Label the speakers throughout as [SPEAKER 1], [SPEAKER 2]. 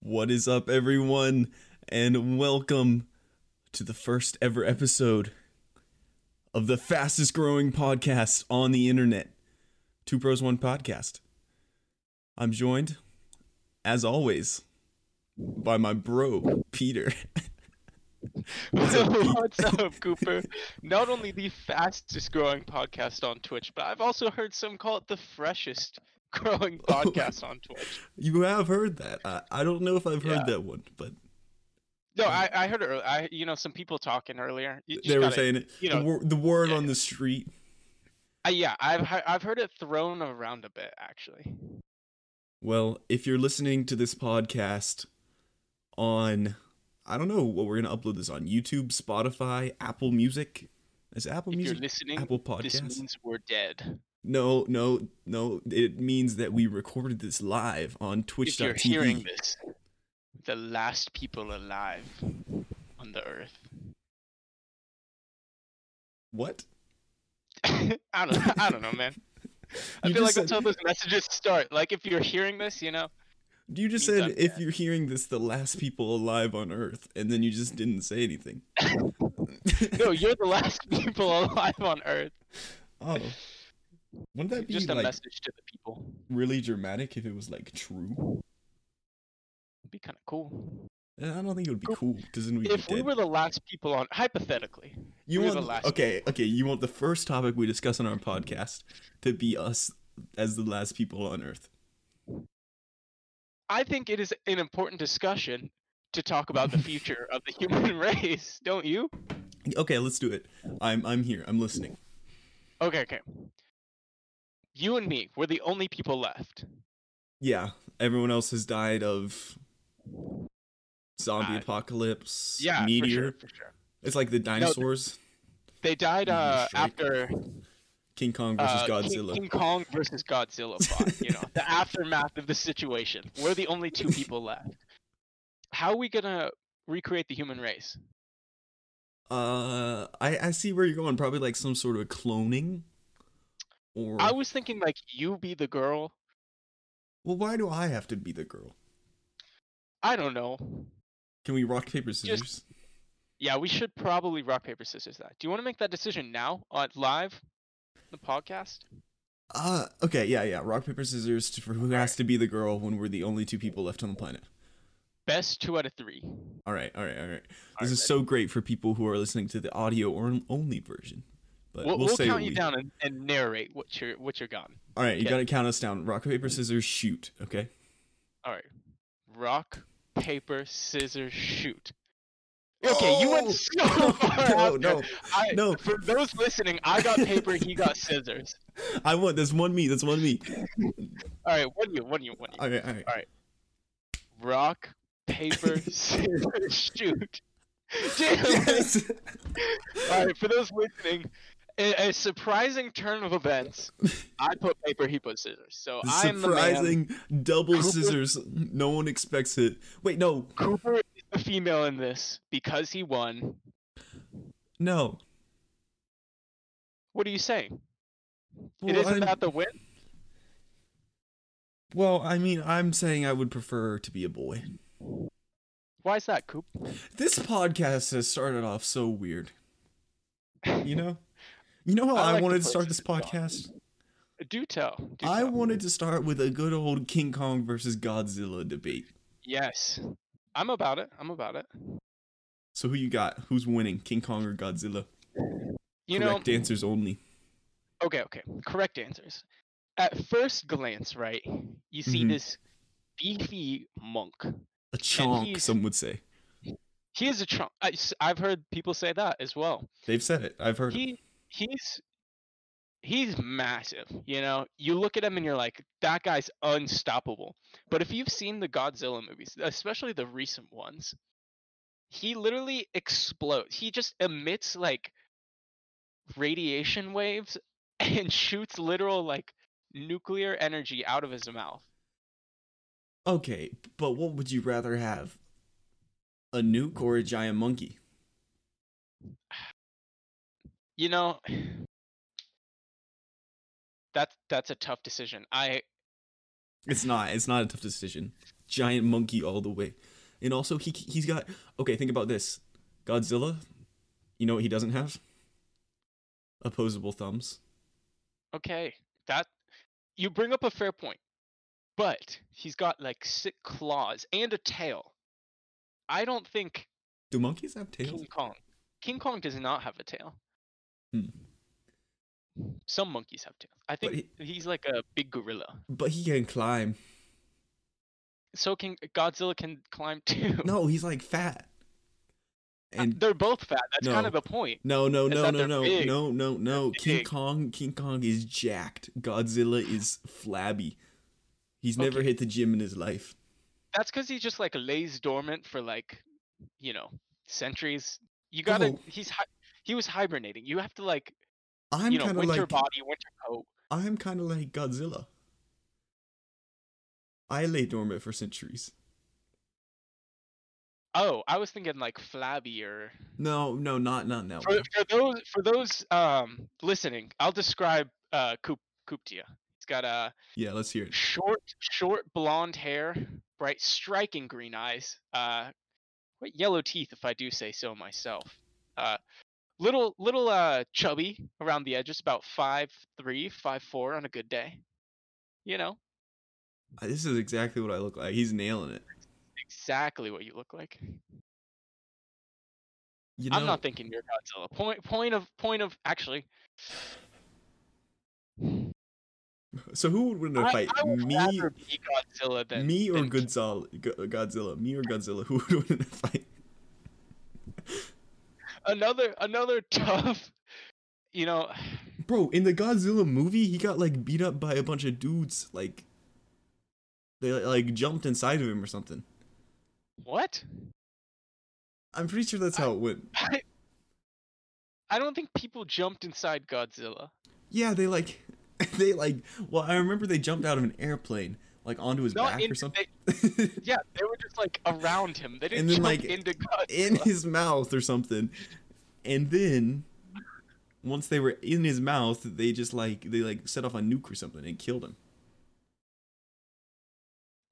[SPEAKER 1] What is up, everyone, and welcome to the first ever episode of the fastest growing podcast on the internet, Two Pros One Podcast. I'm joined, as always, by my bro Peter.
[SPEAKER 2] What's up, Cooper? Not only the fastest growing podcast on Twitch, but I've also heard some call it the freshest growing
[SPEAKER 1] Oh
[SPEAKER 2] podcast on Twitch.
[SPEAKER 1] You have heard that. I, I don't know if I've
[SPEAKER 2] Yeah.
[SPEAKER 1] heard that one, but
[SPEAKER 2] No, I, I heard it earlier. I you know some people talking earlier. You just
[SPEAKER 1] they were
[SPEAKER 2] gotta-
[SPEAKER 1] saying it.
[SPEAKER 2] you
[SPEAKER 1] The
[SPEAKER 2] know,
[SPEAKER 1] wor- the word
[SPEAKER 2] yeah,
[SPEAKER 1] on
[SPEAKER 2] yeah.
[SPEAKER 1] the street.
[SPEAKER 2] I- yeah, I've he- I've heard it thrown around a bit actually.
[SPEAKER 1] Well, if you're listening to this podcast on, I don't know what we're gonna upload this on YouTube, Spotify, Apple Music. Is it Apple
[SPEAKER 2] If you're
[SPEAKER 1] Music?
[SPEAKER 2] listening,
[SPEAKER 1] Apple
[SPEAKER 2] this
[SPEAKER 1] Podcasts?
[SPEAKER 2] means we're dead.
[SPEAKER 1] No, no, no. It means that we recorded this live on
[SPEAKER 2] If you're
[SPEAKER 1] Twitch.tv.
[SPEAKER 2] hearing this, the last people alive on the earth.
[SPEAKER 1] What?
[SPEAKER 2] I don't I don't know, man. I
[SPEAKER 1] You
[SPEAKER 2] feel
[SPEAKER 1] just
[SPEAKER 2] like that's how those messages start. Like if you're hearing this, you know,
[SPEAKER 1] You just
[SPEAKER 2] Means
[SPEAKER 1] said
[SPEAKER 2] I'm
[SPEAKER 1] if
[SPEAKER 2] dead.
[SPEAKER 1] you're hearing this, the last people alive on Earth, and then you just didn't say anything.
[SPEAKER 2] no, you're the last people alive on Earth.
[SPEAKER 1] oh, wouldn't that be
[SPEAKER 2] Just a
[SPEAKER 1] like
[SPEAKER 2] message to the people.
[SPEAKER 1] really dramatic if it was like true? Eh,
[SPEAKER 2] It'd be kind of cool.
[SPEAKER 1] I don't think it would be
[SPEAKER 2] Cool.
[SPEAKER 1] cool because then we'd
[SPEAKER 2] If
[SPEAKER 1] be
[SPEAKER 2] we
[SPEAKER 1] dead.
[SPEAKER 2] were the last people on, hypothetically,
[SPEAKER 1] You
[SPEAKER 2] We're
[SPEAKER 1] want
[SPEAKER 2] the last
[SPEAKER 1] okay, okay. You want the first topic we discuss on our podcast to be us as the last people on Earth.
[SPEAKER 2] I think it is an important discussion to talk about the future of the human race, don't you?
[SPEAKER 1] Okay, let's do it. I'm I'm here. I'm listening.
[SPEAKER 2] Okay, okay. You and me, we're the only people left.
[SPEAKER 1] Yeah, everyone else has died of zombie
[SPEAKER 2] Uh,
[SPEAKER 1] apocalypse.
[SPEAKER 2] Yeah,
[SPEAKER 1] meteor.
[SPEAKER 2] for sure, for sure.
[SPEAKER 1] It's like the dinosaurs.
[SPEAKER 2] They died
[SPEAKER 1] Meteor
[SPEAKER 2] uh,
[SPEAKER 1] strike
[SPEAKER 2] after
[SPEAKER 1] King Kong versus
[SPEAKER 2] uh, King-
[SPEAKER 1] Godzilla.
[SPEAKER 2] King Kong versus Godzilla fought, you know, the aftermath of the situation. We're the only two people left. How are we gonna recreate the human race?
[SPEAKER 1] Uh, I I see where you're going. Probably like some sort of cloning. Or
[SPEAKER 2] I was thinking like you be the girl.
[SPEAKER 1] well, why do I have to be the girl?
[SPEAKER 2] I don't know.
[SPEAKER 1] Can we rock paper scissors?
[SPEAKER 2] Yeah, we should probably rock paper scissors that. Do you want to make that decision now on live, the podcast?
[SPEAKER 1] Uh, okay, yeah, yeah. Rock, paper, scissors to- for who has to be the girl when we're the only two people left on the planet.
[SPEAKER 2] Best two out of three.
[SPEAKER 1] All right, all right, all right.
[SPEAKER 2] right,
[SPEAKER 1] This is so great for people who are listening to the audio or only version. But
[SPEAKER 2] we'll
[SPEAKER 1] we'll,
[SPEAKER 2] we'll
[SPEAKER 1] say
[SPEAKER 2] count
[SPEAKER 1] what
[SPEAKER 2] you
[SPEAKER 1] we-
[SPEAKER 2] down and, and narrate what you're what you're gone.
[SPEAKER 1] All right, you
[SPEAKER 2] Okay.
[SPEAKER 1] gotta count us down. Rock, paper, scissors, shoot. Okay.
[SPEAKER 2] All right. Rock, paper, scissors, shoot. Okay, you went so
[SPEAKER 1] Oh! no,
[SPEAKER 2] far. out there.
[SPEAKER 1] no,
[SPEAKER 2] I,
[SPEAKER 1] no.
[SPEAKER 2] For those listening, I got paper. He got scissors.
[SPEAKER 1] I want that's one me. That's one me.
[SPEAKER 2] All right, what do you? What do you? What do
[SPEAKER 1] All right, all right.
[SPEAKER 2] you? Rock, paper, scissors, shoot. Damn.
[SPEAKER 1] Yes.
[SPEAKER 2] All right, for those listening, a, a surprising turn of events. I put paper. He put scissors. So
[SPEAKER 1] The
[SPEAKER 2] I'm the man.
[SPEAKER 1] surprising double
[SPEAKER 2] Cooper-
[SPEAKER 1] scissors. No one expects it. Wait, no,
[SPEAKER 2] Cooper is the female in this because he won.
[SPEAKER 1] no.
[SPEAKER 2] What are you saying?
[SPEAKER 1] Well,
[SPEAKER 2] it isn't
[SPEAKER 1] I'm-
[SPEAKER 2] that the win.
[SPEAKER 1] well, I mean, I'm saying I would prefer to be a boy.
[SPEAKER 2] Why is that, Coop?
[SPEAKER 1] This podcast has started off so weird. You know? You know how
[SPEAKER 2] I
[SPEAKER 1] I,
[SPEAKER 2] like the
[SPEAKER 1] wanted to start this
[SPEAKER 2] places it's gone.
[SPEAKER 1] podcast?
[SPEAKER 2] Do tell. do
[SPEAKER 1] I
[SPEAKER 2] tell.
[SPEAKER 1] wanted to start with a good old King Kong versus Godzilla debate.
[SPEAKER 2] Yes, I'm about it. I'm about it.
[SPEAKER 1] So who you got? Who's winning? King Kong or Godzilla?
[SPEAKER 2] You know,
[SPEAKER 1] Correct answers only.
[SPEAKER 2] Okay, okay. Correct answers. At first glance, right, you see
[SPEAKER 1] Mhm.
[SPEAKER 2] this beefy monk.
[SPEAKER 1] A chonk,
[SPEAKER 2] he's-
[SPEAKER 1] some would say.
[SPEAKER 2] He is a chunk. I've heard people say that as well.
[SPEAKER 1] They've said it. I've heard it.
[SPEAKER 2] He he's he's massive. You know, you look at him and you're like, that guy's unstoppable. But if you've seen the Godzilla movies, especially the recent ones, he literally explodes. He just emits like radiation waves and shoots literal like nuclear energy out of his mouth.
[SPEAKER 1] Okay, but what would you rather have? A nuke or a giant monkey?
[SPEAKER 2] You know, that's that's a tough decision. I
[SPEAKER 1] It's not. It's not a tough decision. giant monkey all the way. And also he he's got okay, think about this. Godzilla, you know what he doesn't have? Opposable thumbs.
[SPEAKER 2] Okay, that you bring up a fair point, but he's got like six claws and a tail. I don't think
[SPEAKER 1] Do monkeys have tails?
[SPEAKER 2] King Kong. King Kong does not have a tail.
[SPEAKER 1] Hmm.
[SPEAKER 2] Some monkeys have tails. I
[SPEAKER 1] But
[SPEAKER 2] think he's like a big gorilla.
[SPEAKER 1] But he can climb.
[SPEAKER 2] So can Godzilla can climb too.
[SPEAKER 1] No, he's like fat.
[SPEAKER 2] Uh,
[SPEAKER 1] And
[SPEAKER 2] they're both fat. That's kind
[SPEAKER 1] No.
[SPEAKER 2] of the point.
[SPEAKER 1] no, no,
[SPEAKER 2] It's
[SPEAKER 1] no,
[SPEAKER 2] that
[SPEAKER 1] no,
[SPEAKER 2] they're
[SPEAKER 1] no,
[SPEAKER 2] big.
[SPEAKER 1] no, no, no. King
[SPEAKER 2] big.
[SPEAKER 1] Kong, King Kong is jacked. Godzilla is flabby. He's never
[SPEAKER 2] Okay.
[SPEAKER 1] hit the gym in his life.
[SPEAKER 2] That's because he just like lays dormant for like, you know, centuries. You gotta.
[SPEAKER 1] No.
[SPEAKER 2] He's hi- he was hibernating. You have to like,
[SPEAKER 1] I'm
[SPEAKER 2] you know,
[SPEAKER 1] kind of
[SPEAKER 2] winter
[SPEAKER 1] like
[SPEAKER 2] body, winter coat.
[SPEAKER 1] I'm kind of like Godzilla. I lay dormant for centuries.
[SPEAKER 2] Oh, I was thinking like flabby or.
[SPEAKER 1] No, no, not not now.
[SPEAKER 2] For, for those for those um listening, I'll describe uh Coop Coop to you. He's got a
[SPEAKER 1] Yeah, let's hear it.
[SPEAKER 2] short short blonde hair, bright striking green eyes, uh what yellow teeth if I do say so myself. Uh little little uh chubby around the edges, about five three, five four on a good day. You know,
[SPEAKER 1] Uh, This is exactly what I look like. He's nailing it.
[SPEAKER 2] exactly what you look like.
[SPEAKER 1] You
[SPEAKER 2] I'm not thinking you're Godzilla. Point point of point of actually
[SPEAKER 1] so who would win in a
[SPEAKER 2] I-
[SPEAKER 1] fight?
[SPEAKER 2] I, would
[SPEAKER 1] me,
[SPEAKER 2] rather be Godzilla than
[SPEAKER 1] me or
[SPEAKER 2] than King
[SPEAKER 1] Godzilla? Go- Godzilla? Me or Godzilla? Who would win in a fight?
[SPEAKER 2] another another tough you know
[SPEAKER 1] Bro, in the Godzilla movie, he got like beat up by a bunch of dudes. Like they like jumped inside of him or something.
[SPEAKER 2] what
[SPEAKER 1] I'm pretty sure that's how it went.
[SPEAKER 2] I, I don't think people jumped inside godzilla
[SPEAKER 1] Yeah, they like they like well, I remember they jumped out of an airplane, like onto his
[SPEAKER 2] Not
[SPEAKER 1] back
[SPEAKER 2] in-
[SPEAKER 1] or something.
[SPEAKER 2] yeah they were just like around him they didn't
[SPEAKER 1] then,
[SPEAKER 2] jump
[SPEAKER 1] like,
[SPEAKER 2] into godzilla
[SPEAKER 1] in his mouth or something. And then once they were in his mouth, they just like they like set off a nuke or something and killed him.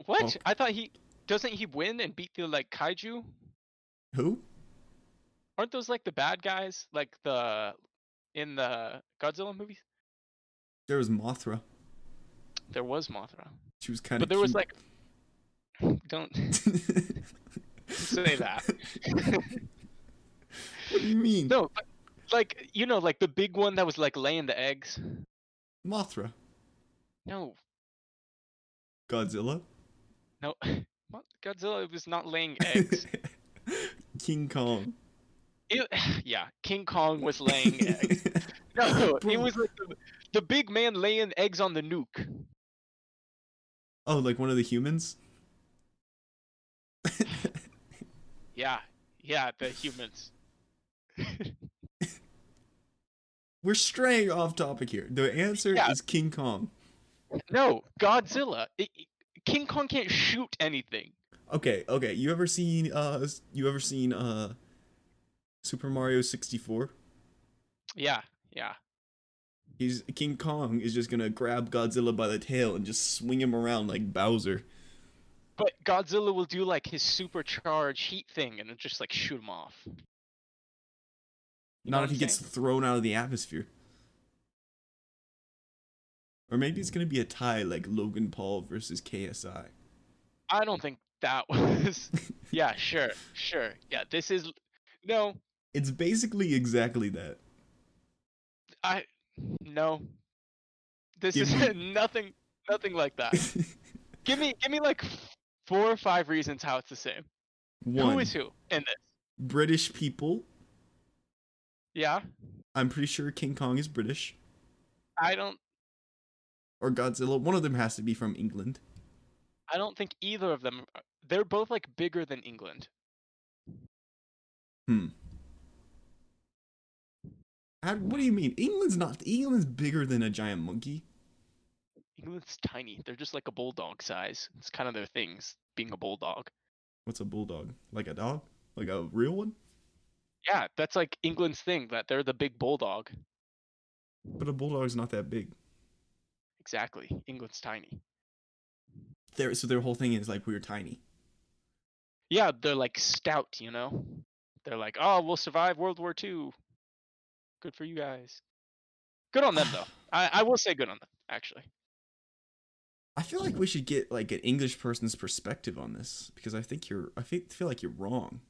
[SPEAKER 2] what
[SPEAKER 1] well-
[SPEAKER 2] i thought he doesn't he win and beat the like kaiju
[SPEAKER 1] Who?
[SPEAKER 2] aren't those like the bad guys like the in the godzilla movies
[SPEAKER 1] There was Mothra.
[SPEAKER 2] there was mothra
[SPEAKER 1] She was kind of
[SPEAKER 2] but there was like don't say that
[SPEAKER 1] What do you mean?
[SPEAKER 2] no but like you know like the big one that was like laying the eggs
[SPEAKER 1] Mothra.
[SPEAKER 2] no
[SPEAKER 1] Godzilla.
[SPEAKER 2] No, Mo- Godzilla was not laying eggs.
[SPEAKER 1] King Kong.
[SPEAKER 2] It- yeah, King Kong was laying eggs. No, it
[SPEAKER 1] Bro.
[SPEAKER 2] was like the, the big man laying eggs on the nuke.
[SPEAKER 1] Oh, like one of the humans?
[SPEAKER 2] Yeah, yeah, the humans.
[SPEAKER 1] We're straying off topic here. The answer
[SPEAKER 2] Yeah.
[SPEAKER 1] is King Kong.
[SPEAKER 2] No, Godzilla. It, it- King Kong can't shoot anything.
[SPEAKER 1] Okay, okay. You ever seen uh s- you ever seen uh Super Mario 64?
[SPEAKER 2] Yeah, yeah.
[SPEAKER 1] He's King Kong is just going to grab Godzilla by the tail and just swing him around like Bowser.
[SPEAKER 2] But Godzilla will do like his supercharge heat thing and then just like shoot him off. You know
[SPEAKER 1] Not
[SPEAKER 2] what
[SPEAKER 1] if he
[SPEAKER 2] I'm
[SPEAKER 1] gets
[SPEAKER 2] saying?
[SPEAKER 1] thrown out of the atmosphere. Or maybe it's going to be a tie like Logan Paul versus KSI.
[SPEAKER 2] I don't think that was. yeah, sure, sure. Yeah, this is. No,
[SPEAKER 1] It's basically exactly that.
[SPEAKER 2] I no. This
[SPEAKER 1] Give
[SPEAKER 2] is
[SPEAKER 1] me-
[SPEAKER 2] nothing nothing like that. give me give me like four or five reasons how it's the same.
[SPEAKER 1] One.
[SPEAKER 2] Who is who in this?
[SPEAKER 1] British people.
[SPEAKER 2] Yeah?
[SPEAKER 1] I'm pretty sure King Kong is British
[SPEAKER 2] I don't
[SPEAKER 1] or Godzilla. One of them has to be from England.
[SPEAKER 2] I don't think either of them are- they're both like bigger than England.
[SPEAKER 1] Hmm. How, what do you mean? England's not. England's bigger than a giant monkey.
[SPEAKER 2] England's tiny. They're just like a bulldog size. It's kind of their things, being a bulldog.
[SPEAKER 1] What's a bulldog? Like a dog? Like a real one?
[SPEAKER 2] Yeah, that's like England's thing, that they're the big bulldog.
[SPEAKER 1] But a bulldog's not that big.
[SPEAKER 2] Exactly. England's tiny.
[SPEAKER 1] their so their whole thing is like we were tiny.
[SPEAKER 2] Yeah, they're like stout, you know? They're like, oh, we'll survive World War II. Good for you guys. Good on them, though. I, I will say good on them, actually.
[SPEAKER 1] I feel like we should get like an English person's perspective on this because I think you're I feel, feel like you're wrong.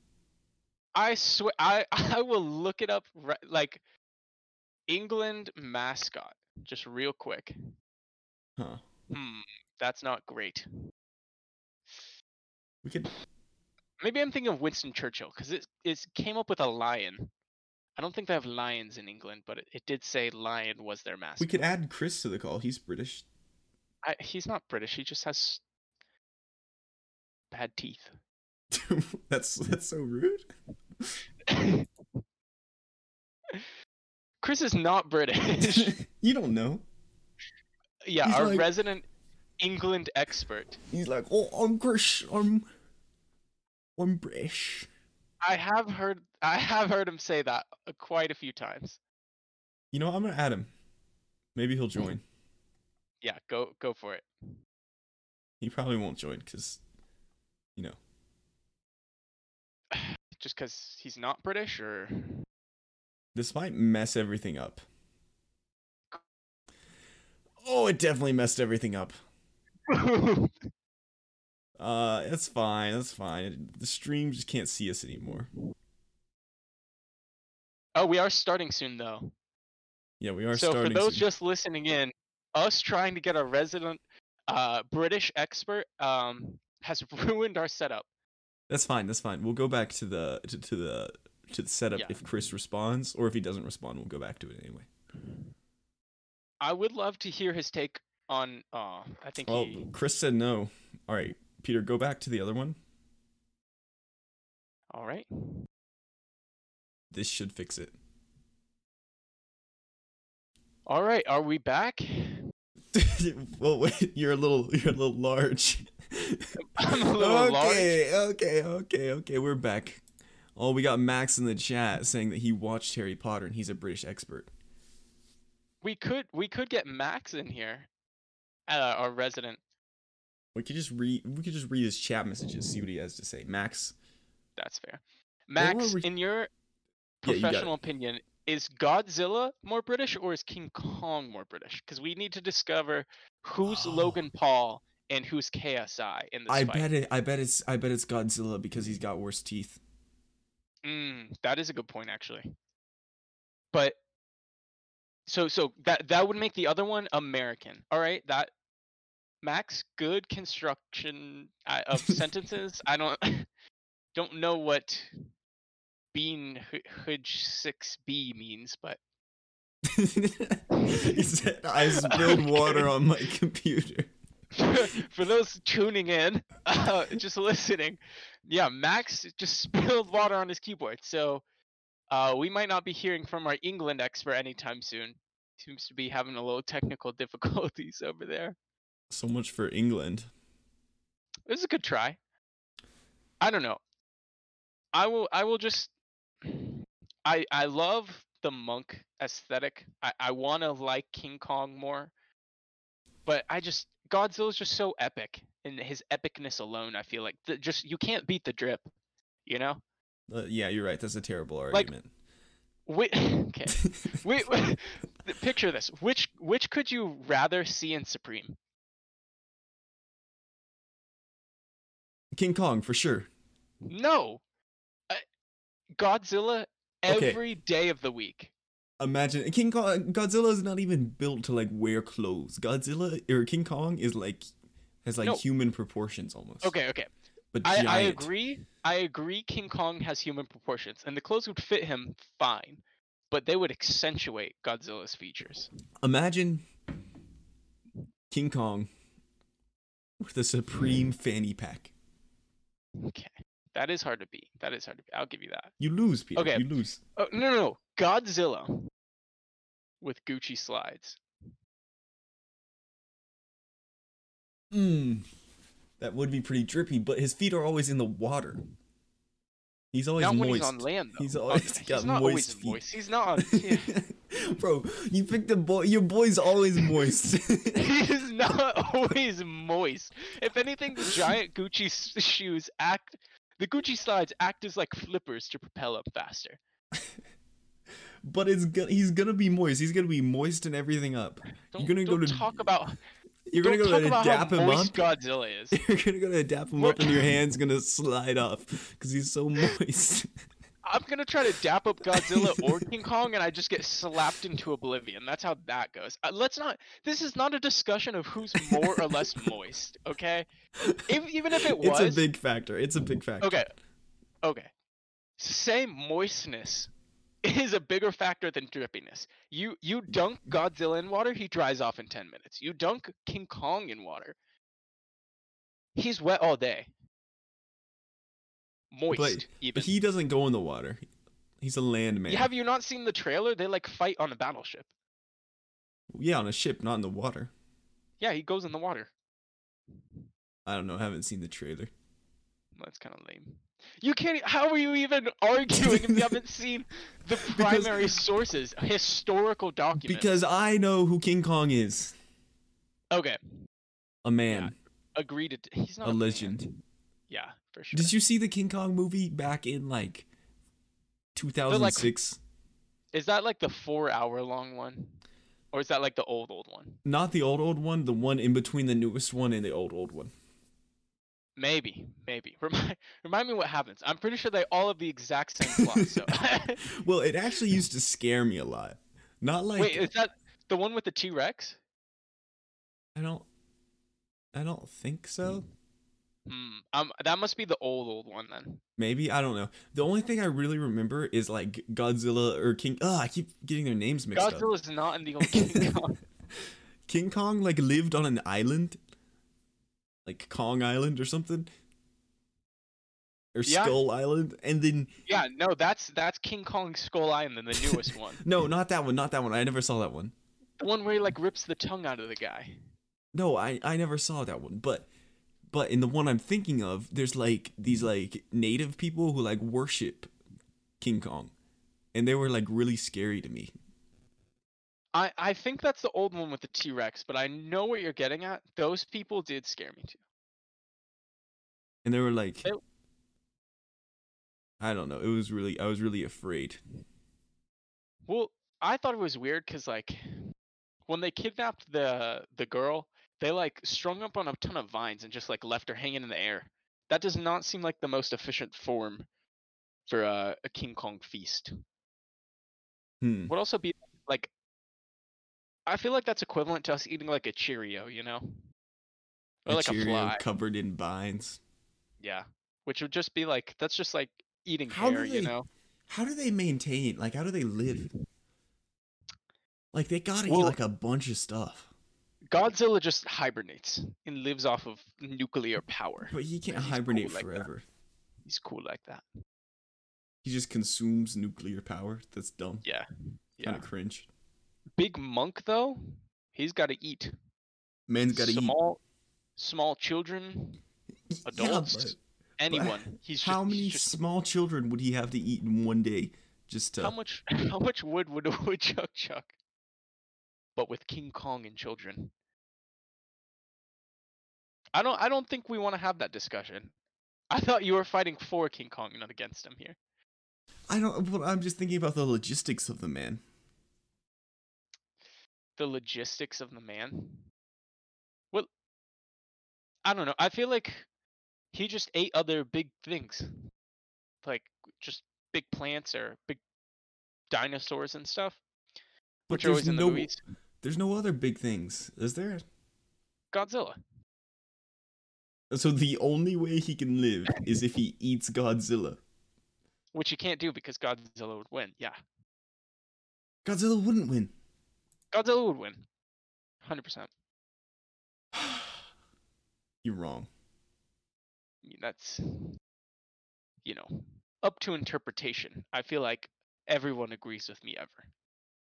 [SPEAKER 2] I swear, I, I will look it up, right, like, England mascot, just real quick.
[SPEAKER 1] Huh.
[SPEAKER 2] Hmm, that's not great.
[SPEAKER 1] We could
[SPEAKER 2] Maybe I'm thinking of Winston Churchill because it, it came up with a lion. I don't think they have lions in England, but it, it did say lion was their mascot.
[SPEAKER 1] we could add Chris to the call. He's British.
[SPEAKER 2] I, he's not British. He just has bad teeth.
[SPEAKER 1] that's that's so rude.
[SPEAKER 2] Chris is not British.
[SPEAKER 1] you don't know.
[SPEAKER 2] yeah,
[SPEAKER 1] He's
[SPEAKER 2] our
[SPEAKER 1] like-
[SPEAKER 2] resident England expert.
[SPEAKER 1] He's like, oh, I'm Chris. I'm I'm British.
[SPEAKER 2] I have heard I have heard him say that uh, quite a few times.
[SPEAKER 1] You know, what? I'm gonna add him. Maybe he'll
[SPEAKER 2] Mm-hmm.
[SPEAKER 1] join.
[SPEAKER 2] Yeah, go go for it.
[SPEAKER 1] He probably won't join because, you know,
[SPEAKER 2] Just because he's not British, or
[SPEAKER 1] this might mess everything up. Oh, it definitely messed everything up. Uh, it's fine. That's fine. The stream just can't see us anymore.
[SPEAKER 2] oh, we are starting soon though.
[SPEAKER 1] Yeah, we are
[SPEAKER 2] so for
[SPEAKER 1] starting.
[SPEAKER 2] those
[SPEAKER 1] soon.
[SPEAKER 2] just listening in, us trying to get a resident uh, British expert um, has ruined our setup.
[SPEAKER 1] That's fine. That's fine. We'll go back to the to, to the to the setup
[SPEAKER 2] Yeah.
[SPEAKER 1] if Chris responds, or if he doesn't respond, we'll go back to it anyway.
[SPEAKER 2] I would love to hear his take on. Uh, I think
[SPEAKER 1] Well,
[SPEAKER 2] he.
[SPEAKER 1] Chris said no. All right, Peter, go back to the other one.
[SPEAKER 2] All right.
[SPEAKER 1] This should fix it.
[SPEAKER 2] All right. Are we back?
[SPEAKER 1] well, wait, you're a little you're a little large.
[SPEAKER 2] I'm a little large.
[SPEAKER 1] okay, okay, okay, okay. We're back. Oh, we got Max in the chat saying that he watched Harry Potter and he's a British expert.
[SPEAKER 2] We could we could get Max in here, uh, our resident.
[SPEAKER 1] We could just read we could just read his chat messages, see what he has to say. Max,
[SPEAKER 2] That's fair. Max,
[SPEAKER 1] we-
[SPEAKER 2] in your
[SPEAKER 1] Yeah, you got it.
[SPEAKER 2] professional opinion, is Godzilla more British or is King Kong more British? Because we need to discover who's
[SPEAKER 1] Oh.
[SPEAKER 2] Logan Paul and who's KSI in this
[SPEAKER 1] I
[SPEAKER 2] fight.
[SPEAKER 1] bet it I bet it's I bet it's Godzilla because he's got worse teeth.
[SPEAKER 2] Mm, that is a good point, actually. But so so that that would make the other one American. All right, that Max, good construction uh, of sentences. I don't don't know what Bean Hu- Hudge six B means, but
[SPEAKER 1] he said I spilled water on my computer.
[SPEAKER 2] for those tuning in, uh, just listening, yeah, Max just spilled water on his keyboard. So uh, we might not be hearing from our England expert anytime soon. Seems to be having a little technical difficulties over there.
[SPEAKER 1] So much for England.
[SPEAKER 2] This is a good try. I don't know. I will. I will just. I I love the monk aesthetic. I I want to like King Kong more, but I just Godzilla's just so epic, and his epicness alone, I feel like the, just you can't beat the drip. You know,
[SPEAKER 1] Uh, yeah, you're right. That's a terrible
[SPEAKER 2] Like-
[SPEAKER 1] argument.
[SPEAKER 2] Whi okay. Wait, picture this. Which which could you rather see in Supreme?
[SPEAKER 1] King Kong for sure.
[SPEAKER 2] No, uh, Godzilla
[SPEAKER 1] Okay.
[SPEAKER 2] every day of the week.
[SPEAKER 1] Imagine King Kong. Godzilla is not even built to like wear clothes. Godzilla or King Kong is like has like
[SPEAKER 2] No.
[SPEAKER 1] human proportions almost.
[SPEAKER 2] Okay, okay.
[SPEAKER 1] but
[SPEAKER 2] I,
[SPEAKER 1] giant.
[SPEAKER 2] I agree. I agree. King Kong has human proportions, and the clothes would fit him fine, but they would accentuate Godzilla's features.
[SPEAKER 1] Imagine King Kong with a supreme fanny pack.
[SPEAKER 2] Okay, that is hard to beat. That is hard to beat. I'll give you that.
[SPEAKER 1] You lose, Peter.
[SPEAKER 2] Okay.
[SPEAKER 1] You lose.
[SPEAKER 2] Oh no, no, no. Godzilla with Gucci slides.
[SPEAKER 1] Mm. That would be pretty drippy, but his feet are always in the water. He's always
[SPEAKER 2] Not
[SPEAKER 1] moist.
[SPEAKER 2] when he's on land, though.
[SPEAKER 1] He's
[SPEAKER 2] Oh,
[SPEAKER 1] always got
[SPEAKER 2] he's not
[SPEAKER 1] moist
[SPEAKER 2] always
[SPEAKER 1] feet.
[SPEAKER 2] moist. He's not. On, yeah.
[SPEAKER 1] Bro, you picked the boy. Your boy's always moist.
[SPEAKER 2] He's not always moist. If anything, the giant Gucci s- shoes act. The Gucci slides act as like flippers to propel up faster.
[SPEAKER 1] but it's gonna, he's gonna be moist. He's gonna be moist and everything up.
[SPEAKER 2] Don't,
[SPEAKER 1] gonna go
[SPEAKER 2] don't
[SPEAKER 1] to-
[SPEAKER 2] talk about.
[SPEAKER 1] You're gonna
[SPEAKER 2] don't
[SPEAKER 1] go to
[SPEAKER 2] talk about
[SPEAKER 1] dap
[SPEAKER 2] how
[SPEAKER 1] him up.
[SPEAKER 2] moist Godzilla is.
[SPEAKER 1] You're gonna go to dap him
[SPEAKER 2] We're-
[SPEAKER 1] up, and your hand's gonna slide off because he's so moist.
[SPEAKER 2] I'm gonna try to dap up Godzilla or King Kong, and I just get slapped into oblivion. That's how that goes. Uh, let's not. This is not a discussion of who's more or less moist. Okay, if, even if it was,
[SPEAKER 1] It's a big factor. It's a big factor.
[SPEAKER 2] okay, okay. Same moistness is a bigger factor than drippiness. You you dunk Godzilla in water, he dries off in ten minutes. You dunk King Kong in water, he's wet all day. Moist, even.
[SPEAKER 1] But he doesn't go in the water. He's a landman.
[SPEAKER 2] You- Have you not seen the trailer? They like fight on a battleship.
[SPEAKER 1] yeah, on a ship, not in the water.
[SPEAKER 2] Yeah, he goes in the water.
[SPEAKER 1] I don't know. I haven't seen the trailer.
[SPEAKER 2] That's kind of lame. You can't. e- How are you even arguing if you haven't seen the primary sources, historical documents?
[SPEAKER 1] Because I know who King Kong is.
[SPEAKER 2] okay,
[SPEAKER 1] A man,
[SPEAKER 2] agree to. He's not
[SPEAKER 1] a
[SPEAKER 2] man.
[SPEAKER 1] legend.
[SPEAKER 2] Yeah, for sure.
[SPEAKER 1] Did you see the King Kong movie back in like 2006?
[SPEAKER 2] Is that like the four-hour-long one, or is that like the old old one?
[SPEAKER 1] Not the old old one, the one in between the newest one and the old old one.
[SPEAKER 2] Maybe, maybe. Remind remind me what happens. I'm pretty sure they all have the exact same plot. So,
[SPEAKER 1] Well, it actually used to scare me a lot. Not like
[SPEAKER 2] wait, is that the one with the T-Rex?
[SPEAKER 1] I don't I don't think so.
[SPEAKER 2] Hmm. Um, that must be the old old one then.
[SPEAKER 1] Maybe I don't know. The only thing I really remember is like Godzilla or King. Ugh, I keep getting their names mixed up.
[SPEAKER 2] Godzilla's not in the old King Kong.
[SPEAKER 1] King Kong like lived on an island, like Kong Island or something, or
[SPEAKER 2] Yeah.
[SPEAKER 1] Skull Island, and then
[SPEAKER 2] Yeah, no, that's that's King Kong Skull Island, the newest one.
[SPEAKER 1] no, not that one, not that one. I never saw that one.
[SPEAKER 2] The one where he like rips the tongue out of the guy.
[SPEAKER 1] No, I I never saw that one. But but in the one I'm thinking of, there's like these like native people who like worship King Kong, and they were like really scary to me.
[SPEAKER 2] I I think that's the old one with the T Rex, but I know what you're getting at. Those people did scare me too.
[SPEAKER 1] and they were like
[SPEAKER 2] They-
[SPEAKER 1] i don't know it was really i was really afraid
[SPEAKER 2] Well, I thought it was weird because like when they kidnapped the the girl, they like strung up on a ton of vines and just like left her hanging in the air. That does not seem like the most efficient form for uh, a King Kong feast.
[SPEAKER 1] hmm
[SPEAKER 2] Would also be like I feel like that's equivalent to us eating like a Cheerio, you know? Or
[SPEAKER 1] A
[SPEAKER 2] like
[SPEAKER 1] Cheerio
[SPEAKER 2] a fly.
[SPEAKER 1] covered in vines
[SPEAKER 2] Yeah. Which would just be like that's just like eating
[SPEAKER 1] How do
[SPEAKER 2] hair, you
[SPEAKER 1] they-
[SPEAKER 2] know?
[SPEAKER 1] how do they maintain like how do they live like they gotta
[SPEAKER 2] Well-
[SPEAKER 1] eat like a bunch of stuff
[SPEAKER 2] Godzilla just hibernates and lives off of nuclear power.
[SPEAKER 1] but he can't
[SPEAKER 2] He's cool
[SPEAKER 1] hibernate
[SPEAKER 2] like that.
[SPEAKER 1] forever
[SPEAKER 2] He's cool like that.
[SPEAKER 1] he just consumes nuclear power that's dumb
[SPEAKER 2] Yeah. Yeah.
[SPEAKER 1] kind of cringe
[SPEAKER 2] Big monk though, he's gotta eat.
[SPEAKER 1] man's gotta
[SPEAKER 2] small small children,
[SPEAKER 1] eat Yeah,
[SPEAKER 2] adults, anyone. he's
[SPEAKER 1] but
[SPEAKER 2] just,
[SPEAKER 1] how
[SPEAKER 2] he's
[SPEAKER 1] many
[SPEAKER 2] just-
[SPEAKER 1] small children would he have to eat in one day just to
[SPEAKER 2] How much how much wood would a woodchuck chuck? But with King Kong and children. I don't I don't think we want to have that discussion. I thought you were fighting for King Kong, not against him here.
[SPEAKER 1] i don't but i'm just thinking about the logistics of the man
[SPEAKER 2] The logistics of the man. Well I don't know. I feel like he just ate other big things. Like just big plants or big dinosaurs and stuff.
[SPEAKER 1] but
[SPEAKER 2] Which are always
[SPEAKER 1] there's
[SPEAKER 2] in the
[SPEAKER 1] no
[SPEAKER 2] movies.
[SPEAKER 1] There's no other big things, is there?
[SPEAKER 2] Godzilla.
[SPEAKER 1] So the only way he can live is if he eats Godzilla.
[SPEAKER 2] Which you can't do because Godzilla would win, yeah.
[SPEAKER 1] Godzilla wouldn't win.
[SPEAKER 2] Godzilla would win. 100%.
[SPEAKER 1] You're wrong.
[SPEAKER 2] I mean, that's, you know, up to interpretation. I feel like everyone agrees with me ever.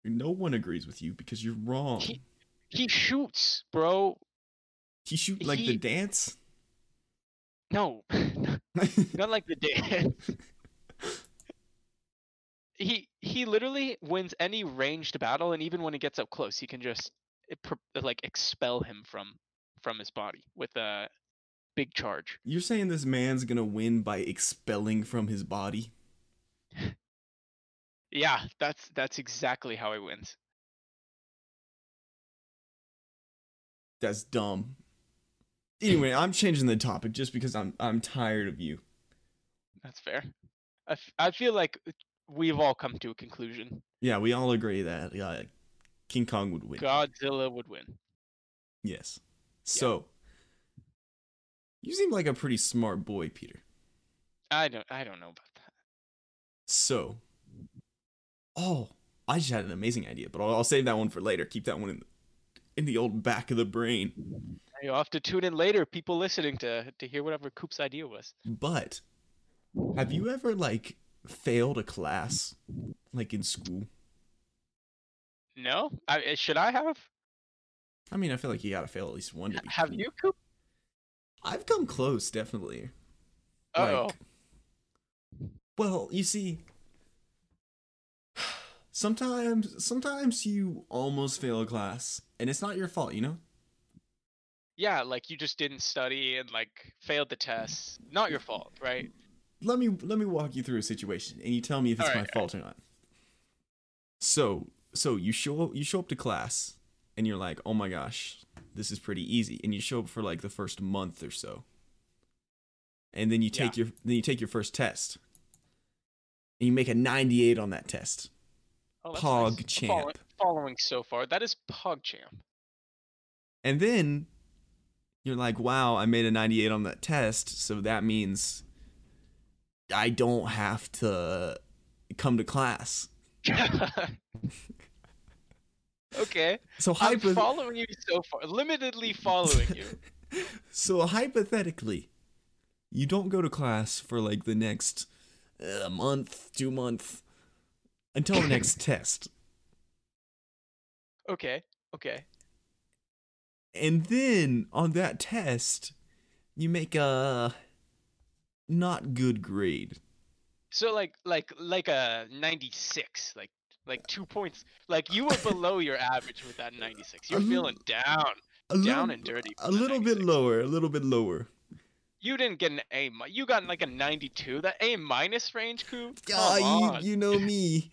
[SPEAKER 1] No one agrees with you because you're wrong.
[SPEAKER 2] He, he shoots, bro.
[SPEAKER 1] He shoot like the
[SPEAKER 2] he-
[SPEAKER 1] dance.
[SPEAKER 2] No, not like the dance. he he literally wins any ranged battle, and even when he gets up close, he can just eh, pr- like expel him from from his body with a big charge.
[SPEAKER 1] You're saying this man's gonna win by expelling from his body?
[SPEAKER 2] Yeah, that's that's exactly how he wins.
[SPEAKER 1] That's dumb. Anyway, I'm changing the topic just because I'm I'm tired of you.
[SPEAKER 2] That's fair. I, f- I feel like we've all come to a conclusion.
[SPEAKER 1] Yeah, we all agree that uh, King Kong would win.
[SPEAKER 2] Godzilla would win.
[SPEAKER 1] Yes. So, you seem like a pretty smart boy, Peter.
[SPEAKER 2] I don't I don't know about that.
[SPEAKER 1] So, oh, I just had an amazing idea, but I'll, I'll save that one for later. Keep that one in, in the old back of the brain.
[SPEAKER 2] You'll have to tune in later, people listening to to hear whatever Coop's idea was.
[SPEAKER 1] But have you ever like failed a class, like in school?
[SPEAKER 2] No, I, eh, should I have?
[SPEAKER 1] I mean, I feel like you gotta fail at least one. To be
[SPEAKER 2] Have
[SPEAKER 1] cool.
[SPEAKER 2] you, Coop?
[SPEAKER 1] I've come close, definitely.
[SPEAKER 2] Oh,
[SPEAKER 1] Like, well, you see, sometimes sometimes you almost fail a class, and it's not your fault, you know.
[SPEAKER 2] yeah, like you just didn't study and like failed the tests. Not your fault, right?
[SPEAKER 1] Let me let me walk you through a situation, and you tell me if it's
[SPEAKER 2] All
[SPEAKER 1] my
[SPEAKER 2] right.
[SPEAKER 1] fault or not. So so you show you show up to class, and you're like, oh my gosh, this is pretty easy, and you show up for like the first month or so, and then you
[SPEAKER 2] Yeah.
[SPEAKER 1] take your then you take your first test, and you make a 98 on that test.
[SPEAKER 2] Oh, that's nice.
[SPEAKER 1] PogChamp.
[SPEAKER 2] Follow- Following so far, that is Pog Champ.
[SPEAKER 1] And then you're like, wow, I made a 98 on that test. So that means I don't have to come to class.
[SPEAKER 2] okay,
[SPEAKER 1] So,
[SPEAKER 2] I'm
[SPEAKER 1] hypo-
[SPEAKER 2] following you so far, limitedly following you.
[SPEAKER 1] so hypothetically, you don't go to class for like the next uh, month, two month, until the next test.
[SPEAKER 2] Okay, okay.
[SPEAKER 1] And then on that test, you make a not good grade.
[SPEAKER 2] So like like like a 96, like like two points. Like you were below your average with that 96. You're
[SPEAKER 1] Um,
[SPEAKER 2] feeling down,
[SPEAKER 1] A
[SPEAKER 2] down
[SPEAKER 1] little,
[SPEAKER 2] and dirty.
[SPEAKER 1] a
[SPEAKER 2] with that
[SPEAKER 1] little bit
[SPEAKER 2] 96.
[SPEAKER 1] lower, a little bit lower.
[SPEAKER 2] You didn't get an A. mi- You got like a 92. That A minus range, Coop. Come
[SPEAKER 1] Ah,
[SPEAKER 2] on.
[SPEAKER 1] you, you know me.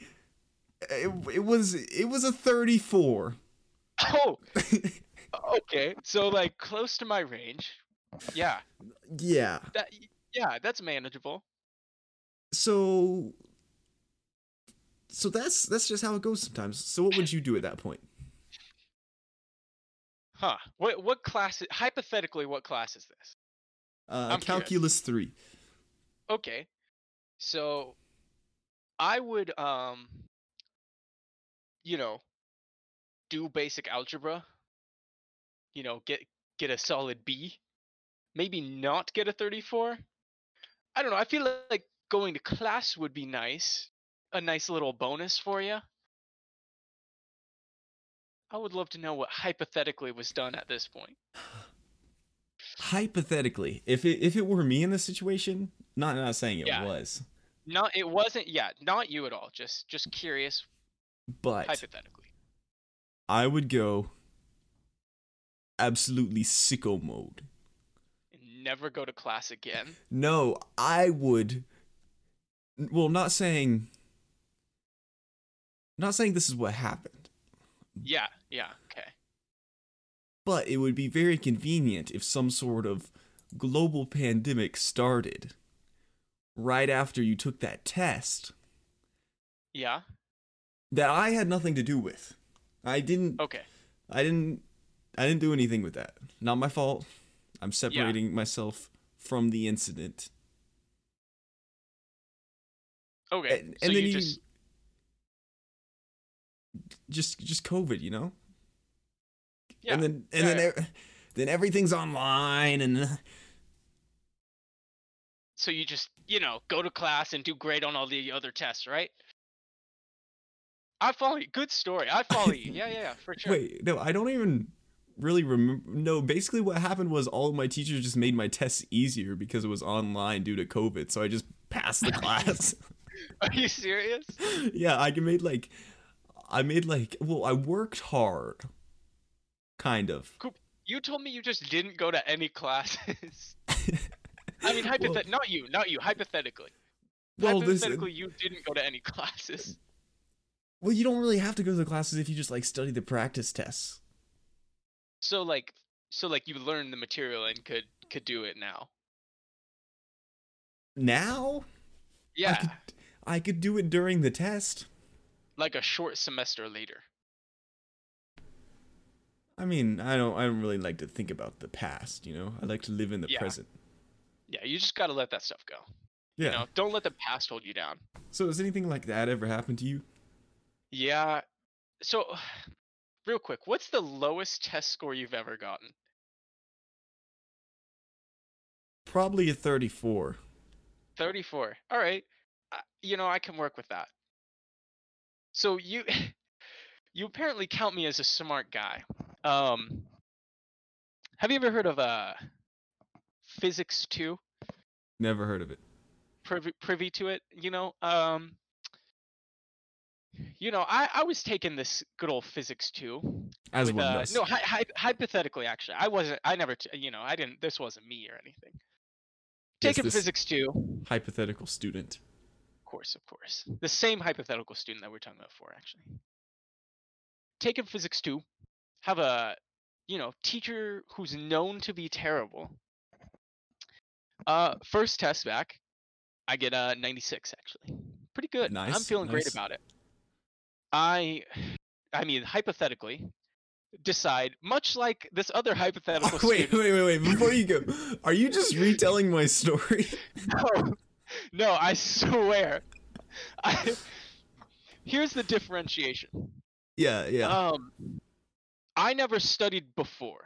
[SPEAKER 1] It, it was it was a 34.
[SPEAKER 2] Oh. okay. So like close to my range. Yeah.
[SPEAKER 1] Yeah.
[SPEAKER 2] That yeah, that's manageable.
[SPEAKER 1] So so that's that's just how it goes sometimes. So what would you do at that point?
[SPEAKER 2] Huh. What what class hypothetically what class is this?
[SPEAKER 1] Uh
[SPEAKER 2] I'm curious.
[SPEAKER 1] calculus 3.
[SPEAKER 2] Okay. So I would um you know do basic algebra. You know, get get a solid B. Maybe not get a 34. I don't know. I feel li- like going to class would be nice. A nice little bonus for you. I would love to know what hypothetically was done at this point.
[SPEAKER 1] Hypothetically, if it if it were me in this situation, not not saying it
[SPEAKER 2] Yeah.
[SPEAKER 1] was,
[SPEAKER 2] Not it wasn't yeah, not you at all. Just just curious
[SPEAKER 1] but
[SPEAKER 2] hypothetically.
[SPEAKER 1] I would go absolutely sicko mode.
[SPEAKER 2] and never go to class again.
[SPEAKER 1] No, I would. Well, not saying. Not saying this is what happened,
[SPEAKER 2] Yeah, yeah, okay.
[SPEAKER 1] but it would be very convenient if some sort of global pandemic started right after you took that test
[SPEAKER 2] Yeah,
[SPEAKER 1] that I had nothing to do with. I didn't.
[SPEAKER 2] okay.
[SPEAKER 1] I didn't. I didn't do anything with that. Not my fault. I'm separating myself from the incident.
[SPEAKER 2] Okay.
[SPEAKER 1] And-
[SPEAKER 2] so
[SPEAKER 1] and then
[SPEAKER 2] you
[SPEAKER 1] you-
[SPEAKER 2] just
[SPEAKER 1] Just, just COVID, you know.
[SPEAKER 2] yeah.
[SPEAKER 1] and then and
[SPEAKER 2] yeah,
[SPEAKER 1] then
[SPEAKER 2] yeah.
[SPEAKER 1] ev- then everything's online and
[SPEAKER 2] so you just, you know, go to class and do great on all the other tests, right? I follow you. Good story. I follow you. Yeah, yeah, yeah, for sure.
[SPEAKER 1] wait no i don't even really remember no basically what happened was all of my teachers just made my tests easier because it was online due to covid so i just passed the class
[SPEAKER 2] Are you serious?
[SPEAKER 1] yeah, I made like, I made like, well, I worked hard, kind of.
[SPEAKER 2] You told me you just didn't go to any classes. I mean, hypothet not you, not you, hypothetically.
[SPEAKER 1] Well, this,
[SPEAKER 2] hypothetically, you didn't go to any classes.
[SPEAKER 1] well, you don't really have to go to the classes if you just like study the practice tests.
[SPEAKER 2] So like, so like, you learned the material and could could do it now.
[SPEAKER 1] Now,
[SPEAKER 2] Yeah,
[SPEAKER 1] could- I could do it during the test.
[SPEAKER 2] like a short semester later.
[SPEAKER 1] I mean, I don't, I don't really like to think about the past. You know, I like to live in the
[SPEAKER 2] Yeah.
[SPEAKER 1] present.
[SPEAKER 2] Yeah, you just gotta let that stuff go.
[SPEAKER 1] Yeah.
[SPEAKER 2] You know, don't let the past hold you down.
[SPEAKER 1] So, has anything like that ever happened to you?
[SPEAKER 2] Yeah. So, real quick, what's the lowest test score you've ever gotten?
[SPEAKER 1] Probably a thirty-four.
[SPEAKER 2] 34. All right. Uh, you know, I can work with that. So you you apparently count me as a smart guy. Um Have you ever heard of uh Physics 2?
[SPEAKER 1] Never heard of it.
[SPEAKER 2] Privy, privy to it, you know? Um You know, I I was taking this good old Physics 2
[SPEAKER 1] As
[SPEAKER 2] with,
[SPEAKER 1] one
[SPEAKER 2] uh,
[SPEAKER 1] does.
[SPEAKER 2] No, hy- hy- hypothetically, actually, I wasn't. I never. T- you know, I didn't. This wasn't me or anything.
[SPEAKER 1] Yes,
[SPEAKER 2] Taking
[SPEAKER 1] this-
[SPEAKER 2] physics two, of
[SPEAKER 1] Hypothetical student.
[SPEAKER 2] course, of course. The same hypothetical student that we are talking about before, actually. Taking physics two, have a, you know, teacher who's known to be terrible. Uh, first test back, I get a 96 actually. Pretty good. I'm
[SPEAKER 1] Nice,
[SPEAKER 2] feeling great
[SPEAKER 1] nice.
[SPEAKER 2] about it. I I mean hypothetically decide much like this other hypothetical
[SPEAKER 1] Oh, wait, wait,
[SPEAKER 2] student.
[SPEAKER 1] wait, wait! Before you go, are you just retelling my story?
[SPEAKER 2] No, no, I swear. I, here's the differentiation.
[SPEAKER 1] Yeah, yeah.
[SPEAKER 2] Um, I never studied before,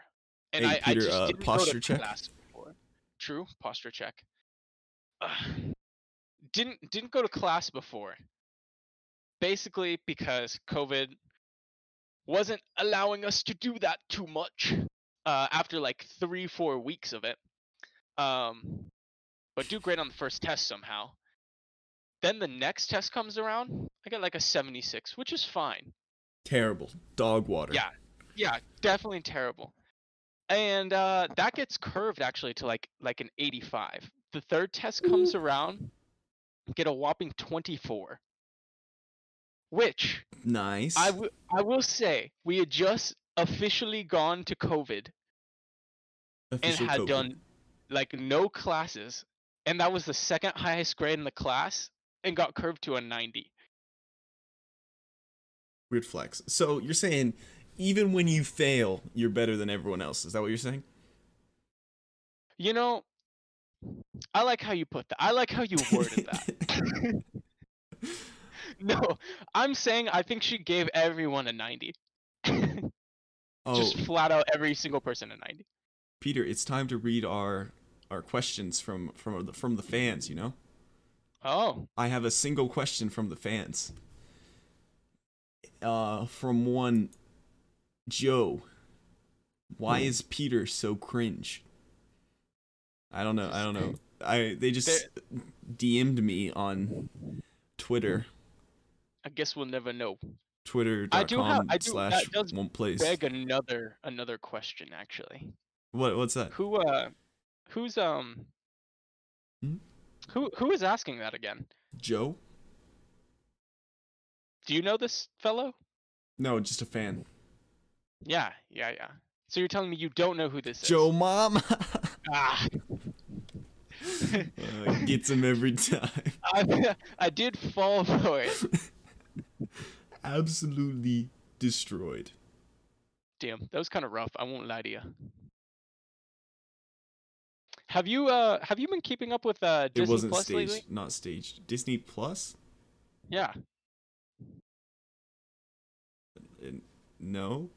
[SPEAKER 2] and
[SPEAKER 1] Hey,
[SPEAKER 2] I, I
[SPEAKER 1] Peter,
[SPEAKER 2] just
[SPEAKER 1] uh,
[SPEAKER 2] didn't go
[SPEAKER 1] posture
[SPEAKER 2] to
[SPEAKER 1] check?
[SPEAKER 2] class before. True, posture check. Ugh. didn't didn't go to class before. Basically, because COVID wasn't allowing us to do that too much. Uh, after like three four weeks of it, um, but do great on the first test somehow. Then the next test comes around, I get like a 76, which is fine.
[SPEAKER 1] Terrible. Dog water.
[SPEAKER 2] Yeah. Yeah, definitely terrible. And uh, that gets curved actually to like like an 85. The third test comes around, get a whopping 24. Which
[SPEAKER 1] Nice.
[SPEAKER 2] I, w- I will say we had just officially gone to COVID and
[SPEAKER 1] Official
[SPEAKER 2] had
[SPEAKER 1] COVID.
[SPEAKER 2] done like no classes, and that was the second highest grade in the class, and got curved to a 90.
[SPEAKER 1] weird flex. So you're saying even when you fail, you're better than everyone else. Is that what you're saying?
[SPEAKER 2] You know, I like how you put that. I like how you worded that. No, I'm saying I think she gave everyone a 90.
[SPEAKER 1] oh,
[SPEAKER 2] Just flat out every single person a 90.
[SPEAKER 1] Peter, it's time to read our our questions from from the from the fans. You know,
[SPEAKER 2] Oh,
[SPEAKER 1] I have a single question from the fans. Uh, from one Joe. Why is Peter so cringe? I don't know. I don't know. I they just DM'd me on Twitter.
[SPEAKER 2] I guess we'll never know. I do
[SPEAKER 1] Twitter.com
[SPEAKER 2] have- I do- that
[SPEAKER 1] slash
[SPEAKER 2] does
[SPEAKER 1] one place.
[SPEAKER 2] Beg another another question actually.
[SPEAKER 1] What what's that?
[SPEAKER 2] Who uh who's um
[SPEAKER 1] Hmm?
[SPEAKER 2] who who is asking that again?
[SPEAKER 1] Joe?
[SPEAKER 2] Do you know this fellow?
[SPEAKER 1] No, just a fan.
[SPEAKER 2] Yeah, yeah, yeah. So you're telling me you don't know who this
[SPEAKER 1] Joe
[SPEAKER 2] is?
[SPEAKER 1] Mom
[SPEAKER 2] Ah,
[SPEAKER 1] Uh, gets him every time.
[SPEAKER 2] I, I did fall for it.
[SPEAKER 1] Absolutely destroyed.
[SPEAKER 2] Damn, that was kind of rough. I won't lie to you. Have you uh have you been keeping up with uh Disney
[SPEAKER 1] it wasn't
[SPEAKER 2] Plus
[SPEAKER 1] staged,
[SPEAKER 2] lately?
[SPEAKER 1] not staged. Disney Plus?
[SPEAKER 2] Yeah.
[SPEAKER 1] Uh, No.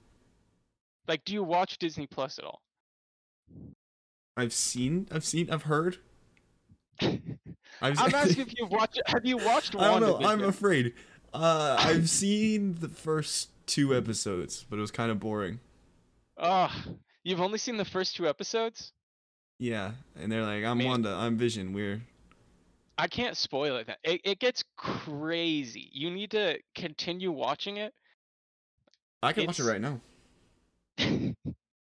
[SPEAKER 2] Like do you watch Disney Plus at all?
[SPEAKER 1] I've seen I've seen I've heard. I've
[SPEAKER 2] I'm asking if you've watched have you watched
[SPEAKER 1] I don't know. I'm
[SPEAKER 2] WandaVision?
[SPEAKER 1] afraid. Uh, I've seen the first two episodes, but it was kind of boring.
[SPEAKER 2] Ugh, you've only seen the first two episodes?
[SPEAKER 1] Yeah, and they're like, "I'm
[SPEAKER 2] Man.
[SPEAKER 1] Wanda, I'm Vision, we're
[SPEAKER 2] I can't spoil it. That it, it gets crazy. You need to continue watching it.
[SPEAKER 1] I can watch it
[SPEAKER 2] It's-
[SPEAKER 1] right now. You,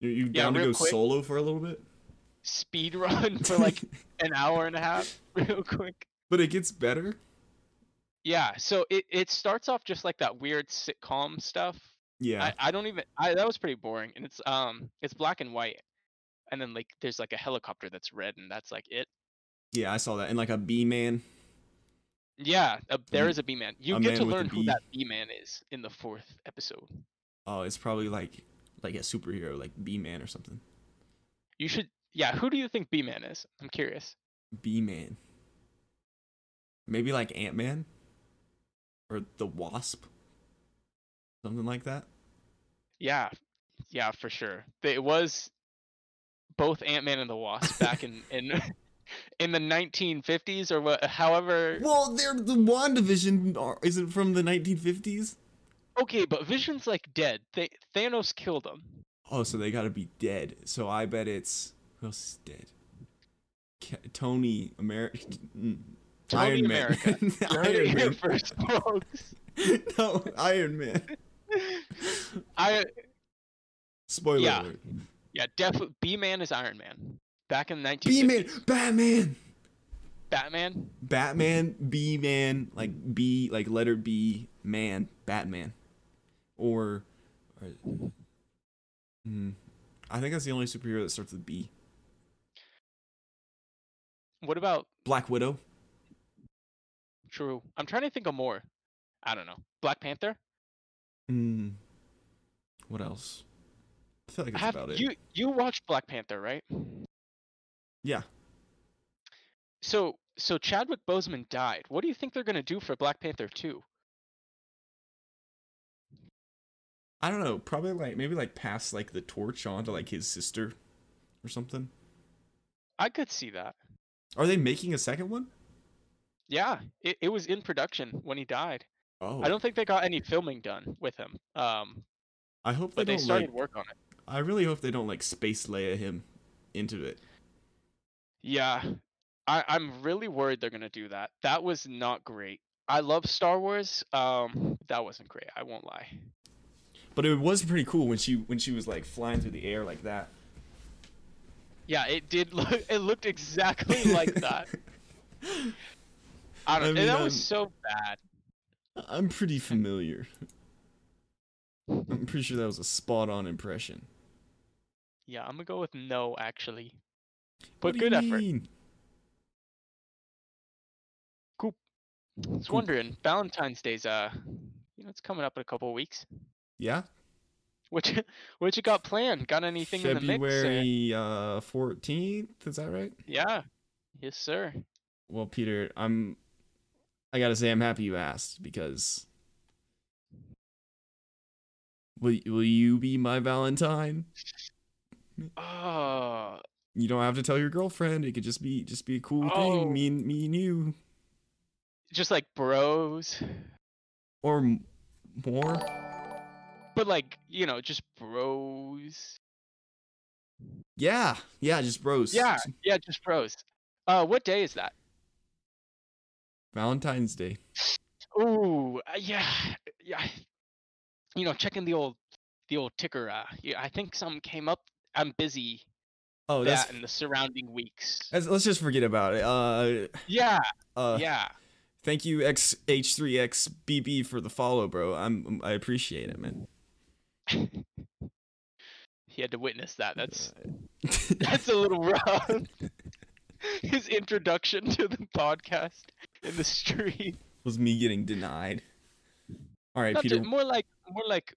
[SPEAKER 1] you
[SPEAKER 2] Yeah,
[SPEAKER 1] down to
[SPEAKER 2] real
[SPEAKER 1] go
[SPEAKER 2] quick.
[SPEAKER 1] solo for a little bit?
[SPEAKER 2] Speed run for like an hour and a half, real quick.
[SPEAKER 1] but it gets better.
[SPEAKER 2] Yeah, so it, it starts off just like that weird sitcom stuff.
[SPEAKER 1] Yeah.
[SPEAKER 2] I, I don't even I that was pretty boring. And it's um it's black and white. And then like there's like a helicopter that's red and that's like it.
[SPEAKER 1] yeah, I saw that. And like a B man.
[SPEAKER 2] Yeah, a, there
[SPEAKER 1] m-
[SPEAKER 2] is a B man. You
[SPEAKER 1] Mm, a
[SPEAKER 2] get to
[SPEAKER 1] man with a
[SPEAKER 2] learn who
[SPEAKER 1] bee.
[SPEAKER 2] that B man is in the fourth episode.
[SPEAKER 1] Oh, it's probably like like a superhero, like B man or something.
[SPEAKER 2] You should yeah, who do you think B man is? I'm curious.
[SPEAKER 1] B man. Maybe like Ant Man? Or the Wasp? Something like that.
[SPEAKER 2] Yeah. Yeah, for sure. They- It was both Ant Man and the Wasp back in in in the 1950s or what however
[SPEAKER 1] Well, they're the WandaVision are- isn't from the 1950s.
[SPEAKER 2] Okay, but Vision's like dead. Th- Thanos killed him.
[SPEAKER 1] Oh, so they gotta be dead. So I bet it's who else is dead? Ca- Tony America.
[SPEAKER 2] Tony
[SPEAKER 1] Iron
[SPEAKER 2] America.
[SPEAKER 1] Man.
[SPEAKER 2] You heard it
[SPEAKER 1] Iron
[SPEAKER 2] here
[SPEAKER 1] Man.
[SPEAKER 2] first, folks.
[SPEAKER 1] no, Iron Man.
[SPEAKER 2] I
[SPEAKER 1] Spoiler
[SPEAKER 2] Yeah.
[SPEAKER 1] alert.
[SPEAKER 2] yeah, definitely. B Man is Iron Man. Back in the 1950s.
[SPEAKER 1] B Man, Batman,
[SPEAKER 2] Batman.
[SPEAKER 1] Batman, B Man, like B, like letter B, man, Batman, or, or Hmm. I think that's the only superhero that starts with B.
[SPEAKER 2] What about
[SPEAKER 1] Black Widow.
[SPEAKER 2] True? I'm trying to think of more. I don't know. Black Panther.
[SPEAKER 1] Mm. What else? I feel like that's
[SPEAKER 2] Have
[SPEAKER 1] about it.
[SPEAKER 2] you you watched Black Panther, right?
[SPEAKER 1] Yeah.
[SPEAKER 2] So so Chadwick Boseman died. What do you think they're gonna do for Black Panther 2?
[SPEAKER 1] I don't know. Probably like maybe like pass like the torch on to like his sister or something.
[SPEAKER 2] I could see that.
[SPEAKER 1] Are they making a second one?
[SPEAKER 2] Yeah, it, it was in production when he died.
[SPEAKER 1] Oh,
[SPEAKER 2] I don't think they got any filming done with him. Um,
[SPEAKER 1] I hope they
[SPEAKER 2] but they,
[SPEAKER 1] don't
[SPEAKER 2] started
[SPEAKER 1] like.
[SPEAKER 2] work on it.
[SPEAKER 1] I really hope they don't like space layer him into it.
[SPEAKER 2] Yeah, I, I'm really worried they're gonna do that. That was not great. I love Star Wars. Um, that wasn't great. I won't lie.
[SPEAKER 1] But it was pretty cool when she when she was like flying through the air like that.
[SPEAKER 2] Yeah, it did look. It looked exactly like that. I
[SPEAKER 1] I
[SPEAKER 2] don't.
[SPEAKER 1] mean,
[SPEAKER 2] and that
[SPEAKER 1] um,
[SPEAKER 2] was so bad.
[SPEAKER 1] I'm pretty familiar. I'm pretty sure that was a spot on impression.
[SPEAKER 2] Yeah, I'm gonna go with no actually.
[SPEAKER 1] What
[SPEAKER 2] But
[SPEAKER 1] do you
[SPEAKER 2] good effort.
[SPEAKER 1] mean?
[SPEAKER 2] I was
[SPEAKER 1] Cool.
[SPEAKER 2] wondering, Valentine's Day's uh, you know, it's coming up in a couple weeks.
[SPEAKER 1] Yeah.
[SPEAKER 2] What you, what you got planned? Got anything in the mix? or-
[SPEAKER 1] February uh, 14th, is that right?
[SPEAKER 2] Yeah. Yes, sir.
[SPEAKER 1] Well, Peter, I'm I got to say I'm happy you asked because will will you be my valentine?
[SPEAKER 2] Oh,
[SPEAKER 1] You don't have to tell your girlfriend. It could just be just be a cool
[SPEAKER 2] Oh.
[SPEAKER 1] thing, me and me and you
[SPEAKER 2] just like bros.
[SPEAKER 1] or m- more.
[SPEAKER 2] But like, you know, just bros.
[SPEAKER 1] Yeah. Yeah, just bros.
[SPEAKER 2] Yeah, yeah, just bros. Uh, what day is that?
[SPEAKER 1] Valentine's Day.
[SPEAKER 2] Ooh, uh, yeah, yeah. You know, checking the old, the old ticker. Uh, yeah, I think something came up. I'm busy
[SPEAKER 1] Oh, that's,
[SPEAKER 2] that in the surrounding weeks.
[SPEAKER 1] that's let's just forget about it. Uh
[SPEAKER 2] Yeah,
[SPEAKER 1] uh
[SPEAKER 2] yeah.
[SPEAKER 1] thank you XH3XBB for the follow, bro. I'm um, I appreciate it, man.
[SPEAKER 2] He had to witness that. That's
[SPEAKER 1] uh,
[SPEAKER 2] that's a little rough. His introduction to the podcast in the street.
[SPEAKER 1] was me getting denied. All right,
[SPEAKER 2] Not
[SPEAKER 1] Peter.
[SPEAKER 2] ju- more like more like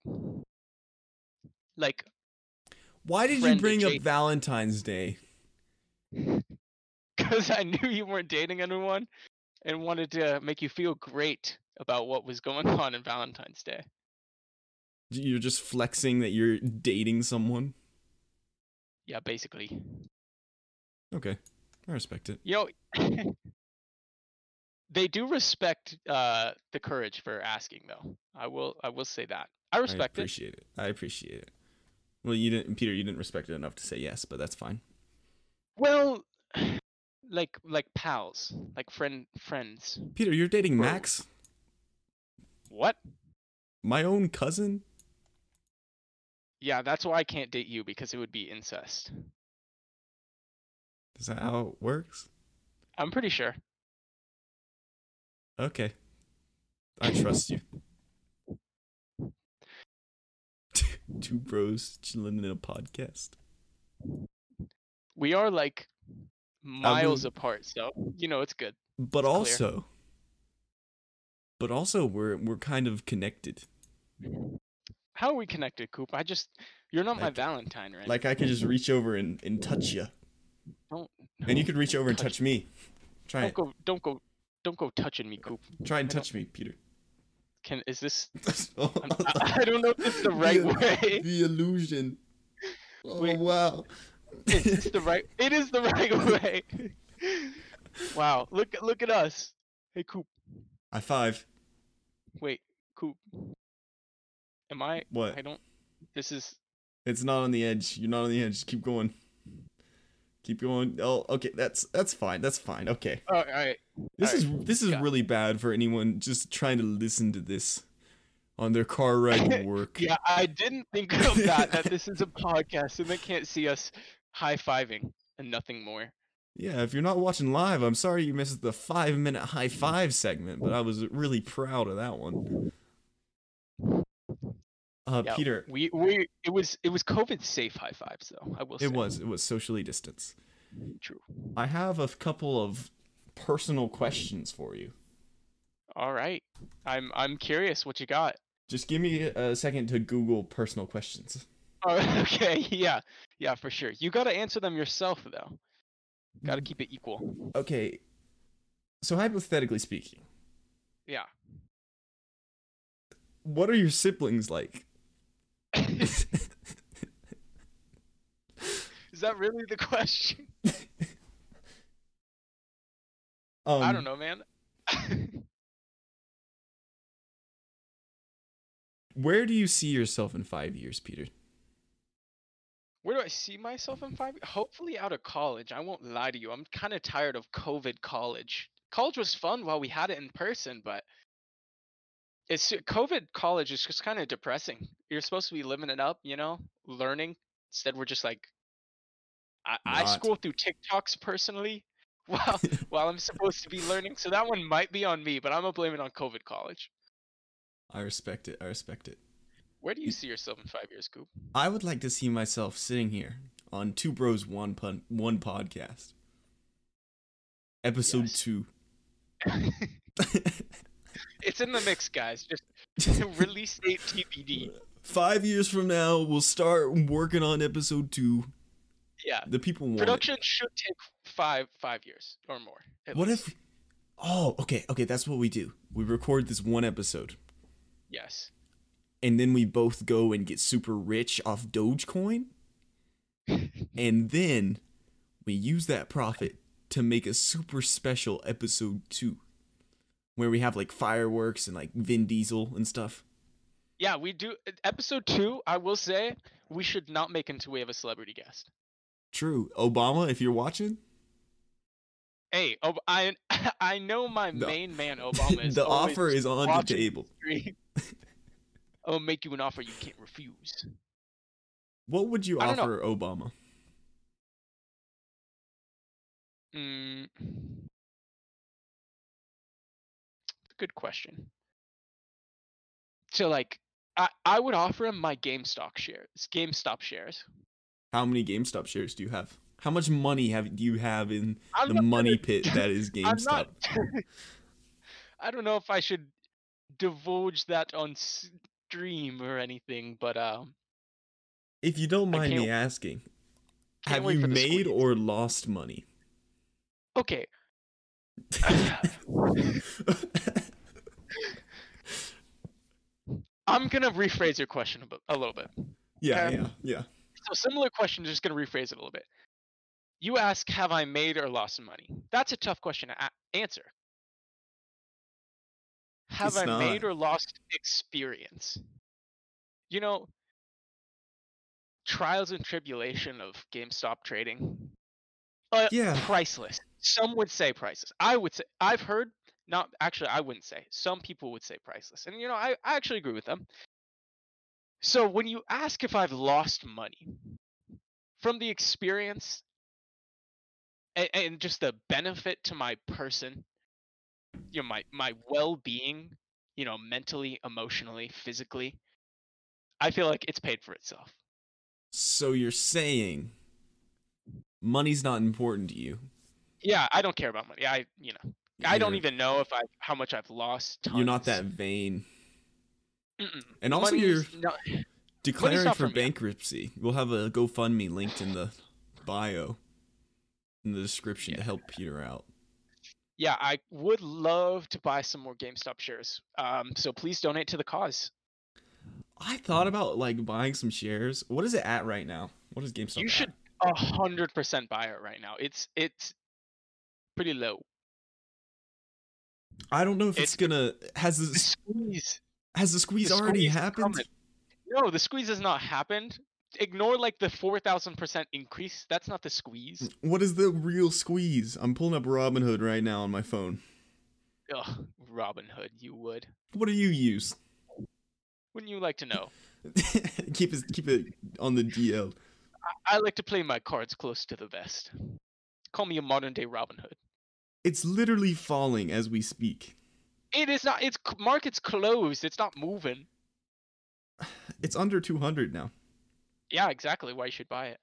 [SPEAKER 2] like
[SPEAKER 1] why did you
[SPEAKER 2] friend
[SPEAKER 1] bring up
[SPEAKER 2] adjacent.
[SPEAKER 1] Valentine's Day?
[SPEAKER 2] because I knew you weren't dating anyone and wanted to make you feel great about what was going on in Valentine's Day.
[SPEAKER 1] You're just flexing that you're dating someone.
[SPEAKER 2] Yeah, basically.
[SPEAKER 1] Okay, I respect it.
[SPEAKER 2] Yo, they do respect uh, the courage for asking, though. I will. I will say that. I respect
[SPEAKER 1] I
[SPEAKER 2] it.
[SPEAKER 1] appreciate it. I appreciate it. Well, you didn't, Peter. You didn't respect it enough to say yes, but that's fine.
[SPEAKER 2] Well, like like pals, like friend friends.
[SPEAKER 1] Peter, you're dating
[SPEAKER 2] Bro.
[SPEAKER 1] Max,
[SPEAKER 2] What?
[SPEAKER 1] my own cousin.
[SPEAKER 2] Yeah, that's why I can't date you because it would be incest.
[SPEAKER 1] Is that how it works?
[SPEAKER 2] I'm pretty sure.
[SPEAKER 1] Okay, I trust you. Two bros chilling in a podcast.
[SPEAKER 2] We are like miles apart, so you know it's good.
[SPEAKER 1] but
[SPEAKER 2] It's clear.
[SPEAKER 1] also but also we're we're kind of connected
[SPEAKER 2] How are we connected, Coop? I just you're not my
[SPEAKER 1] Like-
[SPEAKER 2] Valentine, right?
[SPEAKER 1] like i can just reach over and, and touch you
[SPEAKER 2] don't
[SPEAKER 1] and you could reach over and
[SPEAKER 2] Touch
[SPEAKER 1] touch me try
[SPEAKER 2] don't
[SPEAKER 1] it
[SPEAKER 2] go don't go don't go touching me, Coop.
[SPEAKER 1] try and
[SPEAKER 2] I don't-
[SPEAKER 1] touch me peter
[SPEAKER 2] Can is this?
[SPEAKER 1] Oh,
[SPEAKER 2] I'm, I, I don't know if it's the right way.
[SPEAKER 1] the illusion oh
[SPEAKER 2] Wait.
[SPEAKER 1] wow
[SPEAKER 2] It's the right. It is the right way. wow, look look at us. Hey, Coop.
[SPEAKER 1] high five
[SPEAKER 2] Wait, Coop. Am I?
[SPEAKER 1] what
[SPEAKER 2] I don't. This is.
[SPEAKER 1] it's not on the edge you're not on the edge Just keep going keep going oh okay that's that's fine that's fine okay
[SPEAKER 2] Oh, all right.
[SPEAKER 1] This
[SPEAKER 2] Alright,
[SPEAKER 1] is this is
[SPEAKER 2] got it.
[SPEAKER 1] really bad for anyone just trying to listen to this on their car ride to work.
[SPEAKER 2] Yeah, I didn't think of that. That this is a podcast and they can't see us high fiving and nothing more.
[SPEAKER 1] Yeah, if you're not watching live, I'm sorry you missed the five minute high five segment, but I was really proud of that one. Uh,
[SPEAKER 2] Yeah,
[SPEAKER 1] Peter,
[SPEAKER 2] We we it was it was COVID safe high fives though. I will. say.
[SPEAKER 1] it was it was socially distanced.
[SPEAKER 2] true.
[SPEAKER 1] I have a couple of personal questions for you.
[SPEAKER 2] All right. I'm I'm curious what you got.
[SPEAKER 1] Just give me a second to Google personal questions.
[SPEAKER 2] Oh, okay. Yeah. Yeah, for sure. You got to answer them yourself though. Got to keep it equal.
[SPEAKER 1] Okay, so hypothetically speaking,
[SPEAKER 2] Yeah.
[SPEAKER 1] what are your siblings like?
[SPEAKER 2] Is that really the question?
[SPEAKER 1] Um,
[SPEAKER 2] I don't know, man.
[SPEAKER 1] Where do you see yourself in five years, Peter?
[SPEAKER 2] Where do I see myself in five? Hopefully, out of college. I won't lie to you. I'm kind of tired of COVID college. College was fun while we had it in person, but it's COVID college is just kind of depressing. You're supposed to be living it up, you know, learning. Instead, we're just like, I, I
[SPEAKER 1] Not.
[SPEAKER 2] scroll through TikToks personally while while I'm supposed to be learning. So that one might be on me, but I'm gonna blame it on COVID college.
[SPEAKER 1] I respect it. I respect it.
[SPEAKER 2] Where do you see yourself in five years, Coop?
[SPEAKER 1] I would like to see myself sitting here on Two Bros One Pun One Podcast, episode
[SPEAKER 2] Yes.
[SPEAKER 1] two.
[SPEAKER 2] It's in the mix, guys. Just release date TBD.
[SPEAKER 1] Five years from now, we'll start working on episode two.
[SPEAKER 2] Yeah.
[SPEAKER 1] The people want it.
[SPEAKER 2] Production should take five five years or more. at
[SPEAKER 1] What
[SPEAKER 2] least.
[SPEAKER 1] if? Oh, okay, okay. That's what we do. We record this one episode,
[SPEAKER 2] Yes.
[SPEAKER 1] and then we both go and get super rich off Dogecoin, and then we use that profit to make a super special episode two, where we have like fireworks and like Vin Diesel and stuff.
[SPEAKER 2] Yeah, we do. e- Episode two, I will say, we should not make until we have a celebrity guest.
[SPEAKER 1] True, Obama, if you're watching,
[SPEAKER 2] Hey, Ob- I I know my
[SPEAKER 1] The-
[SPEAKER 2] main man Obama is.
[SPEAKER 1] the
[SPEAKER 2] always
[SPEAKER 1] offer is on the
[SPEAKER 2] watching.
[SPEAKER 1] table.
[SPEAKER 2] free. I'll make you an offer you can't refuse.
[SPEAKER 1] What would you
[SPEAKER 2] I don't know.
[SPEAKER 1] offer Obama?
[SPEAKER 2] Mm. Good question. So like, I I would offer him my GameStop shares. GameStop shares.
[SPEAKER 1] How many GameStop shares do you have? How much money have do you have in
[SPEAKER 2] I'm
[SPEAKER 1] the
[SPEAKER 2] not
[SPEAKER 1] money
[SPEAKER 2] gonna-
[SPEAKER 1] pit that is
[SPEAKER 2] I'm
[SPEAKER 1] GameStop?
[SPEAKER 2] not. I don't know if I should divulge that on stream or anything, but um,
[SPEAKER 1] If you don't
[SPEAKER 2] I
[SPEAKER 1] mind me
[SPEAKER 2] can't-
[SPEAKER 1] asking,
[SPEAKER 2] can't
[SPEAKER 1] have
[SPEAKER 2] wait
[SPEAKER 1] you
[SPEAKER 2] for the
[SPEAKER 1] made
[SPEAKER 2] squeeze.
[SPEAKER 1] or lost money?
[SPEAKER 2] okay. I'm gonna rephrase your question a, bit, a little bit.
[SPEAKER 1] yeah,
[SPEAKER 2] Um,
[SPEAKER 1] yeah, yeah.
[SPEAKER 2] So similar question, just gonna rephrase it a little bit. You ask, have I made or lost money? That's a tough question to a- answer. Have
[SPEAKER 1] It's
[SPEAKER 2] I made
[SPEAKER 1] not.
[SPEAKER 2] or lost experience? You know, trials and tribulation of GameStop trading. Uh,
[SPEAKER 1] Yeah.
[SPEAKER 2] Priceless. Some would say priceless. I would say I've heard not actually I wouldn't say. Some people would say priceless. And you know, I, I actually agree with them. So when you ask if I've lost money from the experience and, and just the benefit to my person, you know, my my well-being, you know, mentally, emotionally, physically, I feel like it's paid for itself.
[SPEAKER 1] So you're saying money's not important to you.
[SPEAKER 2] Yeah, I don't care about money. I, you know, I don't
[SPEAKER 1] You're-
[SPEAKER 2] even know if I how much I've lost.
[SPEAKER 1] You're not that
[SPEAKER 2] tons.
[SPEAKER 1] vain.
[SPEAKER 2] Mm-mm.
[SPEAKER 1] And also
[SPEAKER 2] Money
[SPEAKER 1] you're
[SPEAKER 2] is not-
[SPEAKER 1] declaring
[SPEAKER 2] not
[SPEAKER 1] for
[SPEAKER 2] for me.
[SPEAKER 1] bankruptcy. We'll have a GoFundMe linked in the bio in the description to
[SPEAKER 2] Yeah.
[SPEAKER 1] help Peter out.
[SPEAKER 2] yeah, I would love to buy some more GameStop shares. Um, so please donate to the cause.
[SPEAKER 1] I thought about like buying some shares. What is it at right now? What is GameStop?
[SPEAKER 2] you
[SPEAKER 1] at?
[SPEAKER 2] should a hundred percent buy it right now. It's it's pretty low.
[SPEAKER 1] I don't know if it's,
[SPEAKER 2] it's-
[SPEAKER 1] gonna has
[SPEAKER 2] The
[SPEAKER 1] the
[SPEAKER 2] squeeze.
[SPEAKER 1] has the squeeze
[SPEAKER 2] the
[SPEAKER 1] already
[SPEAKER 2] squeeze is
[SPEAKER 1] happened.
[SPEAKER 2] coming. No, the squeeze has not happened. Ignore like the four thousand percent increase. That's not the squeeze.
[SPEAKER 1] What is the real squeeze? I'm pulling up Robinhood right now on my phone. Mm.
[SPEAKER 2] Ugh, Robin Hood, you would.
[SPEAKER 1] What do you use?
[SPEAKER 2] Wouldn't you like to know?
[SPEAKER 1] keep it keep it on the DL.
[SPEAKER 2] I like to play my cards close to the vest. Call me a modern day Robin Hood.
[SPEAKER 1] It's literally falling as we speak.
[SPEAKER 2] It is not. It's c- market's closed. It's not moving.
[SPEAKER 1] It's under 200 now.
[SPEAKER 2] Yeah, exactly. Why you should buy it.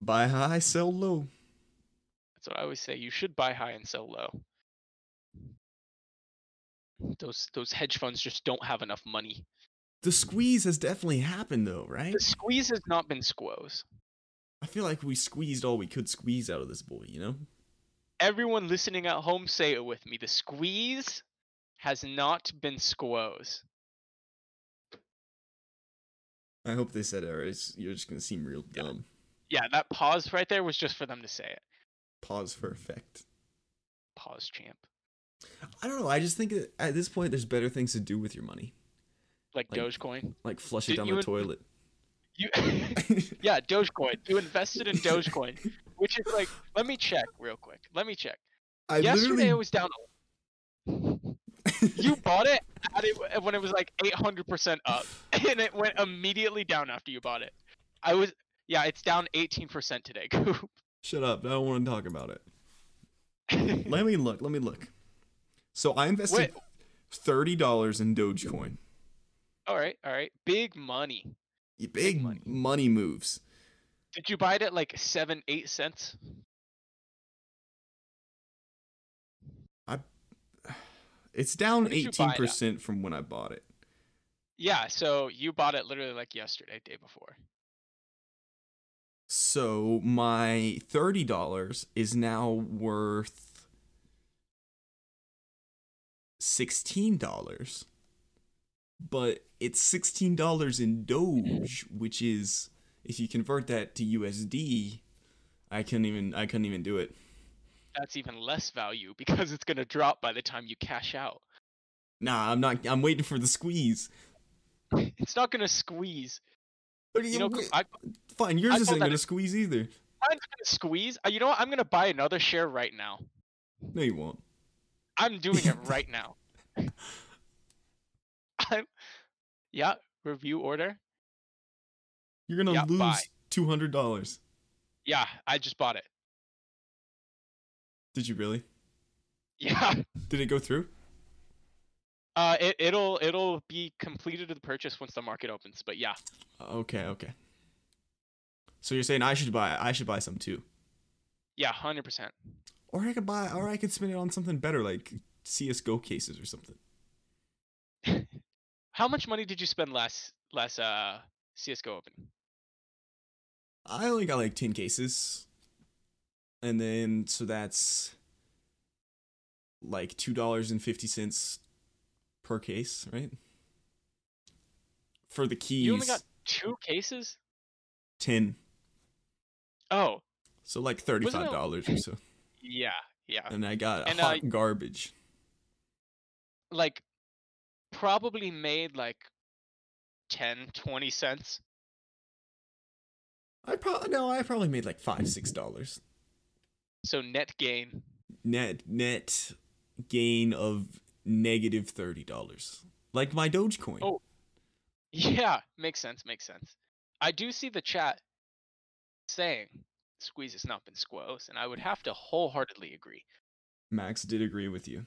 [SPEAKER 1] Buy high, sell low.
[SPEAKER 2] That's what I always say. You should buy high and sell low. Those those hedge funds just don't have enough money.
[SPEAKER 1] The squeeze has definitely happened though, right?
[SPEAKER 2] The squeeze has not been squoze.
[SPEAKER 1] I feel like we squeezed all we could squeeze out of this boy, you know?
[SPEAKER 2] Everyone listening at home, say it with me. The squeeze has not been squoze.
[SPEAKER 1] I hope they said it or it's, you're just going to seem real dumb.
[SPEAKER 2] Yeah, that pause right there was just for them to say it.
[SPEAKER 1] Pause for effect.
[SPEAKER 2] Pause, champ.
[SPEAKER 1] I don't know. I just think that at this point, there's better things to do with your money,
[SPEAKER 2] Like,
[SPEAKER 1] Like,
[SPEAKER 2] Dogecoin.
[SPEAKER 1] like flush it
[SPEAKER 2] Did
[SPEAKER 1] down
[SPEAKER 2] you
[SPEAKER 1] the
[SPEAKER 2] in-
[SPEAKER 1] toilet.
[SPEAKER 2] You Yeah, Dogecoin. You invested in Dogecoin, which is like let me check real quick. Let me check.
[SPEAKER 1] I
[SPEAKER 2] Yesterday it
[SPEAKER 1] literally.
[SPEAKER 2] was down a- you bought it, at it when it was like 800% up and it went immediately down after you bought it i was yeah it's down 18% today Coop.
[SPEAKER 1] Shut up. I don't want to talk about it. Let me look. Let me look. So I
[SPEAKER 2] Wait,
[SPEAKER 1] invested $30 in Dogecoin.
[SPEAKER 2] all right all right big money
[SPEAKER 1] Big, Big money.
[SPEAKER 2] money.
[SPEAKER 1] money moves.
[SPEAKER 2] did you buy it at like seven eight cents
[SPEAKER 1] It's down
[SPEAKER 2] When did you buy it?
[SPEAKER 1] 18% from when I bought it.
[SPEAKER 2] yeah so you bought it literally like yesterday day before
[SPEAKER 1] So my thirty dollars is now worth sixteen dollars, but it's sixteen dollars in Doge, which is if you convert that to USD, I couldn't even I couldn't even do it.
[SPEAKER 2] that's even less value because it's going to drop by the time you cash out
[SPEAKER 1] Nah, I'm not. I'm waiting for the squeeze.
[SPEAKER 2] it's not going to squeeze
[SPEAKER 1] But
[SPEAKER 2] you know Coop, I,
[SPEAKER 1] fine, yours
[SPEAKER 2] I
[SPEAKER 1] isn't
[SPEAKER 2] thought that
[SPEAKER 1] gonna
[SPEAKER 2] it-
[SPEAKER 1] squeeze either.
[SPEAKER 2] mine's going to squeeze Uh, you know what i'm going to buy another share right now
[SPEAKER 1] No, you won't.
[SPEAKER 2] I'm doing it right now. I'm yeah, review order.
[SPEAKER 1] You're gonna
[SPEAKER 2] Yeah,
[SPEAKER 1] lose
[SPEAKER 2] bye.
[SPEAKER 1] two hundred dollars.
[SPEAKER 2] Yeah, I just bought it.
[SPEAKER 1] Did you really?
[SPEAKER 2] Yeah.
[SPEAKER 1] Did it go through?
[SPEAKER 2] Uh it, it'll it'll be completed the purchase once the market opens. But yeah.
[SPEAKER 1] Uh, Okay, okay. So you're saying I should buy I should buy some too.
[SPEAKER 2] Yeah, hundred percent.
[SPEAKER 1] Or I could buy or I could spend it on something better like CSGO cases or something.
[SPEAKER 2] How much money did you spend last last uh CSGO opening?
[SPEAKER 1] I only got like 10 cases. And then so that's like $2.50 per case, right? For the keys,
[SPEAKER 2] You only got two cases?
[SPEAKER 1] 10.
[SPEAKER 2] Oh,
[SPEAKER 1] So like
[SPEAKER 2] it-
[SPEAKER 1] $35 or so.
[SPEAKER 2] yeah, yeah.
[SPEAKER 1] And I got
[SPEAKER 2] And, uh,
[SPEAKER 1] hot garbage.
[SPEAKER 2] Like probably made like 10, 20 cents.
[SPEAKER 1] I probably no, I probably made like 5 6 dollars.
[SPEAKER 2] So net gain.
[SPEAKER 1] net net gain of negative thirty dollars. Like my Dogecoin.
[SPEAKER 2] Oh. Yeah, makes sense, makes sense. I do see the chat saying squeeze has not been squoze, and I would have to wholeheartedly agree.
[SPEAKER 1] Max did agree with you,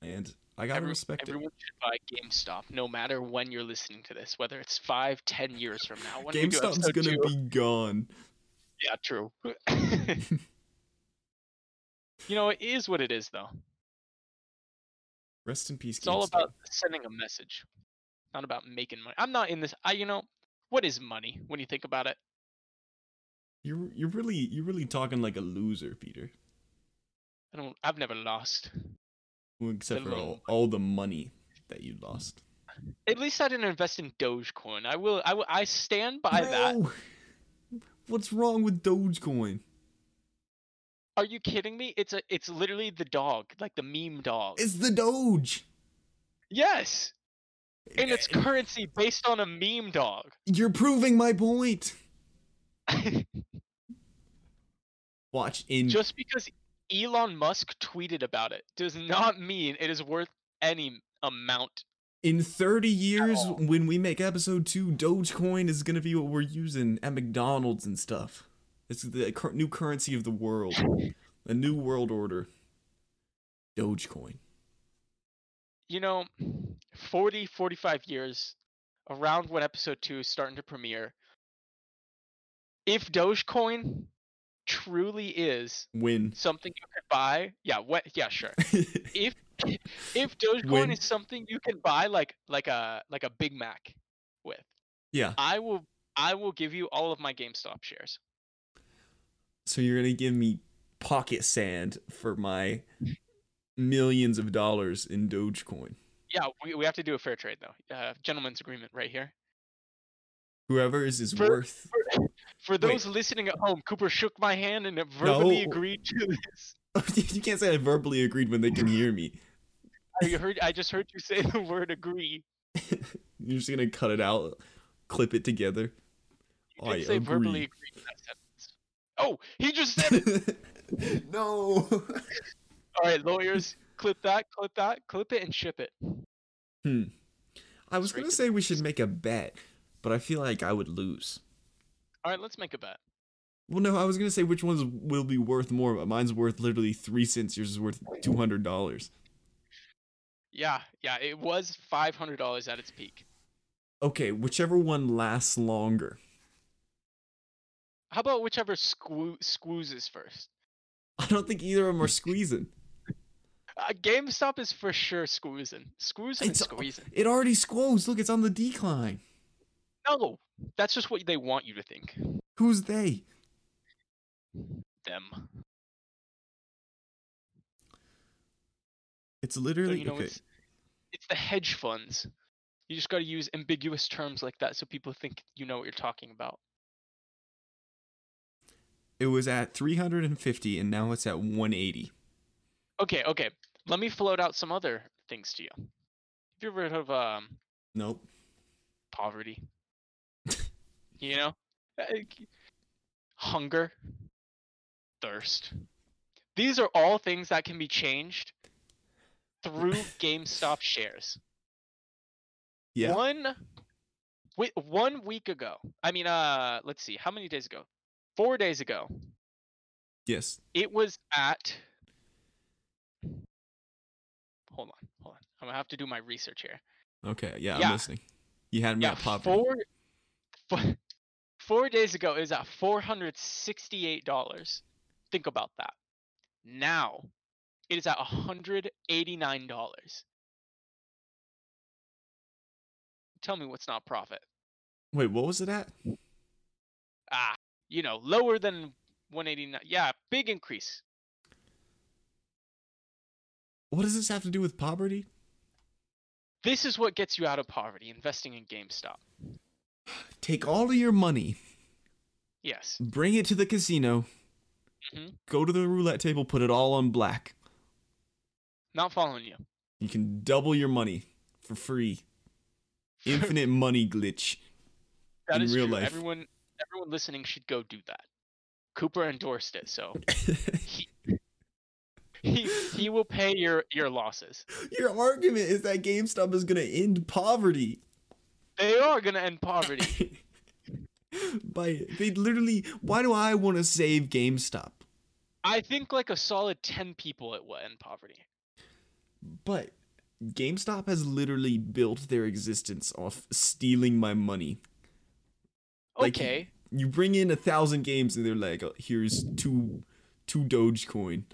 [SPEAKER 1] and I gotta
[SPEAKER 2] Every-
[SPEAKER 1] respect it.
[SPEAKER 2] Everyone should buy GameStop, no matter when you're listening to this, whether it's five, ten years from now. When we do
[SPEAKER 1] GameStop's
[SPEAKER 2] episode
[SPEAKER 1] gonna
[SPEAKER 2] two-
[SPEAKER 1] be gone.
[SPEAKER 2] Yeah, true. you know, it is what it is, though.
[SPEAKER 1] Rest in peace.
[SPEAKER 2] It's all
[SPEAKER 1] GameStop.
[SPEAKER 2] about sending a message, not about making money. I'm not in this. I, you know, what is money when you think about it?
[SPEAKER 1] you're. You're really. You're really talking like a loser, Peter.
[SPEAKER 2] I don't. I've never lost.
[SPEAKER 1] Well, except for all,
[SPEAKER 2] little-
[SPEAKER 1] all the money that you lost.
[SPEAKER 2] At least I didn't invest in Dogecoin. I will. I will. I stand by that.
[SPEAKER 1] No! What's wrong with Dogecoin?
[SPEAKER 2] Are you kidding me? It's a. It's literally the dog, like the meme dog.
[SPEAKER 1] It's the Doge.
[SPEAKER 2] yes, and it's currency based on a meme dog.
[SPEAKER 1] Eh, You're proving my point.
[SPEAKER 2] Mm.
[SPEAKER 1] Watch in
[SPEAKER 2] Just because Elon Musk tweeted about it does not mean it is worth any amount.
[SPEAKER 1] in 30 years
[SPEAKER 2] all.
[SPEAKER 1] when we make episode 2 dogecoin is going to be what we're using at mcdonald's and stuff it's the cur- new currency of the world a new world order dogecoin
[SPEAKER 2] You know, 40, 45 years around when episode 2 is starting to premiere, if Dogecoin truly is
[SPEAKER 1] win
[SPEAKER 2] something you could buy, yeah, what yeah, sure. If if Dogecoin
[SPEAKER 1] When-
[SPEAKER 2] is something you can buy like like a like a Big Mac with,
[SPEAKER 1] yeah
[SPEAKER 2] I will I will give you all of my GameStop shares.
[SPEAKER 1] so you're going to give me pocket sand for my millions of dollars in dogecoin
[SPEAKER 2] Yeah, we, we have to do a fair trade though. Uh, gentleman's agreement right here.
[SPEAKER 1] whoever is is
[SPEAKER 2] For-
[SPEAKER 1] worth
[SPEAKER 2] For
[SPEAKER 1] Wait.
[SPEAKER 2] those listening at home, Cooper shook my hand and verbally
[SPEAKER 1] No.
[SPEAKER 2] agreed to this.
[SPEAKER 1] you can't say i verbally agreed when they can hear me
[SPEAKER 2] I heard I just heard Oh, you say the word agree.
[SPEAKER 1] you're just going to cut it out clip it together
[SPEAKER 2] You
[SPEAKER 1] I
[SPEAKER 2] did say verbally
[SPEAKER 1] agree.
[SPEAKER 2] agree to that sentence. Oh, he just said it.
[SPEAKER 1] no
[SPEAKER 2] All right, lawyers, clip that, clip that, clip it, and ship it.
[SPEAKER 1] I was
[SPEAKER 2] Straight
[SPEAKER 1] gonna
[SPEAKER 2] to
[SPEAKER 1] say we should make a bet, but I feel like I would lose.
[SPEAKER 2] All right, let's make a bet.
[SPEAKER 1] Well, no, I was gonna say which ones will be worth more, but mine's worth literally three cents. Yours is worth two hundred dollars.
[SPEAKER 2] Yeah, yeah, it was five hundred dollars at its peak.
[SPEAKER 1] Okay, whichever one lasts longer.
[SPEAKER 2] How about whichever squoo- squoozes first?
[SPEAKER 1] I don't think either of them are squeezing.
[SPEAKER 2] Uh, GameStop is for sure squoozing, squoozing, and
[SPEAKER 1] It's-
[SPEAKER 2] squeezing.
[SPEAKER 1] It already squoze. Look, it's on the decline.
[SPEAKER 2] No, that's just what they want you to think.
[SPEAKER 1] Who's they?
[SPEAKER 2] Them.
[SPEAKER 1] It's
[SPEAKER 2] So,
[SPEAKER 1] literally
[SPEAKER 2] you know,
[SPEAKER 1] okay.
[SPEAKER 2] it's, it's the hedge funds. You just got to use ambiguous terms like that so people think you know what you're talking about.
[SPEAKER 1] It was at three hundred and fifty, and now it's at one eighty.
[SPEAKER 2] Okay, okay. Let me float out some other things to you. Have you ever heard of um,
[SPEAKER 1] Nope.
[SPEAKER 2] poverty? you know? Like, Hunger, thirst. These are all things that can be changed through GameStop shares.
[SPEAKER 1] Yeah.
[SPEAKER 2] One, wi- one week ago. I mean, uh, let's see, how many days ago? Four days ago.
[SPEAKER 1] Yes.
[SPEAKER 2] It was at. Hold on, hold on. I'm gonna have to do my research here.
[SPEAKER 1] Okay. Yeah, I'm
[SPEAKER 2] Yeah.
[SPEAKER 1] listening. You had me
[SPEAKER 2] Yeah,
[SPEAKER 1] at pop.
[SPEAKER 2] four, four, four days ago it was at four hundred sixty-eight dollars. Think about that. Now, it is at hundred eighty-nine dollars. Tell me what's not profit.
[SPEAKER 1] Wait, what was it at?
[SPEAKER 2] ah, you know, lower than 189. Yeah, big increase.
[SPEAKER 1] What does this have to do with poverty?
[SPEAKER 2] This is what gets you out of poverty, investing in GameStop.
[SPEAKER 1] Take all of your money.
[SPEAKER 2] Yes.
[SPEAKER 1] bring it to the casino,
[SPEAKER 2] Mhm.
[SPEAKER 1] go to the roulette table, put it all on black.
[SPEAKER 2] Not following you.
[SPEAKER 1] You can double your money for free. Infinite money glitch.
[SPEAKER 2] That
[SPEAKER 1] in
[SPEAKER 2] is
[SPEAKER 1] real
[SPEAKER 2] true.
[SPEAKER 1] life.
[SPEAKER 2] Everyone everyone listening should go do that. Cooper endorsed it, so he, he he will pay your your losses.
[SPEAKER 1] Your argument is that GameStop is gonna end poverty
[SPEAKER 2] They are gonna end poverty.
[SPEAKER 1] by they literally. Why do I want to save GameStop?
[SPEAKER 2] I think like a solid ten people it will end poverty.
[SPEAKER 1] But GameStop has literally built their existence off stealing my money. Like,
[SPEAKER 2] Okay,
[SPEAKER 1] You bring in a thousand games and they're like, "Oh, here's two, two Dogecoin.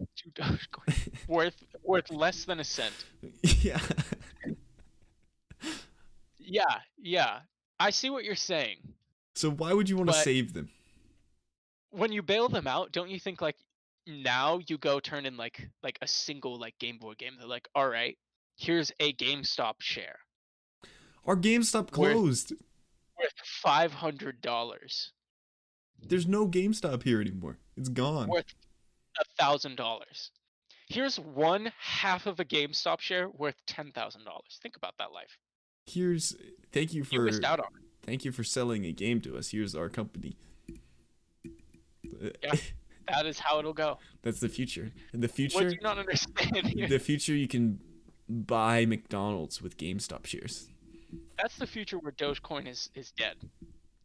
[SPEAKER 2] two dollars worth worth less than a cent.
[SPEAKER 1] yeah.
[SPEAKER 2] Yeah, yeah. I see what you're saying.
[SPEAKER 1] So why would you want to
[SPEAKER 2] But-
[SPEAKER 1] save them?
[SPEAKER 2] When you bail them out, don't you think like now you go turn in like like a single like Game Boy game? They're like, all right, here's a GameStop share
[SPEAKER 1] Our GameStop
[SPEAKER 2] Where-
[SPEAKER 1] closed.
[SPEAKER 2] worth five hundred dollars,
[SPEAKER 1] There's no GameStop here anymore. It's gone.
[SPEAKER 2] worth a thousand dollars. Here's one half of a GameStop share worth ten thousand dollars. Think about that life.
[SPEAKER 1] Here's thank you
[SPEAKER 2] You
[SPEAKER 1] for
[SPEAKER 2] missed out on. it.
[SPEAKER 1] thank you for selling a game to us. Here's our company.
[SPEAKER 2] Yeah. That is how it'll go.
[SPEAKER 1] That's the future. In the
[SPEAKER 2] What
[SPEAKER 1] future,
[SPEAKER 2] do you not understand? here?
[SPEAKER 1] the future you can buy McDonald's with GameStop shares.
[SPEAKER 2] That's the future where Dogecoin is is dead.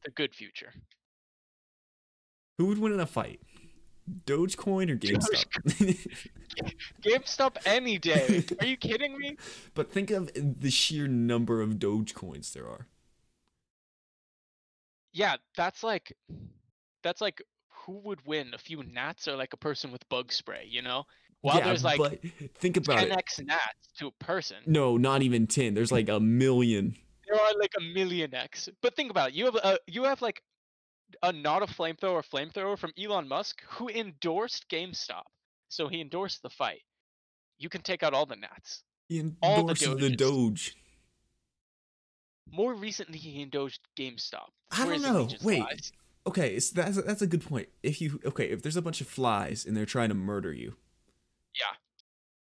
[SPEAKER 2] The good future.
[SPEAKER 1] Who would win in a fight? Dogecoin or GameStop?
[SPEAKER 2] GameStop any day. Are you kidding me?
[SPEAKER 1] but think of the sheer number of Dogecoins there are.
[SPEAKER 2] Yeah, that's like that's like who would win a few gnats or like a person with bug spray, you know? While
[SPEAKER 1] yeah,
[SPEAKER 2] there's like
[SPEAKER 1] but think about it.
[SPEAKER 2] 10x gnats to a person,
[SPEAKER 1] No, not even 10. There's like a million.
[SPEAKER 2] there are like a million x. But think about it. You have a you have like a not a flamethrower flamethrower from Elon Musk who endorsed GameStop. So he endorsed the fight. You can take out all the gnats.
[SPEAKER 1] He
[SPEAKER 2] All the
[SPEAKER 1] endorsed the
[SPEAKER 2] Doges.
[SPEAKER 1] Doge.
[SPEAKER 2] More recently, he endorsed GameStop.
[SPEAKER 1] I don't
[SPEAKER 2] whereas it
[SPEAKER 1] know.
[SPEAKER 2] just
[SPEAKER 1] Wait.
[SPEAKER 2] lies.
[SPEAKER 1] Okay, it's, that's that's a good point. If you okay, if there's a bunch of flies and they're trying to murder you,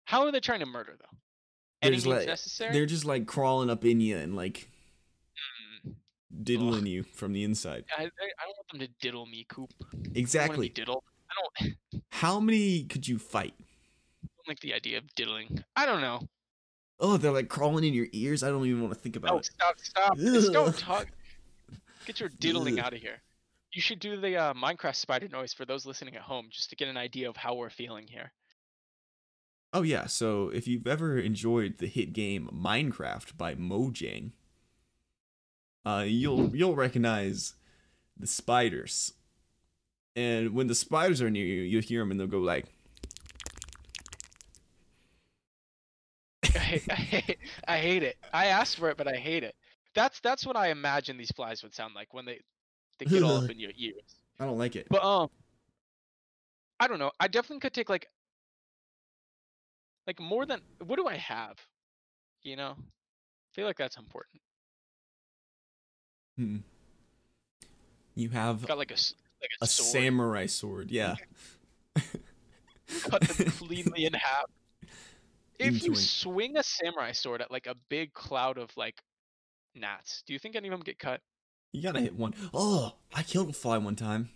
[SPEAKER 2] How are they trying to murder though? Any
[SPEAKER 1] there's
[SPEAKER 2] means
[SPEAKER 1] like
[SPEAKER 2] necessary?
[SPEAKER 1] they're just like crawling up in you and like
[SPEAKER 2] Mm,
[SPEAKER 1] diddling you from the inside.
[SPEAKER 2] I, I I don't want them to diddle me, Coop. I don't wanna be
[SPEAKER 1] Exactly.
[SPEAKER 2] diddled. I don't, I don't
[SPEAKER 1] How many could you fight?
[SPEAKER 2] like the idea of diddling. I don't know.
[SPEAKER 1] Oh, they're like crawling in your ears. I don't even want to think about
[SPEAKER 2] No,
[SPEAKER 1] it.
[SPEAKER 2] stop, stop. Just
[SPEAKER 1] Ugh.
[SPEAKER 2] don't talk. Get your diddling
[SPEAKER 1] Ugh.
[SPEAKER 2] out of here. You should do the uh, Minecraft spider noise for those listening at home, just to get an idea of how we're feeling here.
[SPEAKER 1] Oh yeah, so if you've ever enjoyed the hit game Minecraft by Mojang, uh,
[SPEAKER 2] Mm-hmm.
[SPEAKER 1] you'll you'll recognize the spiders, and when the spiders are near you, you'll hear them and they'll go like,
[SPEAKER 2] I, hate- I, hate, I hate it. I asked for it, but I hate it. That's that's what I imagine these flies would sound like when they they get all up in your ears.
[SPEAKER 1] "I don't like it."
[SPEAKER 2] But um, I don't know. I definitely could take like, like more than what do I have? You know, I feel like that's important.
[SPEAKER 1] Hmm. You have
[SPEAKER 2] Got like a s- like a,
[SPEAKER 1] a
[SPEAKER 2] sword
[SPEAKER 1] samurai sword, yeah.
[SPEAKER 2] cut completely in half. If you
[SPEAKER 1] Into it.
[SPEAKER 2] swing a samurai sword at like a big cloud of like gnats, do you think any of them get cut?
[SPEAKER 1] You gotta hit one. Oh, I killed a fly one time.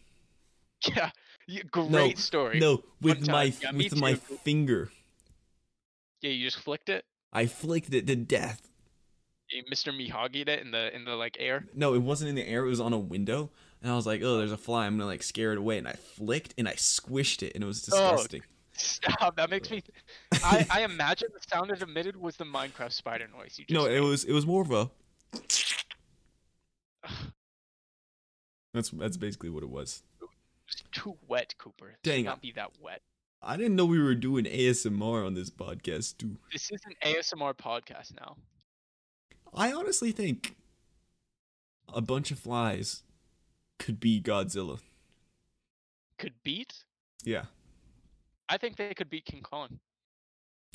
[SPEAKER 2] Yeah, y- great story.
[SPEAKER 1] No, with
[SPEAKER 2] time.
[SPEAKER 1] my
[SPEAKER 2] Yeah, me
[SPEAKER 1] with my
[SPEAKER 2] too.
[SPEAKER 1] finger,
[SPEAKER 2] Yeah, you just flicked it.
[SPEAKER 1] I flicked it to death.
[SPEAKER 2] You Mr. Mihagi'd it in the in the like air.
[SPEAKER 1] No, it wasn't in the air. It was on a window, and I was like, "Oh, there's a fly. I'm gonna like scare it away." And I flicked and I squished it, and it was
[SPEAKER 2] Oh,
[SPEAKER 1] disgusting.
[SPEAKER 2] Stop. That makes me. I, I imagine the sound it emitted was the Minecraft spider noise. You just
[SPEAKER 1] no, it
[SPEAKER 2] made.
[SPEAKER 1] was it was more of a. That's that's basically what it was.
[SPEAKER 2] It's too wet, Cooper. It
[SPEAKER 1] Dang
[SPEAKER 2] Should
[SPEAKER 1] it.
[SPEAKER 2] not be that wet.
[SPEAKER 1] I didn't know we were doing ASMR on this podcast, too.
[SPEAKER 2] This is an ASMR podcast now.
[SPEAKER 1] I honestly think a bunch of flies could be Godzilla.
[SPEAKER 2] Could beat.
[SPEAKER 1] Yeah.
[SPEAKER 2] I think they could beat King Kong.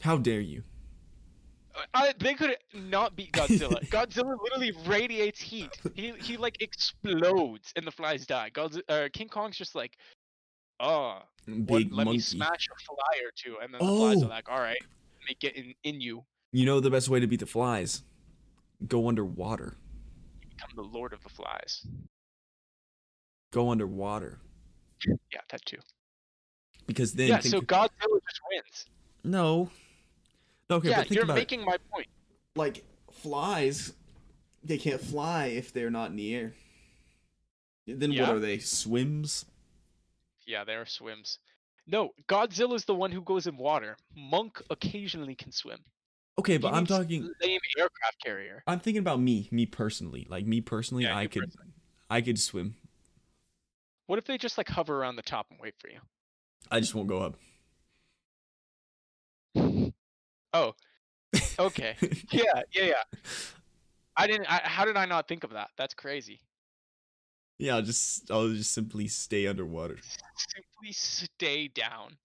[SPEAKER 1] How dare you?
[SPEAKER 2] Uh, I, they could not beat Godzilla. Godzilla literally radiates heat. He he like explodes and the flies die. Godzi- uh, King Kong's just like, oh,
[SPEAKER 1] Big
[SPEAKER 2] what, let
[SPEAKER 1] monkey.
[SPEAKER 2] me smash a fly or two, and then the flies
[SPEAKER 1] Oh.
[SPEAKER 2] are like, all right, let me get in in you.
[SPEAKER 1] You know the best way to beat the flies? Go underwater.
[SPEAKER 2] You become the Lord of the Flies.
[SPEAKER 1] Go underwater.
[SPEAKER 2] Yeah, that too.
[SPEAKER 1] because then
[SPEAKER 2] yeah,
[SPEAKER 1] think,
[SPEAKER 2] so Godzilla just wins.
[SPEAKER 1] no, okay,
[SPEAKER 2] yeah,
[SPEAKER 1] but think
[SPEAKER 2] you're
[SPEAKER 1] about it.
[SPEAKER 2] making my point.
[SPEAKER 1] like flies they can't fly if they're not in the air then
[SPEAKER 2] Yeah.
[SPEAKER 1] what are they swims
[SPEAKER 2] Yeah, there are swims. No, Godzilla's the one who goes in water. Monk occasionally can swim.
[SPEAKER 1] okay
[SPEAKER 2] He
[SPEAKER 1] but i'm
[SPEAKER 2] needs
[SPEAKER 1] talking
[SPEAKER 2] lame aircraft carrier.
[SPEAKER 1] i'm thinking about me me personally like me personally
[SPEAKER 2] Yeah,
[SPEAKER 1] i
[SPEAKER 2] you
[SPEAKER 1] could
[SPEAKER 2] personally.
[SPEAKER 1] i could swim
[SPEAKER 2] What if they just like hover around the top and wait for you?
[SPEAKER 1] i just won't go up
[SPEAKER 2] Oh, okay. yeah, yeah, yeah. I didn't. I, how did I not think of that? That's crazy.
[SPEAKER 1] yeah i'll just i'll just simply stay underwater
[SPEAKER 2] Simply stay down.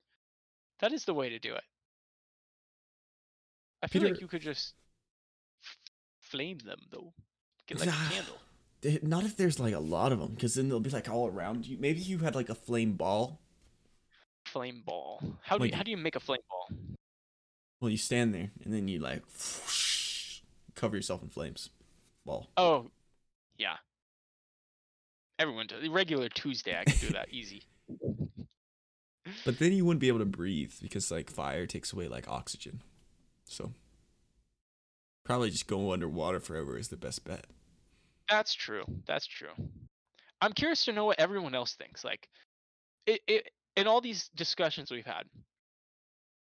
[SPEAKER 2] That is the way to do it. I feel like
[SPEAKER 1] Peter-
[SPEAKER 2] you could just f- flame them though, Get like a candle.
[SPEAKER 1] Eh, not if there's like a lot of them because then they'll be like all around you maybe you had like a flame ball
[SPEAKER 2] Flame ball. How do
[SPEAKER 1] Like-
[SPEAKER 2] you, how do you make a flame ball?
[SPEAKER 1] well you stand there and then you like cover yourself in flames ball
[SPEAKER 2] Oh, yeah. Everyone does. Regular Tuesday, I can do that easy.
[SPEAKER 1] But then you wouldn't be able to breathe because like fire takes away like oxygen. So probably just go underwater forever is the best bet.
[SPEAKER 2] That's true. That's true. I'm curious to know what everyone else thinks. Like, it, it in all these discussions we've had,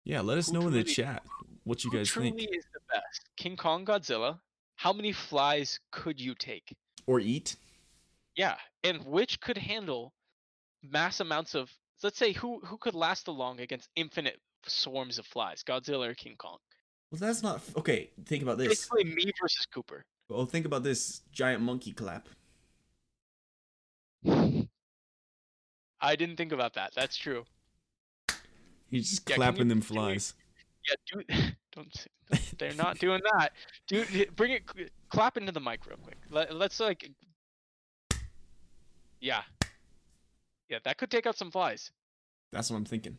[SPEAKER 1] Yeah, let us
[SPEAKER 2] Who
[SPEAKER 1] know in the
[SPEAKER 2] truly-
[SPEAKER 1] chat what you
[SPEAKER 2] who
[SPEAKER 1] guys
[SPEAKER 2] truly
[SPEAKER 1] think.
[SPEAKER 2] is the best? King Kong, Godzilla. How many flies could you take?
[SPEAKER 1] Or eat.
[SPEAKER 2] Yeah, and which could handle mass amounts of? Let's say who who could last the long against infinite swarms of flies? Godzilla or King Kong?
[SPEAKER 1] Well, that's not okay. Think about this.
[SPEAKER 2] Basically, me versus Cooper.
[SPEAKER 1] Well, think about this giant monkey clap.
[SPEAKER 2] I didn't think about that. That's true.
[SPEAKER 1] He's just
[SPEAKER 2] Yeah, can you
[SPEAKER 1] clapping them
[SPEAKER 2] do it?
[SPEAKER 1] flies.
[SPEAKER 2] Yeah, do don't. s- don't- They're not doing that. Dude, d- bring it. cl- Clap into the mic real quick. Let, let's like. Yeah. Yeah, that could take out some flies.
[SPEAKER 1] That's what I'm thinking.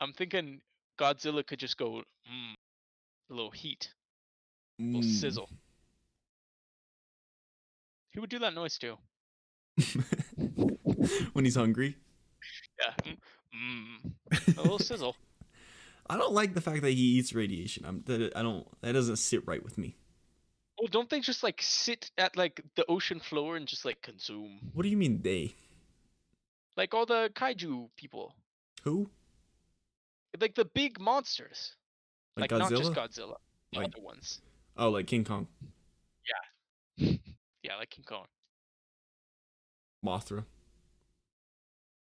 [SPEAKER 2] I'm thinking Godzilla could just go mm, a little heat, a little
[SPEAKER 1] Mm.
[SPEAKER 2] sizzle. He would do that noise too.
[SPEAKER 1] when he's hungry.
[SPEAKER 2] Yeah. mm, Mm, a little sizzle.
[SPEAKER 1] I don't like the fact that he eats radiation. I'm that I don't that doesn't sit right with me.
[SPEAKER 2] Well, don't they just like sit at like the ocean floor and just like consume?
[SPEAKER 1] What do you mean they?
[SPEAKER 2] Like all the kaiju people.
[SPEAKER 1] Who?
[SPEAKER 2] Like the big monsters.
[SPEAKER 1] Like,
[SPEAKER 2] like,
[SPEAKER 1] Godzilla?
[SPEAKER 2] not just Godzilla, the
[SPEAKER 1] Like-
[SPEAKER 2] other ones.
[SPEAKER 1] oh, like King Kong,
[SPEAKER 2] Yeah, like King Kong.
[SPEAKER 1] Mothra.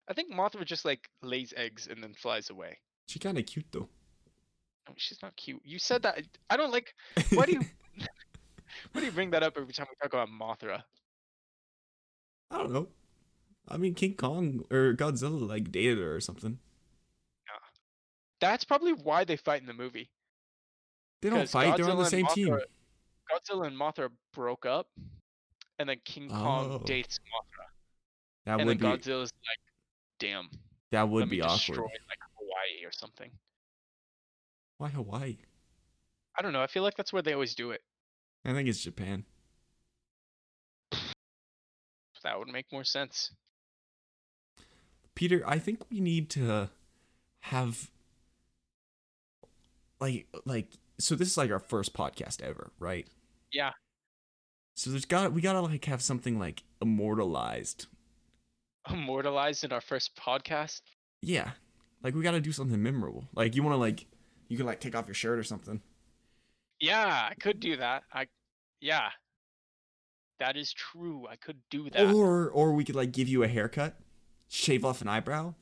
[SPEAKER 2] I think Mothra just like lays eggs and then flies away.
[SPEAKER 1] She kind of cute though.
[SPEAKER 2] Oh, she's not cute. You said that. I don't like. Why do you? why do you bring that up every time we talk about Mothra?
[SPEAKER 1] I don't know. I mean, King Kong or Godzilla like dated her or something.
[SPEAKER 2] That's probably why they fight in the movie.
[SPEAKER 1] They don't
[SPEAKER 2] 'cause
[SPEAKER 1] fight. they're on the
[SPEAKER 2] Godzilla and
[SPEAKER 1] same team.
[SPEAKER 2] Mothra- Godzilla and Mothra broke up, and then King Kong
[SPEAKER 1] Oh.
[SPEAKER 2] dates Mothra,
[SPEAKER 1] That
[SPEAKER 2] and then
[SPEAKER 1] would be
[SPEAKER 2] Godzilla's like, "Damn,
[SPEAKER 1] that would
[SPEAKER 2] let me
[SPEAKER 1] be
[SPEAKER 2] destroy
[SPEAKER 1] awkward.
[SPEAKER 2] like Hawaii or something."
[SPEAKER 1] Why Hawaii?
[SPEAKER 2] I don't know. I feel like that's where they always do it.
[SPEAKER 1] I think it's Japan.
[SPEAKER 2] That would make more sense.
[SPEAKER 1] Peter, I think we need to have like like so this is like our first podcast ever, right?
[SPEAKER 2] Yeah.
[SPEAKER 1] So there's got we gotta like have something like immortalized.
[SPEAKER 2] Immortalized in our first podcast.
[SPEAKER 1] Yeah. Like we gotta do something memorable. Like you wanna like you can like take off your shirt or something.
[SPEAKER 2] Yeah, I could do that. I yeah. That is true. I could do that.
[SPEAKER 1] Or or we could like give you a haircut, shave off an eyebrow.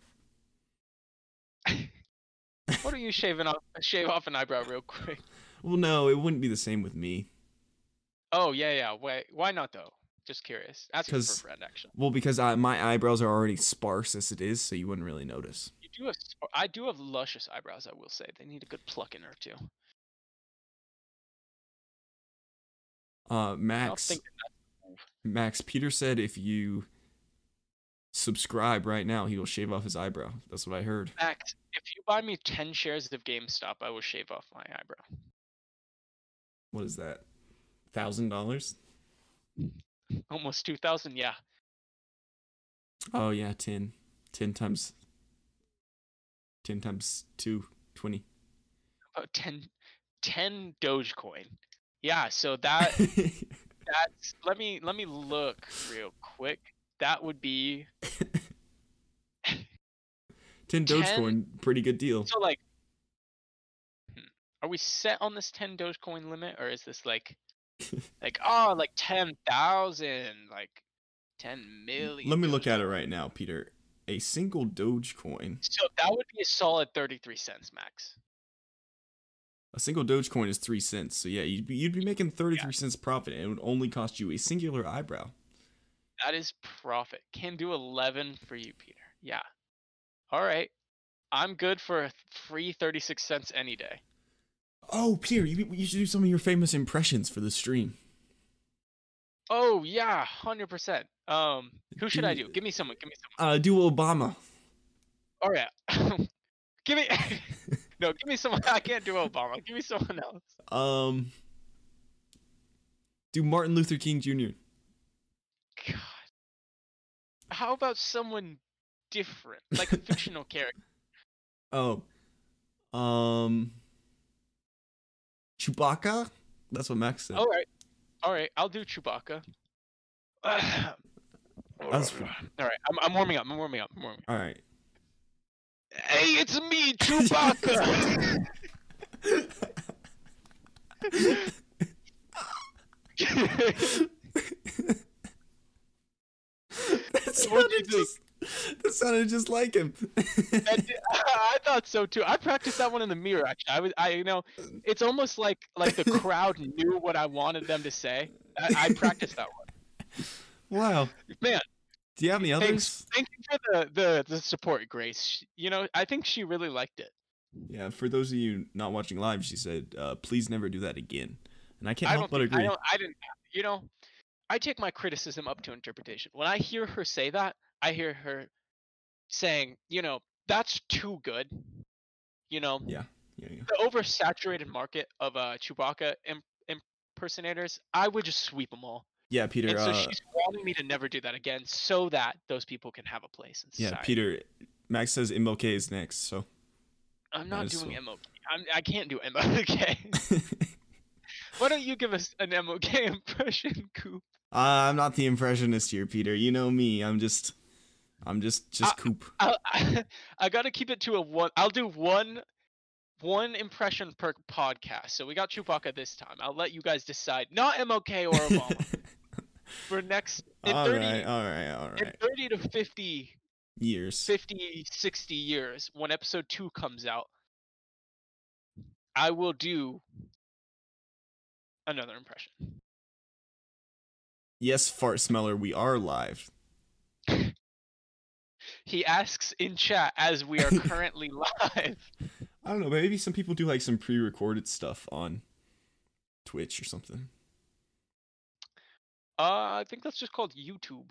[SPEAKER 2] Why don't you shave off shave off an eyebrow real quick?
[SPEAKER 1] Well, no, it wouldn't be the same with me.
[SPEAKER 2] Oh yeah, yeah. Wait, why not though? Just curious. Ask me for a
[SPEAKER 1] 'Cause-
[SPEAKER 2] friend actually.
[SPEAKER 1] Well, because I, my eyebrows are already sparse as it is, so you wouldn't really notice.
[SPEAKER 2] You do have sp- I do have luscious eyebrows, I will say. They need a good plucking or two.
[SPEAKER 1] Uh,
[SPEAKER 2] I don't
[SPEAKER 1] Max,
[SPEAKER 2] think
[SPEAKER 1] Max Peter said if you subscribe right now, he will shave off his eyebrow. That's what I heard.
[SPEAKER 2] Max, if you buy me ten shares of GameStop, I will shave off my eyebrow.
[SPEAKER 1] What is that? Thousand dollars?
[SPEAKER 2] Almost two thousand, yeah.
[SPEAKER 1] Oh yeah, ten. Ten times 10 times 2, 20.
[SPEAKER 2] About 10, 10 Dogecoin. Yeah, so that that's let me let me look real quick. That would be
[SPEAKER 1] 10 Dogecoin, pretty good deal.
[SPEAKER 2] so like hmm, are we set on this 10 Dogecoin limit or is this like like oh like 10,000 like 10 million.
[SPEAKER 1] Let me look at it right now, Peter. A single Dogecoin,
[SPEAKER 2] So that would be a solid 33 cents max.
[SPEAKER 1] a single Dogecoin is 3 cents. So yeah, you'd be, you'd be making 33 cents profit and it would only cost you a singular eyebrow.
[SPEAKER 2] That is profit. Can do 11 for you, Peter. Yeah. All right. I'm good for a th- free 36 cents any day.
[SPEAKER 1] Oh, Peter, you, you should do some of your famous impressions for the stream.
[SPEAKER 2] Oh, yeah, 100%. Um, who should I do?
[SPEAKER 1] Dude.
[SPEAKER 2] Give me someone. Give me someone.
[SPEAKER 1] Uh, do Obama.
[SPEAKER 2] All right. Oh, give me No, give me someone. I can't do Obama. Give me someone else.
[SPEAKER 1] Um, do Martin Luther King Jr.
[SPEAKER 2] God. How about someone different? Like a fictional character.
[SPEAKER 1] Oh, um, Chewbacca. That's what Max said.
[SPEAKER 2] All right. All right. I'll do Chewbacca.
[SPEAKER 1] That's
[SPEAKER 2] All right. I'm, I'm warming up. I'm warming up. I'm warming
[SPEAKER 1] All right.
[SPEAKER 2] up. Hey, it's me, Chewbacca.
[SPEAKER 1] that
[SPEAKER 2] What'd you
[SPEAKER 1] sounded
[SPEAKER 2] think?
[SPEAKER 1] just. That sounded just like him.
[SPEAKER 2] And, uh, I thought so too. I practiced that one in the mirror. Actually, I was. I you know, it's almost like like the crowd knew what I wanted them to say. I, I practiced that one.
[SPEAKER 1] wow.
[SPEAKER 2] Man,
[SPEAKER 1] Do you have any
[SPEAKER 2] thanks.
[SPEAKER 1] others?
[SPEAKER 2] Thank you for the the the support, Grace. She- You know, I think she really liked it.
[SPEAKER 1] Yeah. For those of you not watching live, she said, uh, "Please never do that again." And I can't
[SPEAKER 2] I
[SPEAKER 1] help
[SPEAKER 2] don't.
[SPEAKER 1] but
[SPEAKER 2] Think,
[SPEAKER 1] agree.
[SPEAKER 2] I don't. I didn't. You know, I take my criticism up to interpretation. When I hear her say that, I hear her saying, you know, that's too good. You know,
[SPEAKER 1] Yeah, yeah.
[SPEAKER 2] the oversaturated market of uh, Chewbacca imp- impersonators, I would just sweep them all.
[SPEAKER 1] Yeah, Peter.
[SPEAKER 2] and so
[SPEAKER 1] uh,
[SPEAKER 2] she's wanting me to never do that again, so that those people can have a place in
[SPEAKER 1] yeah,
[SPEAKER 2] society.
[SPEAKER 1] Peter. Max says MLK is next. So.
[SPEAKER 2] I'm not
[SPEAKER 1] is
[SPEAKER 2] doing
[SPEAKER 1] so-
[SPEAKER 2] MOK. I'm, I can't do MOK. Why don't you give us an MOK impression, Coop?
[SPEAKER 1] Uh, I'm not the impressionist here, Peter. You know me. I'm just, I'm just,
[SPEAKER 2] Uh,
[SPEAKER 1] just coop.
[SPEAKER 2] I, I, I gotta keep it to a one. I'll do one, one impression per podcast. So we got Chewbacca this time. I'll let you guys decide. Not MOK or Obama for next in
[SPEAKER 1] all
[SPEAKER 2] 30,
[SPEAKER 1] right, all right, all
[SPEAKER 2] in
[SPEAKER 1] right.
[SPEAKER 2] 30 to 50,
[SPEAKER 1] Years.
[SPEAKER 2] 50, 60 years when episode two comes out. I will do another impression.
[SPEAKER 1] Yes, fart smeller. We are live.
[SPEAKER 2] He asks in chat as we are currently live.
[SPEAKER 1] I don't know. Maybe some people do like some pre-recorded stuff on Twitch or something.
[SPEAKER 2] Uh, I think that's just called YouTube.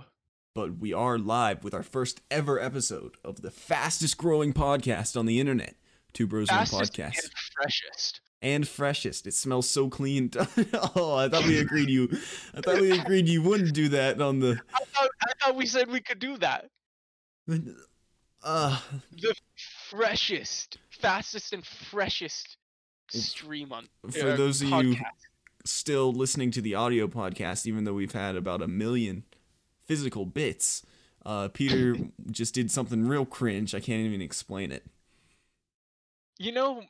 [SPEAKER 1] But we are live with our first ever episode of the fastest-growing podcast on the internet, Two Bros One
[SPEAKER 2] Fastest
[SPEAKER 1] Podcast,
[SPEAKER 2] and freshest.
[SPEAKER 1] and freshest. It smells so clean. oh, I thought we agreed you. I thought we agreed you wouldn't do that on the.
[SPEAKER 2] I thought, I thought we said we could do that.
[SPEAKER 1] Uh,
[SPEAKER 2] The freshest, fastest, and freshest stream on
[SPEAKER 1] For
[SPEAKER 2] uh,
[SPEAKER 1] those of you-
[SPEAKER 2] podcast.
[SPEAKER 1] still listening to the audio podcast, even though we've had about a million physical bits. Uh, Peter just did something real cringe. I can't even explain it.
[SPEAKER 2] You know,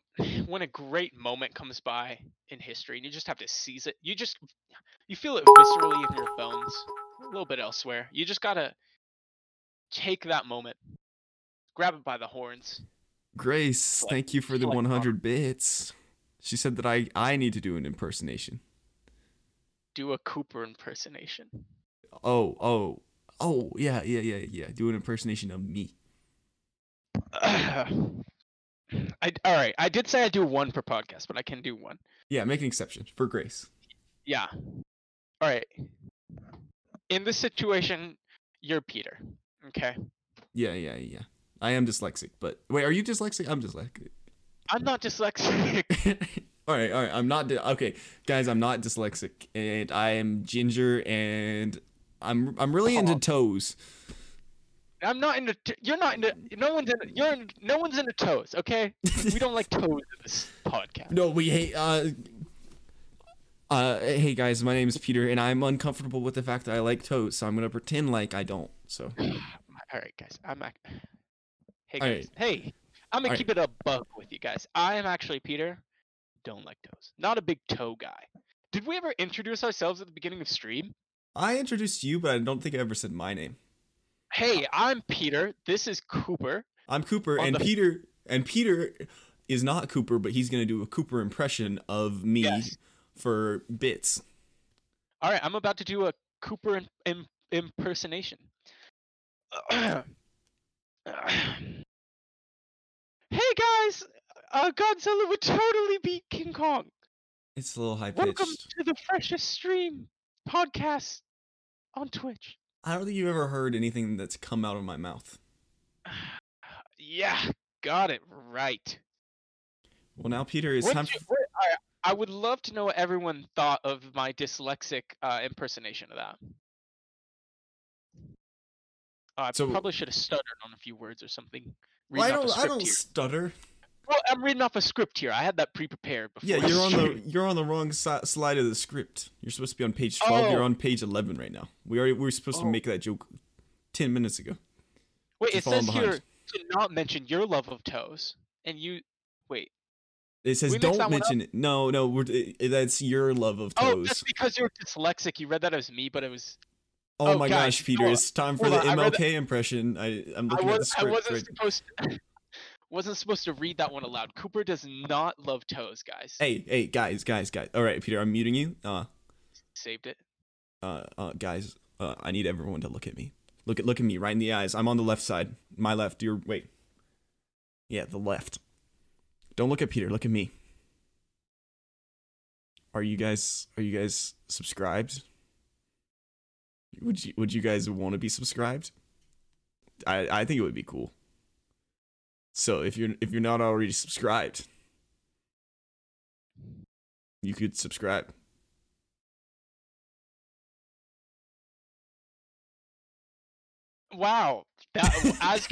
[SPEAKER 2] when a great moment comes by in history and you just have to seize it, you just you feel it viscerally in your bones, a little bit elsewhere. You just gotta take that moment, grab it by the horns.
[SPEAKER 1] Grace,
[SPEAKER 2] Like-
[SPEAKER 1] thank you for the
[SPEAKER 2] like
[SPEAKER 1] 100 bits. She said that I, I need to do an impersonation.
[SPEAKER 2] do a Cooper impersonation.
[SPEAKER 1] Oh, oh, oh, yeah, yeah, yeah, yeah. Do an impersonation of me.
[SPEAKER 2] I all right. I did say I do one per podcast, but I can do one.
[SPEAKER 1] Yeah, make an exception for Grace.
[SPEAKER 2] Yeah. All right. In this situation, you're Peter. Okay.
[SPEAKER 1] Yeah, yeah, yeah. I am dyslexic, but wait, are you dyslexic? I'm dyslexic.
[SPEAKER 2] I'm not dyslexic.
[SPEAKER 1] all right, all right. I'm not. Di- okay, guys, I'm not dyslexic, and I am ginger, and I'm I'm really into toes.
[SPEAKER 2] I'm not into. T- you're not into. No one's into. You're in, no one's into toes. Okay, we don't like toes in this podcast.
[SPEAKER 1] No, we hate. Uh, uh, hey guys, my name is Peter, and I'm uncomfortable with the fact that I like toes, so I'm gonna pretend like I don't. So
[SPEAKER 2] All right, guys. I'm. Ac- hey
[SPEAKER 1] All
[SPEAKER 2] guys. Hey, I'm
[SPEAKER 1] All
[SPEAKER 2] gonna
[SPEAKER 1] right.
[SPEAKER 2] keep it a buck with you guys. I am actually Peter. Don't like toes. Not a big toe guy. Did we ever introduce ourselves at the beginning of stream?
[SPEAKER 1] I introduced you, but I don't think I ever said my name. Uh,
[SPEAKER 2] Hey, I'm Peter. This is Cooper.
[SPEAKER 1] I'm Cooper,
[SPEAKER 2] On
[SPEAKER 1] and
[SPEAKER 2] the-
[SPEAKER 1] Peter, and Peter is not Cooper, but he's gonna do a Cooper impression of me
[SPEAKER 2] Yes.
[SPEAKER 1] for bits.
[SPEAKER 2] All right, I'm about to do a Cooper im- im- impersonation. hey guys, uh, Godzilla would totally beat King Kong.
[SPEAKER 1] It's a little high
[SPEAKER 2] Welcome
[SPEAKER 1] pitched.
[SPEAKER 2] to the freshest stream podcast on Twitch.
[SPEAKER 1] I don't think you've ever heard anything that's come out of my mouth.
[SPEAKER 2] Yeah, got it right.
[SPEAKER 1] Well, now Peter, it's
[SPEAKER 2] What
[SPEAKER 1] time.
[SPEAKER 2] did you-
[SPEAKER 1] f-
[SPEAKER 2] what- all right, I would love to know what everyone thought of my dyslexic uh, impersonation of that. Uh, I
[SPEAKER 1] So-
[SPEAKER 2] probably should have stuttered on a few words or something.
[SPEAKER 1] Well, I
[SPEAKER 2] Reading off a
[SPEAKER 1] don't. I
[SPEAKER 2] script
[SPEAKER 1] don't
[SPEAKER 2] here.
[SPEAKER 1] stutter.
[SPEAKER 2] Well, I'm reading off a script here. I had that pre-prepared before.
[SPEAKER 1] Yeah, you're on the
[SPEAKER 2] stream.
[SPEAKER 1] you're on the wrong si- slide of the script. You're supposed to be on page twelve. You're
[SPEAKER 2] Oh.
[SPEAKER 1] on page eleven right now. We already we were supposed to
[SPEAKER 2] Oh.
[SPEAKER 1] make that joke ten minutes ago.
[SPEAKER 2] Wait,
[SPEAKER 1] to
[SPEAKER 2] it
[SPEAKER 1] fall
[SPEAKER 2] says
[SPEAKER 1] behind.
[SPEAKER 2] here to not mention your love of toes, and you wait.
[SPEAKER 1] It says
[SPEAKER 2] We mixed that
[SPEAKER 1] don't
[SPEAKER 2] one up.
[SPEAKER 1] mention it. No, no, we're, it, it- that's your love of
[SPEAKER 2] Oh,
[SPEAKER 1] toes.
[SPEAKER 2] just because you're dyslexic, you read that as me, but it was
[SPEAKER 1] Oh,
[SPEAKER 2] oh,
[SPEAKER 1] my
[SPEAKER 2] guys,
[SPEAKER 1] gosh, Peter!
[SPEAKER 2] hold on,
[SPEAKER 1] It's time for the
[SPEAKER 2] hold on, I read
[SPEAKER 1] MLK impression. I I'm looking
[SPEAKER 2] I
[SPEAKER 1] at the
[SPEAKER 2] was I
[SPEAKER 1] script.
[SPEAKER 2] wasn't
[SPEAKER 1] Right.
[SPEAKER 2] supposed to, wasn't supposed to read that one aloud. Cooper does not love toes, guys.
[SPEAKER 1] Hey, hey, guys, guys, guys! All right, Peter, I'm muting you. Uh,
[SPEAKER 2] Saved it.
[SPEAKER 1] uh, uh guys, uh, I need everyone to look at me. Look at look at me right in the eyes. I'm on the left side. My left. Your wait. Yeah, the left. Don't look at Peter. Look at me. Are you guys are you guys subscribed? Would you would you guys want to be subscribed? I I think it would be cool. So if you're if you're not already subscribed, you could subscribe.
[SPEAKER 2] Wow, that as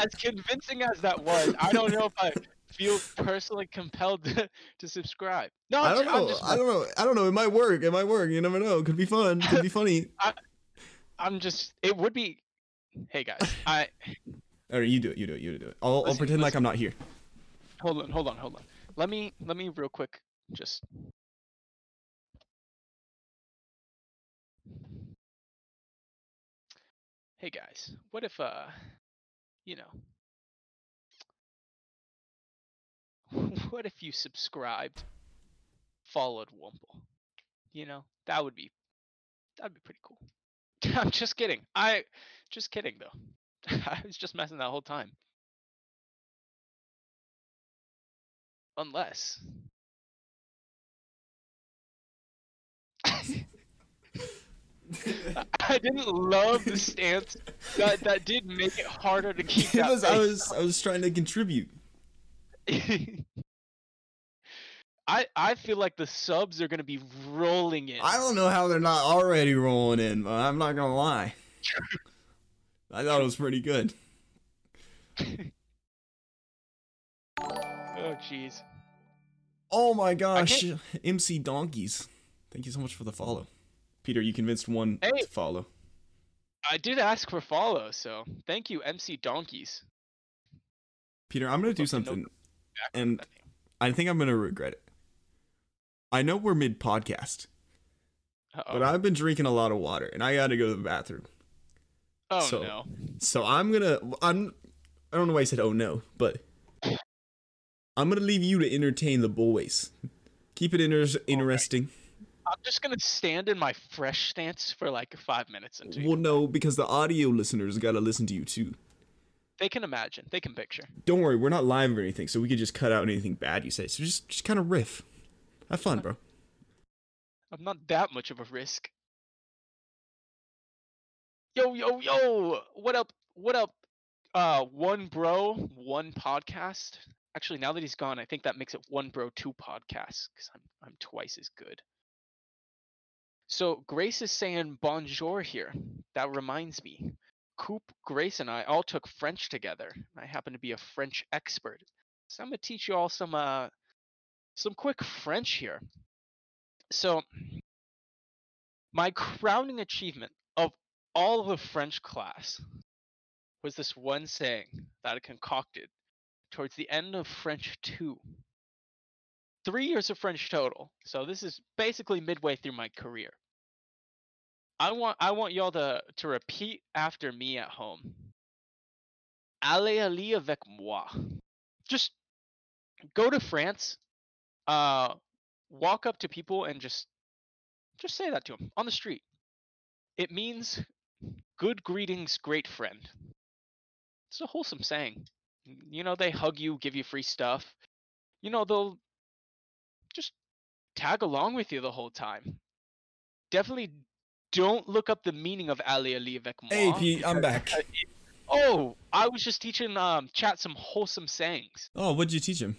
[SPEAKER 2] as convincing as that was, I don't know if I feel personally compelled to, to subscribe. No,
[SPEAKER 1] I
[SPEAKER 2] I'm
[SPEAKER 1] don't
[SPEAKER 2] ju- I'm
[SPEAKER 1] know.
[SPEAKER 2] just
[SPEAKER 1] I don't know. I don't know. It might work. It might work. You never know. It could be fun. It could be funny.
[SPEAKER 2] I'm just. It would be. Hey guys, I
[SPEAKER 1] All right, you do it. You do it. You do it. I'll, I'll
[SPEAKER 2] Listen,
[SPEAKER 1] pretend like I'm not here.
[SPEAKER 2] hold on, hold on, hold on. Let me let me real quick just. Hey guys, what if uh, you know, what if you subscribed, followed Wumple? You know, that would be that'd be pretty cool. I'm just kidding. I just kidding though. I was just messing that whole time. Unless. I didn't love the stance. That that did make it harder to keep
[SPEAKER 1] It
[SPEAKER 2] that.
[SPEAKER 1] was, I
[SPEAKER 2] face.
[SPEAKER 1] was I was trying to contribute.
[SPEAKER 2] I I feel like the subs are gonna be rolling in.
[SPEAKER 1] I don't know how they're not already rolling in. But I'm not gonna lie. I thought it was pretty good.
[SPEAKER 2] oh jeez.
[SPEAKER 1] Oh my gosh, MC Donkeys. Thank you so much for the follow. Peter, you convinced one
[SPEAKER 2] Hey.
[SPEAKER 1] to follow.
[SPEAKER 2] I did ask for follow, so thank you, MC Donkeys.
[SPEAKER 1] Peter, I'm gonna do
[SPEAKER 2] Fucking no-
[SPEAKER 1] something, and I think I'm gonna regret it. I know we're mid podcast,
[SPEAKER 2] Uh-oh.
[SPEAKER 1] but I've been drinking a lot of water, and I gotta go to the bathroom.
[SPEAKER 2] oh
[SPEAKER 1] so-
[SPEAKER 2] no.
[SPEAKER 1] So I'm gonna I'm I don't know why I said oh no, but I'm gonna leave you to entertain the boys. Keep it inter- interesting.
[SPEAKER 2] I'm just gonna stand in my fresh stance for like five minutes until you-
[SPEAKER 1] Well, no, because the audio listeners gotta listen to you too.
[SPEAKER 2] they can imagine, they can picture.
[SPEAKER 1] Don't worry, we're not live or anything, so we could just cut out anything bad you say. So just just kind of riff. Have fun, bro.
[SPEAKER 2] I'm not that much of a risk. Yo, yo, yo! What up? What up? Uh, one bro, one podcast. Actually, now that he's gone, I think that makes it one bro, two podcasts because I'm I'm twice as good. So Grace is saying bonjour here. That reminds me, Coop, Grace, and I all took French together. I happen to be a French expert, so I'm gonna teach you all some uh some quick French here. So, my crowning achievement of all the French class was this one saying that I concocted towards the end of French two. Three years of French total, so this is basically midway through my career. I want I want y'all to to repeat after me at home. Allez aller avec moi. Just go to France, uh, walk up to people and just just say that to them on the street. It means good greetings, great friend. It's a wholesome saying. You know they hug you, give you free stuff. You know they'll just tag along with you the whole time. Definitely don't look up the meaning of Ali Ali avec moi.
[SPEAKER 1] Hey, Pete, I'm back.
[SPEAKER 2] Oh, I was just teaching um chat some wholesome sayings.
[SPEAKER 1] Oh, what'd you teach him?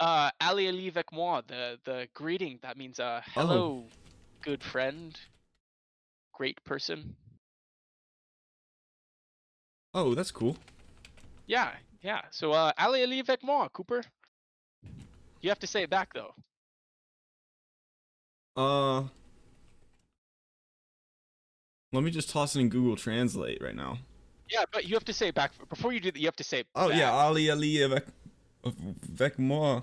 [SPEAKER 2] Uh Ali Ali avec moi, the the greeting that means uh
[SPEAKER 1] Oh.
[SPEAKER 2] hello, good friend, great person.
[SPEAKER 1] Oh, that's cool.
[SPEAKER 2] Yeah, yeah. So uh Ali Ali avec moi, Cooper. You have to say it back though.
[SPEAKER 1] Uh, let me just toss it in Google Translate right now.
[SPEAKER 2] Yeah, but you have to say it back before you do that. You have to say. it
[SPEAKER 1] Oh yeah,
[SPEAKER 2] back.
[SPEAKER 1] Ali Ali avec, avec moi.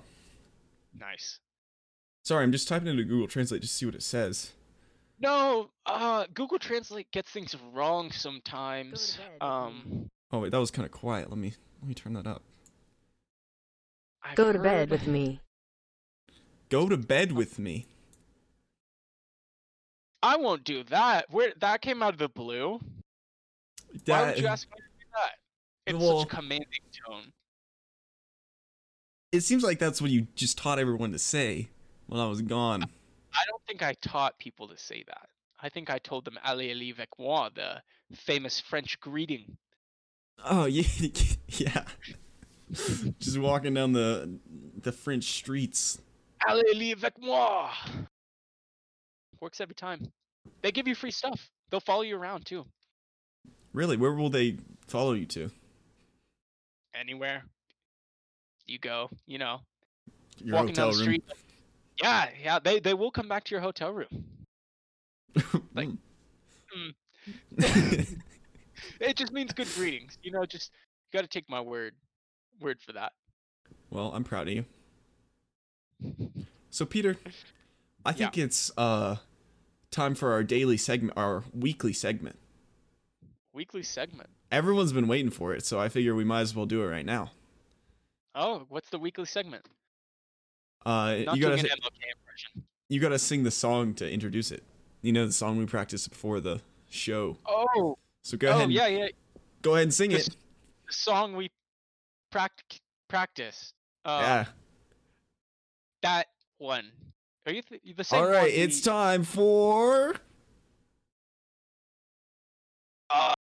[SPEAKER 2] Nice.
[SPEAKER 1] Sorry, I'm just typing into Google Translate to see what it says.
[SPEAKER 2] No, uh, Google Translate gets things wrong sometimes.
[SPEAKER 3] bed.
[SPEAKER 2] Um,
[SPEAKER 1] Oh wait, that was kind of quiet. Let me let me turn that up.
[SPEAKER 2] I've
[SPEAKER 3] Go to
[SPEAKER 2] heard-
[SPEAKER 3] bed with me.
[SPEAKER 1] Go to bed with me.
[SPEAKER 2] I won't do that. Where that came out of the blue. Why would you ask me to do that? It's
[SPEAKER 1] Well-
[SPEAKER 2] such a commanding tone.
[SPEAKER 1] it seems like that's what you just taught everyone to say when I was gone.
[SPEAKER 2] I don't think I taught people to say that. I think I told them "Allez, allez avec moi," the famous French greeting.
[SPEAKER 1] Oh yeah, yeah. just walking down the the French streets.
[SPEAKER 2] "Allez, allez avec moi." Works every time. They give you free stuff. They'll follow you around too.
[SPEAKER 1] Really, where will they follow you to?
[SPEAKER 2] Anywhere you go, you know,
[SPEAKER 1] Your
[SPEAKER 2] walking
[SPEAKER 1] hotel
[SPEAKER 2] down the
[SPEAKER 1] room.
[SPEAKER 2] street. Yeah, yeah, they they will come back to your hotel room. like- hmm.
[SPEAKER 1] Mm.
[SPEAKER 2] It just means good greetings. You know, just you got to take my word word for that.
[SPEAKER 1] well, I'm proud of you. So Peter, I think it's uh time for our daily segment, our weekly segment.
[SPEAKER 2] Weekly segment.
[SPEAKER 1] Everyone's been waiting for it, so I figure we might as well do it right now.
[SPEAKER 2] Oh, what's the weekly segment?
[SPEAKER 1] Uh,
[SPEAKER 2] Not
[SPEAKER 1] you gotta
[SPEAKER 2] doing
[SPEAKER 1] si-
[SPEAKER 2] an MLK impression.
[SPEAKER 1] you gotta sing the song to introduce it. You know the song we practiced before the show.
[SPEAKER 2] Oh,
[SPEAKER 1] So go
[SPEAKER 2] oh
[SPEAKER 1] ahead, and,
[SPEAKER 2] yeah, yeah.
[SPEAKER 1] go ahead and sing
[SPEAKER 2] The
[SPEAKER 1] it.
[SPEAKER 2] s- The song we pract- practice. Uh,
[SPEAKER 1] yeah.
[SPEAKER 2] That one. Are you th- the same?
[SPEAKER 1] All right,
[SPEAKER 2] one
[SPEAKER 1] it's
[SPEAKER 2] we-
[SPEAKER 1] time for
[SPEAKER 2] Uh,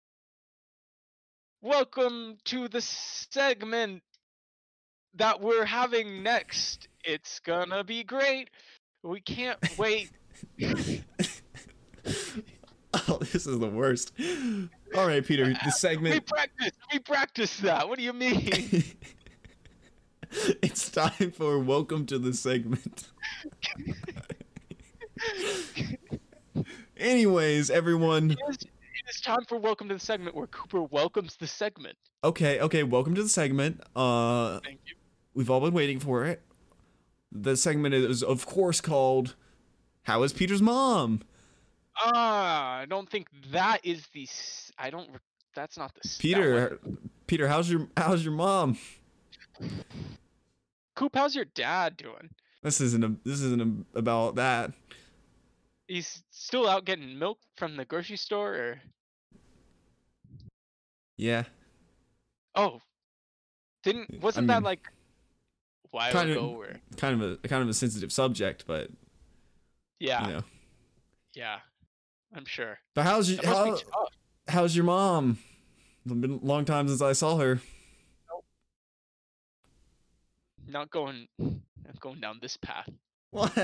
[SPEAKER 2] welcome to the segment that we're having next. It's gonna be great. We can't wait.
[SPEAKER 1] Oh, this is the worst. All right, Peter, the
[SPEAKER 2] we
[SPEAKER 1] segment
[SPEAKER 2] practiced. We practiced that. What do you mean?
[SPEAKER 1] it's time for welcome to the segment. Anyways, everyone,
[SPEAKER 2] It is, it is time for welcome to the segment where Cooper welcomes the segment.
[SPEAKER 1] okay, okay, welcome to the segment. Uh
[SPEAKER 2] Thank you.
[SPEAKER 1] we've all been waiting for it. The segment is of course called How is Peter's mom?
[SPEAKER 2] Ah, I don't think that is the. s- I don't. re- That's not the. s- that one.
[SPEAKER 1] Peter, Peter, how's your how's your mom?
[SPEAKER 2] Coop, how's your dad doing?
[SPEAKER 1] This isn't a, this isn't a, about that.
[SPEAKER 2] He's still out getting milk from the grocery store, or
[SPEAKER 1] Yeah.
[SPEAKER 2] oh, didn't wasn't
[SPEAKER 1] mean,
[SPEAKER 2] that like a while
[SPEAKER 1] kinda-
[SPEAKER 2] ago? Or
[SPEAKER 1] kind of a kind of a sensitive subject, but
[SPEAKER 2] yeah,
[SPEAKER 1] you know.
[SPEAKER 2] yeah, I'm sure.
[SPEAKER 1] But how's your
[SPEAKER 2] That must
[SPEAKER 1] how,
[SPEAKER 2] be tough.
[SPEAKER 1] how's your mom? It's been a long time since I saw her.
[SPEAKER 2] Not going, not going down this path.
[SPEAKER 1] What?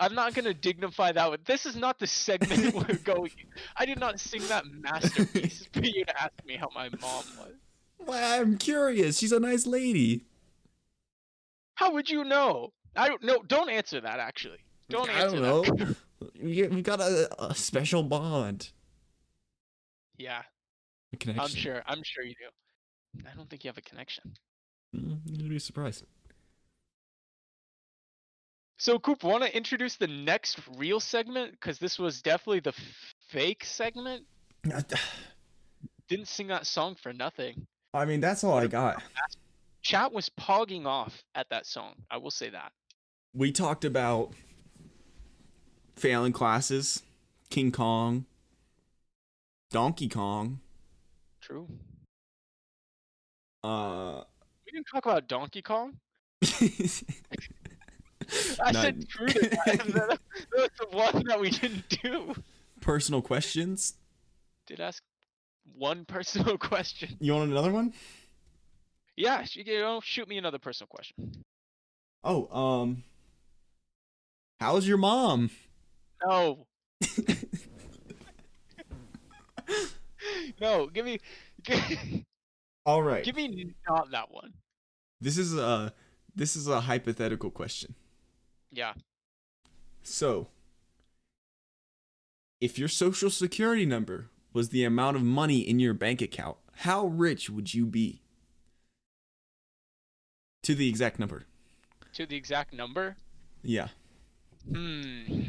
[SPEAKER 2] I'm not gonna dignify that with. This is not the segment we're going. I did not sing that masterpiece for you to ask me how my mom was.
[SPEAKER 1] Well, I'm curious. She's a nice lady.
[SPEAKER 2] How would you know? I don't know. Don't answer that. Actually, don't
[SPEAKER 1] I
[SPEAKER 2] answer
[SPEAKER 1] don't
[SPEAKER 2] that.
[SPEAKER 1] know. We- We've got a, a special bond.
[SPEAKER 2] Yeah,
[SPEAKER 1] A connection.
[SPEAKER 2] I'm sure. I'm sure you do. I don't think you have a connection.
[SPEAKER 1] Mm, You'd be surprised.
[SPEAKER 2] So, Coop, want to introduce the next real segment? Because this was definitely the f- fake segment. Didn't sing that song for nothing.
[SPEAKER 1] I mean, that's all I got.
[SPEAKER 2] Chat was pogging off at that song. I will say that.
[SPEAKER 1] We talked about failing classes, King Kong, Donkey Kong.
[SPEAKER 2] True. We
[SPEAKER 1] Uh,
[SPEAKER 2] didn't talk about Donkey Kong. I
[SPEAKER 1] No.
[SPEAKER 2] said true. to That and that- that was the one that we didn't do.
[SPEAKER 1] personal questions.
[SPEAKER 2] Did ask one personal question.
[SPEAKER 1] You want another one?
[SPEAKER 2] Yeah, sh- you know, shoot me another personal question.
[SPEAKER 1] Oh, um, how's your mom?
[SPEAKER 2] No. no, give me, give,
[SPEAKER 1] All right.
[SPEAKER 2] give me not that one.
[SPEAKER 1] This is a this is a hypothetical question.
[SPEAKER 2] Yeah.
[SPEAKER 1] So, if your social security number was the amount of money in your bank account, how rich would you be? To the exact number.
[SPEAKER 2] To the exact number.
[SPEAKER 1] Yeah.
[SPEAKER 2] Hmm.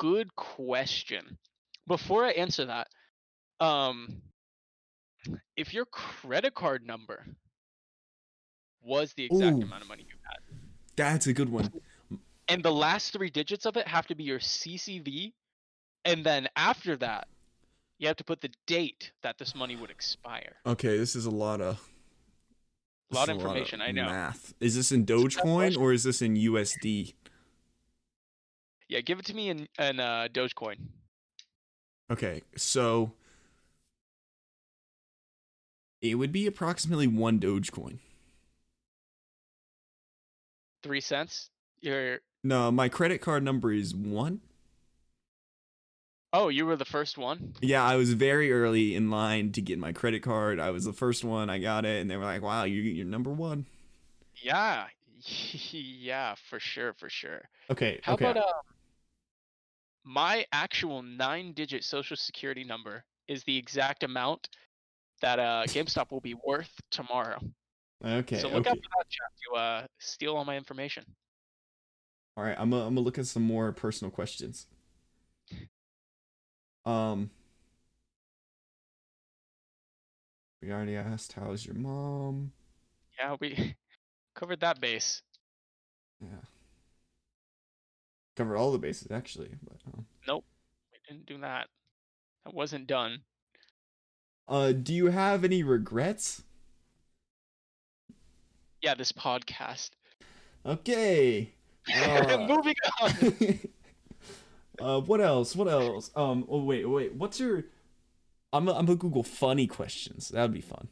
[SPEAKER 2] Good question. Before I answer that, um, if your credit card number was the exact
[SPEAKER 1] Ooh.
[SPEAKER 2] amount of money you had,
[SPEAKER 1] That's a good one.
[SPEAKER 2] and the last three digits of it have to be your CCV, and then after that, you have to put the date that this money would expire.
[SPEAKER 1] Okay, this is a lot of
[SPEAKER 2] A lot of information, I know.
[SPEAKER 1] Math. Is this in
[SPEAKER 2] a tough
[SPEAKER 1] Dogecoin
[SPEAKER 2] question.
[SPEAKER 1] or is this in USD?
[SPEAKER 2] Yeah, give it to me in, in uh, Dogecoin.
[SPEAKER 1] Okay, so it would be approximately one Dogecoin.
[SPEAKER 2] Three cents. You're
[SPEAKER 1] No, my credit card number is one.
[SPEAKER 2] oh, you were the first one.
[SPEAKER 1] Yeah, I was very early in line to get my credit card. I was the first one. I got it, and they were like, "Wow, you, you're number one."
[SPEAKER 2] Yeah, yeah, for sure, for sure.
[SPEAKER 1] Okay.
[SPEAKER 2] How about um, my actual nine-digit social security number is the exact amount that uh GameStop will be worth tomorrow.
[SPEAKER 1] okay.
[SPEAKER 2] uh, so look out for that chat to uh steal all my information.
[SPEAKER 1] All right, I'm gonna I'm gonna look at some more personal questions. Um, we already asked, "How's your mom?"
[SPEAKER 2] Yeah, we covered that base.
[SPEAKER 1] Yeah. Covered all the bases actually, but. Um,
[SPEAKER 2] We didn't do that. That wasn't done.
[SPEAKER 1] Uh, do you have any regrets?
[SPEAKER 2] Yeah, this podcast.
[SPEAKER 1] Okay. Uh.
[SPEAKER 2] Moving on.
[SPEAKER 1] uh, what else? What else? Um, oh wait, wait. What's your? I'm a, I'm a Google funny questions. That'd be fun.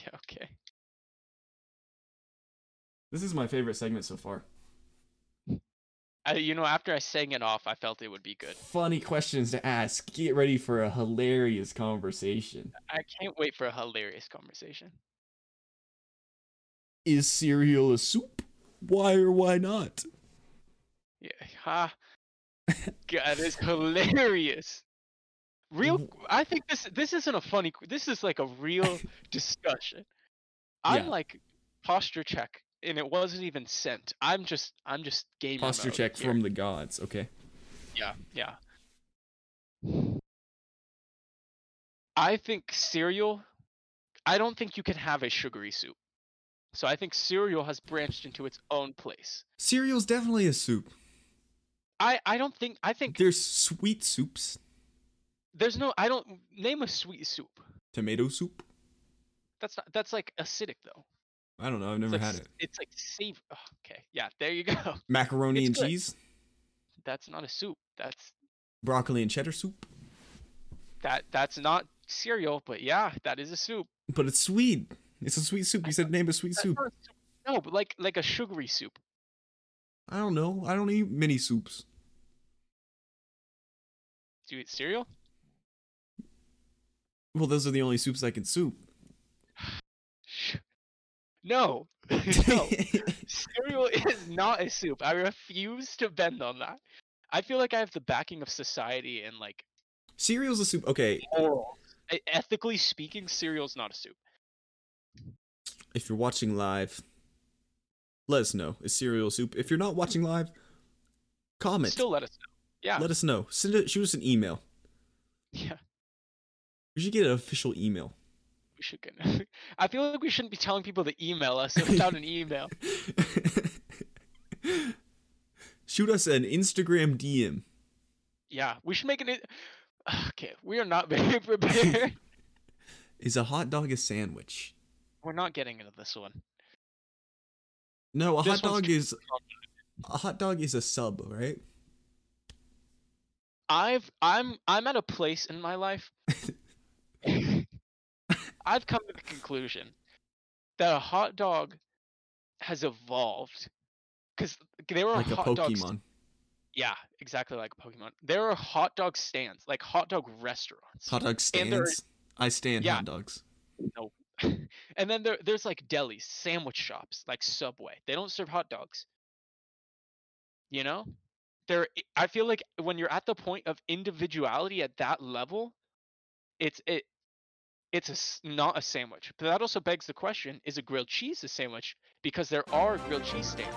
[SPEAKER 2] Yeah, okay.
[SPEAKER 1] This is my favorite segment so far.
[SPEAKER 2] I, you know, after I sang it off, I felt it would be good.
[SPEAKER 1] Funny questions to ask. Get ready for a hilarious conversation.
[SPEAKER 2] I can't wait for a hilarious conversation.
[SPEAKER 1] Is cereal a soup? Why or why not?
[SPEAKER 2] Yeah, ha. God, it's hilarious. Real,
[SPEAKER 1] Mm-hmm.
[SPEAKER 2] I think this this isn't a funny. qu- This is like a real discussion. I'm
[SPEAKER 1] Yeah.
[SPEAKER 2] like posture check, and it wasn't even sent. I'm just, I'm just gamer.
[SPEAKER 1] Posture
[SPEAKER 2] mode
[SPEAKER 1] check
[SPEAKER 2] here.
[SPEAKER 1] from the gods. Okay.
[SPEAKER 2] Yeah, yeah. I think cereal. I don't think you can have a sugary soup. So I think cereal has branched into its own place.
[SPEAKER 1] Cereal's definitely a soup.
[SPEAKER 2] I I don't think I think
[SPEAKER 1] There's sweet soups.
[SPEAKER 2] there's no I don't name a sweet soup.
[SPEAKER 1] Tomato soup.
[SPEAKER 2] That's not that's like acidic though.
[SPEAKER 1] I don't know. I've
[SPEAKER 2] It's
[SPEAKER 1] never
[SPEAKER 2] like
[SPEAKER 1] had
[SPEAKER 2] s-
[SPEAKER 1] it.
[SPEAKER 2] It's like savory. okay, yeah, there you go.
[SPEAKER 1] Macaroni
[SPEAKER 2] It's
[SPEAKER 1] and
[SPEAKER 2] good.
[SPEAKER 1] cheese.
[SPEAKER 2] That's not a soup. That's
[SPEAKER 1] Broccoli and cheddar soup.
[SPEAKER 2] that that's not cereal, but yeah, that is a soup.
[SPEAKER 1] But it's sweet. It's a sweet soup. You said name a sweet
[SPEAKER 2] That's
[SPEAKER 1] soup.
[SPEAKER 2] not a soup. No, but like like a sugary soup.
[SPEAKER 1] I don't know. I don't eat many soups.
[SPEAKER 2] Do you eat cereal?
[SPEAKER 1] Well, those are the only soups I can soup.
[SPEAKER 2] Sh- No. no. cereal is not a soup. I refuse to bend on that. I feel like I have the backing of society and like
[SPEAKER 1] Cereal's a soup. Okay,
[SPEAKER 2] morals. E- Ethically speaking, cereal's not a soup.
[SPEAKER 1] if you're watching live, let us know. Is cereal soup? If you're not watching live, comment.
[SPEAKER 2] Still let us know. Yeah.
[SPEAKER 1] Let us know. Send it. Shoot us an email.
[SPEAKER 2] yeah.
[SPEAKER 1] We should get an official email.
[SPEAKER 2] We should get I feel like we shouldn't be telling people to email us without an email.
[SPEAKER 1] Shoot us an Instagram DM.
[SPEAKER 2] Yeah. We should make an i- Okay, we are not very prepared.
[SPEAKER 1] Is a hot dog a sandwich?
[SPEAKER 2] We're not getting into this one.
[SPEAKER 1] No, a
[SPEAKER 2] This
[SPEAKER 1] hot dog
[SPEAKER 2] one's-
[SPEAKER 1] is a hot dog is a sub, right?
[SPEAKER 2] I've I'm I'm at a place in my life. I've come to the conclusion that a hot dog has evolved because there are
[SPEAKER 1] Like a
[SPEAKER 2] hot dogs.
[SPEAKER 1] Pokemon.
[SPEAKER 2] Yeah, exactly like Pokemon. There are hot dog stands, like hot dog restaurants,
[SPEAKER 1] Hot dog
[SPEAKER 2] And there-
[SPEAKER 1] stands. I stand
[SPEAKER 2] Yeah.
[SPEAKER 1] hot dogs.
[SPEAKER 2] and then there there's like delis, sandwich shops, like Subway. They don't serve hot dogs. You know, there. I I feel like when you're at the point of individuality at that level, it's it. It's a, s- not a sandwich, but that also begs the question: Is a grilled cheese a sandwich? Because there are grilled cheese stands.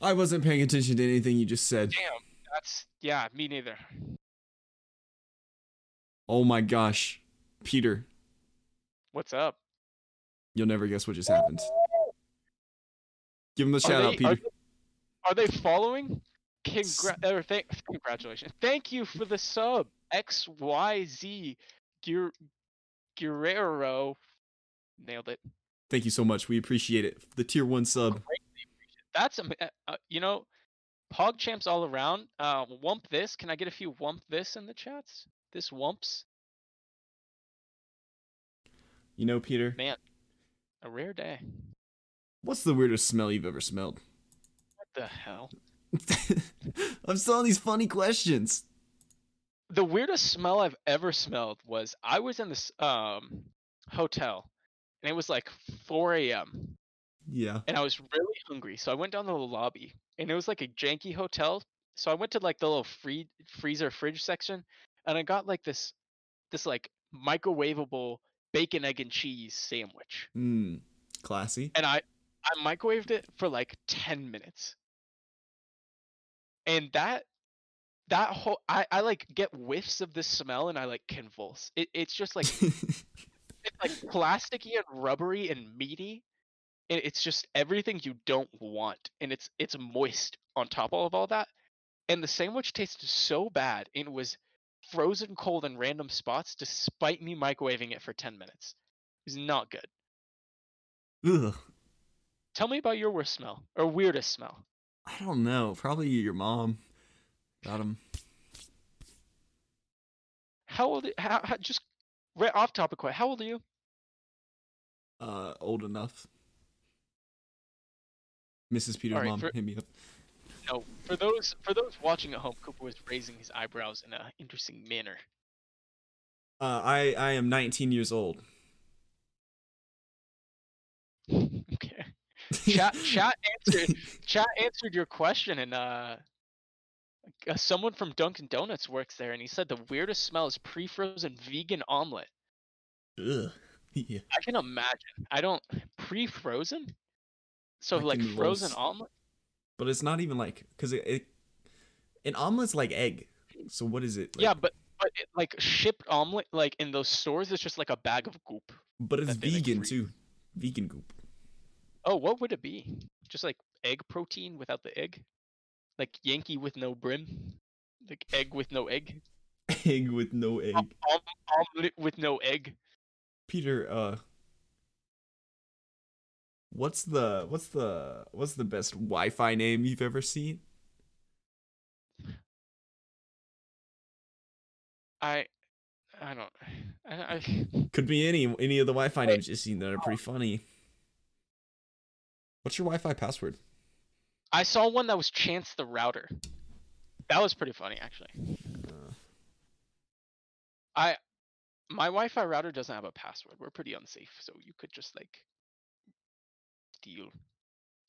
[SPEAKER 1] I wasn't paying attention to anything you just said.
[SPEAKER 2] Damn, that's yeah, me neither.
[SPEAKER 1] Oh my gosh. Peter,
[SPEAKER 2] What's up?
[SPEAKER 1] you'll never guess what just happened. Give him the shout
[SPEAKER 2] are
[SPEAKER 1] out,
[SPEAKER 2] they,
[SPEAKER 1] Peter.
[SPEAKER 2] Are they, are they following? Congra- or thank, congratulations. Thank you for the sub. XYZ Guer- Guerrero. Nailed it.
[SPEAKER 1] Thank you so much. We appreciate it. The tier one sub.
[SPEAKER 2] That's, am- uh, uh, you know, Pog champs all around. Uh, wump this. Can I get a few wump this in the chats? This wumps.
[SPEAKER 1] You know, Peter,
[SPEAKER 2] Man, a rare day.
[SPEAKER 1] what's the weirdest smell you've ever smelled?
[SPEAKER 2] What the hell?
[SPEAKER 1] I'm still on these funny questions.
[SPEAKER 2] the weirdest smell I've ever smelled was I was in this um hotel and it was like 4 a.m.
[SPEAKER 1] Yeah.
[SPEAKER 2] and I was really hungry, so I went down to the lobby and it was like a janky hotel. So I went to like the little free freezer fridge section and I got like this this like microwavable bacon egg and cheese sandwich.
[SPEAKER 1] Hmm. Classy.
[SPEAKER 2] And I I microwaved it for like 10 minutes. And that that whole I, I like get whiffs of this smell and I like convulse. It, it's just like it's like plasticky and rubbery and meaty. And it's just everything you don't want. And it's it's moist on top of all that. And the sandwich tasted so bad and was frozen cold in random spots despite me microwaving it for 10 minutes. It was not good.
[SPEAKER 1] Ugh.
[SPEAKER 2] Tell me about your worst smell or weirdest smell.
[SPEAKER 1] I don't know. Probably your mom. Got him.
[SPEAKER 2] How old? How, how just right off topic. Quite. How old are you?
[SPEAKER 1] Uh, old enough. Mrs. Peter's
[SPEAKER 2] All right,
[SPEAKER 1] mom,
[SPEAKER 2] for-
[SPEAKER 1] hit me up.
[SPEAKER 2] No. For those for those watching at home, Cooper was raising his eyebrows in a interesting manner.
[SPEAKER 1] Uh, I I am 19 years old.
[SPEAKER 2] okay. Chat chat answered chat answered your question and uh. uh, Someone from Dunkin' Donuts works there, and he said the weirdest smell is pre-frozen vegan omelet.
[SPEAKER 1] Ugh. Yeah.
[SPEAKER 2] I can imagine. I don't pre-frozen, so
[SPEAKER 1] I
[SPEAKER 2] like
[SPEAKER 1] can
[SPEAKER 2] frozen
[SPEAKER 1] roast-
[SPEAKER 2] omelet.
[SPEAKER 1] But it's not even like because it, it an omelet's like egg. So what is it? Like,
[SPEAKER 2] yeah, but but it, like shipped omelet, like in those stores, it's just like a bag of goop.
[SPEAKER 1] but it's
[SPEAKER 2] that they, like,
[SPEAKER 1] vegan
[SPEAKER 2] freeze.
[SPEAKER 1] too. Vegan goop.
[SPEAKER 2] Oh, what would it be? Just like egg protein without the egg? Like Yankee with no brim? Like egg with no egg?
[SPEAKER 1] Egg with no egg.
[SPEAKER 2] Om- omelet with no egg?
[SPEAKER 1] Peter, uh, what's the what's the what's the best Wi-Fi name you've ever seen?
[SPEAKER 2] I I don't I, I
[SPEAKER 1] Could be any any of the Wi-Fi names you've seen that are pretty funny. What's your Wi-Fi password?
[SPEAKER 2] I saw one that was Chance the Router. That was pretty funny, actually.
[SPEAKER 1] Uh.
[SPEAKER 2] I, my Wi-Fi router doesn't have a password. We're pretty unsafe, so you could just like steal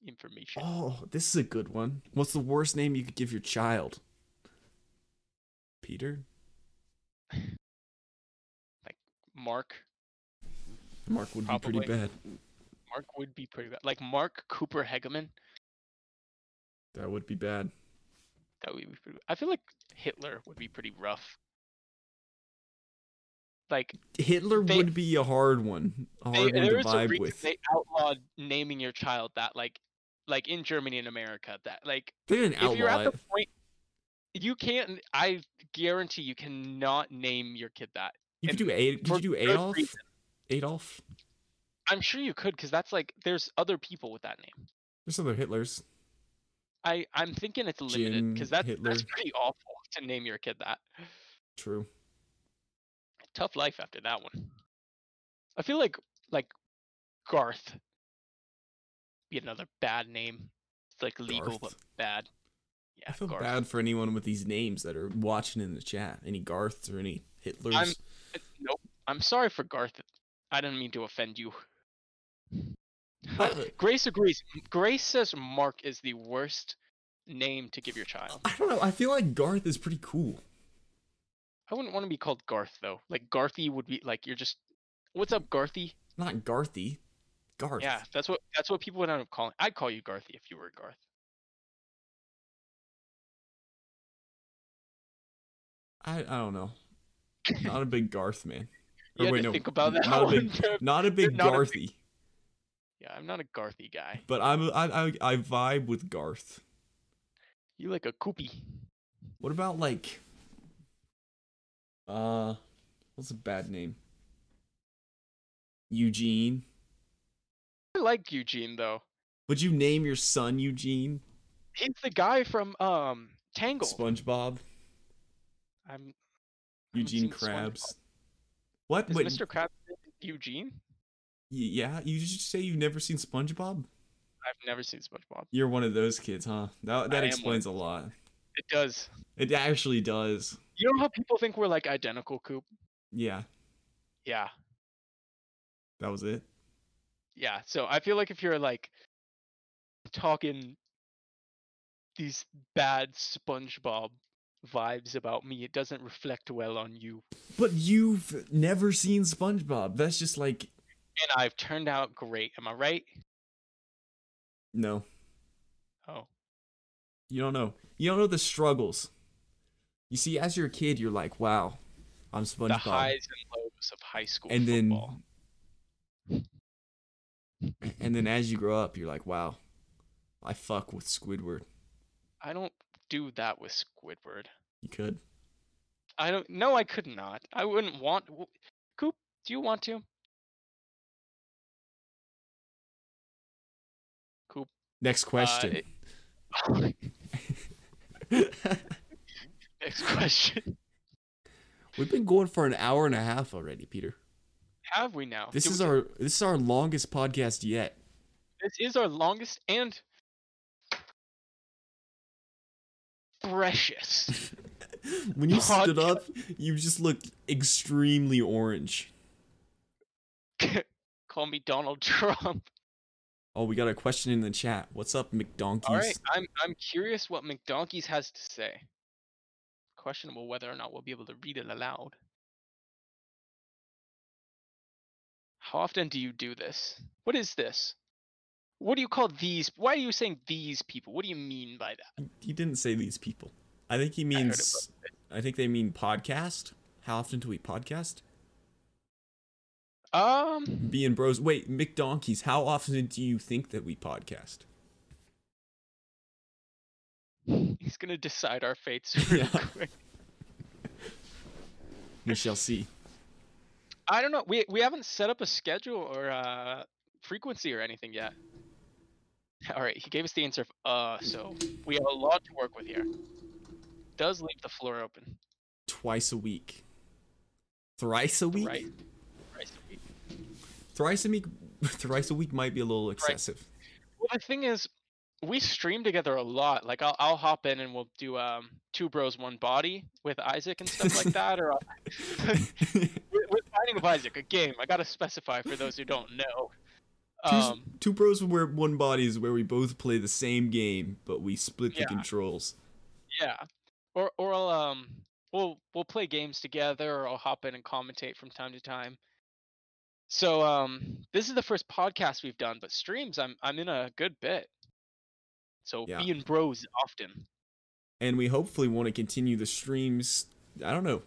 [SPEAKER 2] information.
[SPEAKER 1] Oh, this is a good one. What's the worst name you could give your child? Peter?
[SPEAKER 2] Mark,
[SPEAKER 1] Mark would be
[SPEAKER 2] Probably.
[SPEAKER 1] pretty bad.
[SPEAKER 2] Mark would be pretty bad. Like Mark Cooper Hegeman,
[SPEAKER 1] That would be bad.
[SPEAKER 2] that would be pretty. I feel like Hitler would be pretty rough. Like
[SPEAKER 1] Hitler
[SPEAKER 2] They-
[SPEAKER 1] would be a hard one. A
[SPEAKER 2] they,
[SPEAKER 1] hard one
[SPEAKER 2] there
[SPEAKER 1] to
[SPEAKER 2] is a
[SPEAKER 1] vibe
[SPEAKER 2] reason
[SPEAKER 1] with. They,
[SPEAKER 2] they outlawed naming your child that. Like, like in Germany and America, that like
[SPEAKER 1] didn't
[SPEAKER 2] if you're
[SPEAKER 1] outlaw
[SPEAKER 2] at the
[SPEAKER 1] it.
[SPEAKER 2] point, you can't. I guarantee you cannot name your kid that.
[SPEAKER 1] You could
[SPEAKER 2] and
[SPEAKER 1] do, a, could
[SPEAKER 2] for
[SPEAKER 1] you do
[SPEAKER 2] good
[SPEAKER 1] Adolf?
[SPEAKER 2] reason.
[SPEAKER 1] Adolf?
[SPEAKER 2] I'm sure you could, because that's like there's other people with that name.
[SPEAKER 1] There's other Hitlers.
[SPEAKER 2] I I'm thinking it's limited
[SPEAKER 1] Jim
[SPEAKER 2] because that's that's
[SPEAKER 1] Hitler.
[SPEAKER 2] pretty awful to name your kid that.
[SPEAKER 1] True.
[SPEAKER 2] Tough life after that one. I feel like like Garth be another bad name. It's like legal but
[SPEAKER 1] Garth.
[SPEAKER 2] bad. Yeah,
[SPEAKER 1] I feel
[SPEAKER 2] Garth.
[SPEAKER 1] bad for anyone with these names that are watching in the chat. Any Garths or any Hitlers?
[SPEAKER 2] Nope. I'm sorry for Garth. I didn't mean to offend you.
[SPEAKER 1] But-
[SPEAKER 2] Grace agrees. Grace says Mark is the worst name to give your child.
[SPEAKER 1] I don't know. I feel like Garth is pretty cool.
[SPEAKER 2] I wouldn't want to be called Garth though. Like Garthy would be like you're just what's up Garthy?
[SPEAKER 1] Not Garthy. Garth.
[SPEAKER 2] Yeah, that's what that's what people would end up calling. I'd call you Garthy if you were Garth.
[SPEAKER 1] I, I don't know. Not a big Garth man.
[SPEAKER 2] You had
[SPEAKER 1] wait,
[SPEAKER 2] to
[SPEAKER 1] no,
[SPEAKER 2] think about that
[SPEAKER 1] Not a
[SPEAKER 2] one.
[SPEAKER 1] big, not a big
[SPEAKER 2] not a
[SPEAKER 1] Garthy.
[SPEAKER 2] yeah, I'm not a Garthy guy.
[SPEAKER 1] But I'm I, I I vibe with Garth.
[SPEAKER 2] You like a Koopy.
[SPEAKER 1] What about like uh what's a bad name? Eugene.
[SPEAKER 2] I like Eugene though.
[SPEAKER 1] Would you name your son Eugene?
[SPEAKER 2] He's the guy from um Tangled.
[SPEAKER 1] SpongeBob?
[SPEAKER 2] I'm haven't
[SPEAKER 1] Eugene
[SPEAKER 2] seen SpongeBob.
[SPEAKER 1] Krabs. What?
[SPEAKER 2] is
[SPEAKER 1] Wait,
[SPEAKER 2] Mr. Krabs Eugene?
[SPEAKER 1] y- yeah, you just say you've never seen SpongeBob?
[SPEAKER 2] I've never seen SpongeBob.
[SPEAKER 1] You're one of those kids, huh? That
[SPEAKER 2] am
[SPEAKER 1] that
[SPEAKER 2] one.
[SPEAKER 1] explains a lot.
[SPEAKER 2] It does.
[SPEAKER 1] It actually does.
[SPEAKER 2] You know how people think we're like identical, Coop?
[SPEAKER 1] Yeah,
[SPEAKER 2] Yeah,
[SPEAKER 1] that was it.
[SPEAKER 2] yeah. So I feel like if you're like talking these bad SpongeBob vibes about me, it doesn't reflect well on you.
[SPEAKER 1] But you've never seen SpongeBob. That's just like
[SPEAKER 2] And I've turned out great. Am I right?
[SPEAKER 1] no.
[SPEAKER 2] Oh,
[SPEAKER 1] You don't know. You don't know the struggles. You see, as you're a kid, you're like, wow, I'm SpongeBob.
[SPEAKER 2] the highs and lows of high school
[SPEAKER 1] and then
[SPEAKER 2] football.
[SPEAKER 1] and then as you grow up, you're like, wow, I fuck with Squidward.
[SPEAKER 2] I don't do that with Squidward.
[SPEAKER 1] You could.
[SPEAKER 2] I don't. No, I could not. I wouldn't want. w- Coop, do you want to? Uh,
[SPEAKER 1] Next question.
[SPEAKER 2] Uh, it- Next question.
[SPEAKER 1] We've been going for an hour and a half already, Peter.
[SPEAKER 2] Have we now?
[SPEAKER 1] This
[SPEAKER 2] Did
[SPEAKER 1] is
[SPEAKER 2] Oh, we-
[SPEAKER 1] our this is our longest podcast yet.
[SPEAKER 2] This is our longest and precious.
[SPEAKER 1] When you stood up, you just looked extremely orange.
[SPEAKER 2] Call me Donald Trump.
[SPEAKER 1] Oh, we got a question in the chat. What's up, McDonkeys?
[SPEAKER 2] All right, I'm I'm curious what McDonkeys has to say. Questionable whether or not we'll be able to read it aloud. How often do you do this? What is this? What do you call these? Why are you saying these people? What do you mean by that?
[SPEAKER 1] He didn't say these people. I think he
[SPEAKER 2] heard
[SPEAKER 1] means. I think they mean podcast. How often do we podcast?
[SPEAKER 2] Um,
[SPEAKER 1] Being bros. Wait, McDonkeys. How often do you think that we podcast?
[SPEAKER 2] he's gonna decide our fates real
[SPEAKER 1] Yeah.
[SPEAKER 2] quick.
[SPEAKER 1] We shall see.
[SPEAKER 2] I don't know. We we haven't set up a schedule or uh frequency or anything yet. All right, he gave us the answer of uh, so we have a lot to work with here. Does leave the floor open,
[SPEAKER 1] Twice a week. Thrice a week.
[SPEAKER 2] right? Right, so we-
[SPEAKER 1] Thrice a week. Thrice a week might be a little excessive.
[SPEAKER 2] Well, the thing is, we stream together a lot. Like I'll I'll hop in and we'll do um two bros one body with Isaac and stuff like that. Or I'll- we're we're Finding of Isaac, a game. I gotta specify for those who don't know. Um,
[SPEAKER 1] Two pros where one body is where we both play the same game, but we split the
[SPEAKER 2] Yeah.
[SPEAKER 1] controls.
[SPEAKER 2] Yeah. Or or I'll um we'll we'll play games together or I'll hop in and commentate from time to time. So um this is the first podcast we've done, but streams I'm I'm in a good bit. So
[SPEAKER 1] Yeah.
[SPEAKER 2] being bros often.
[SPEAKER 1] And we hopefully want to continue the streams. I don't know.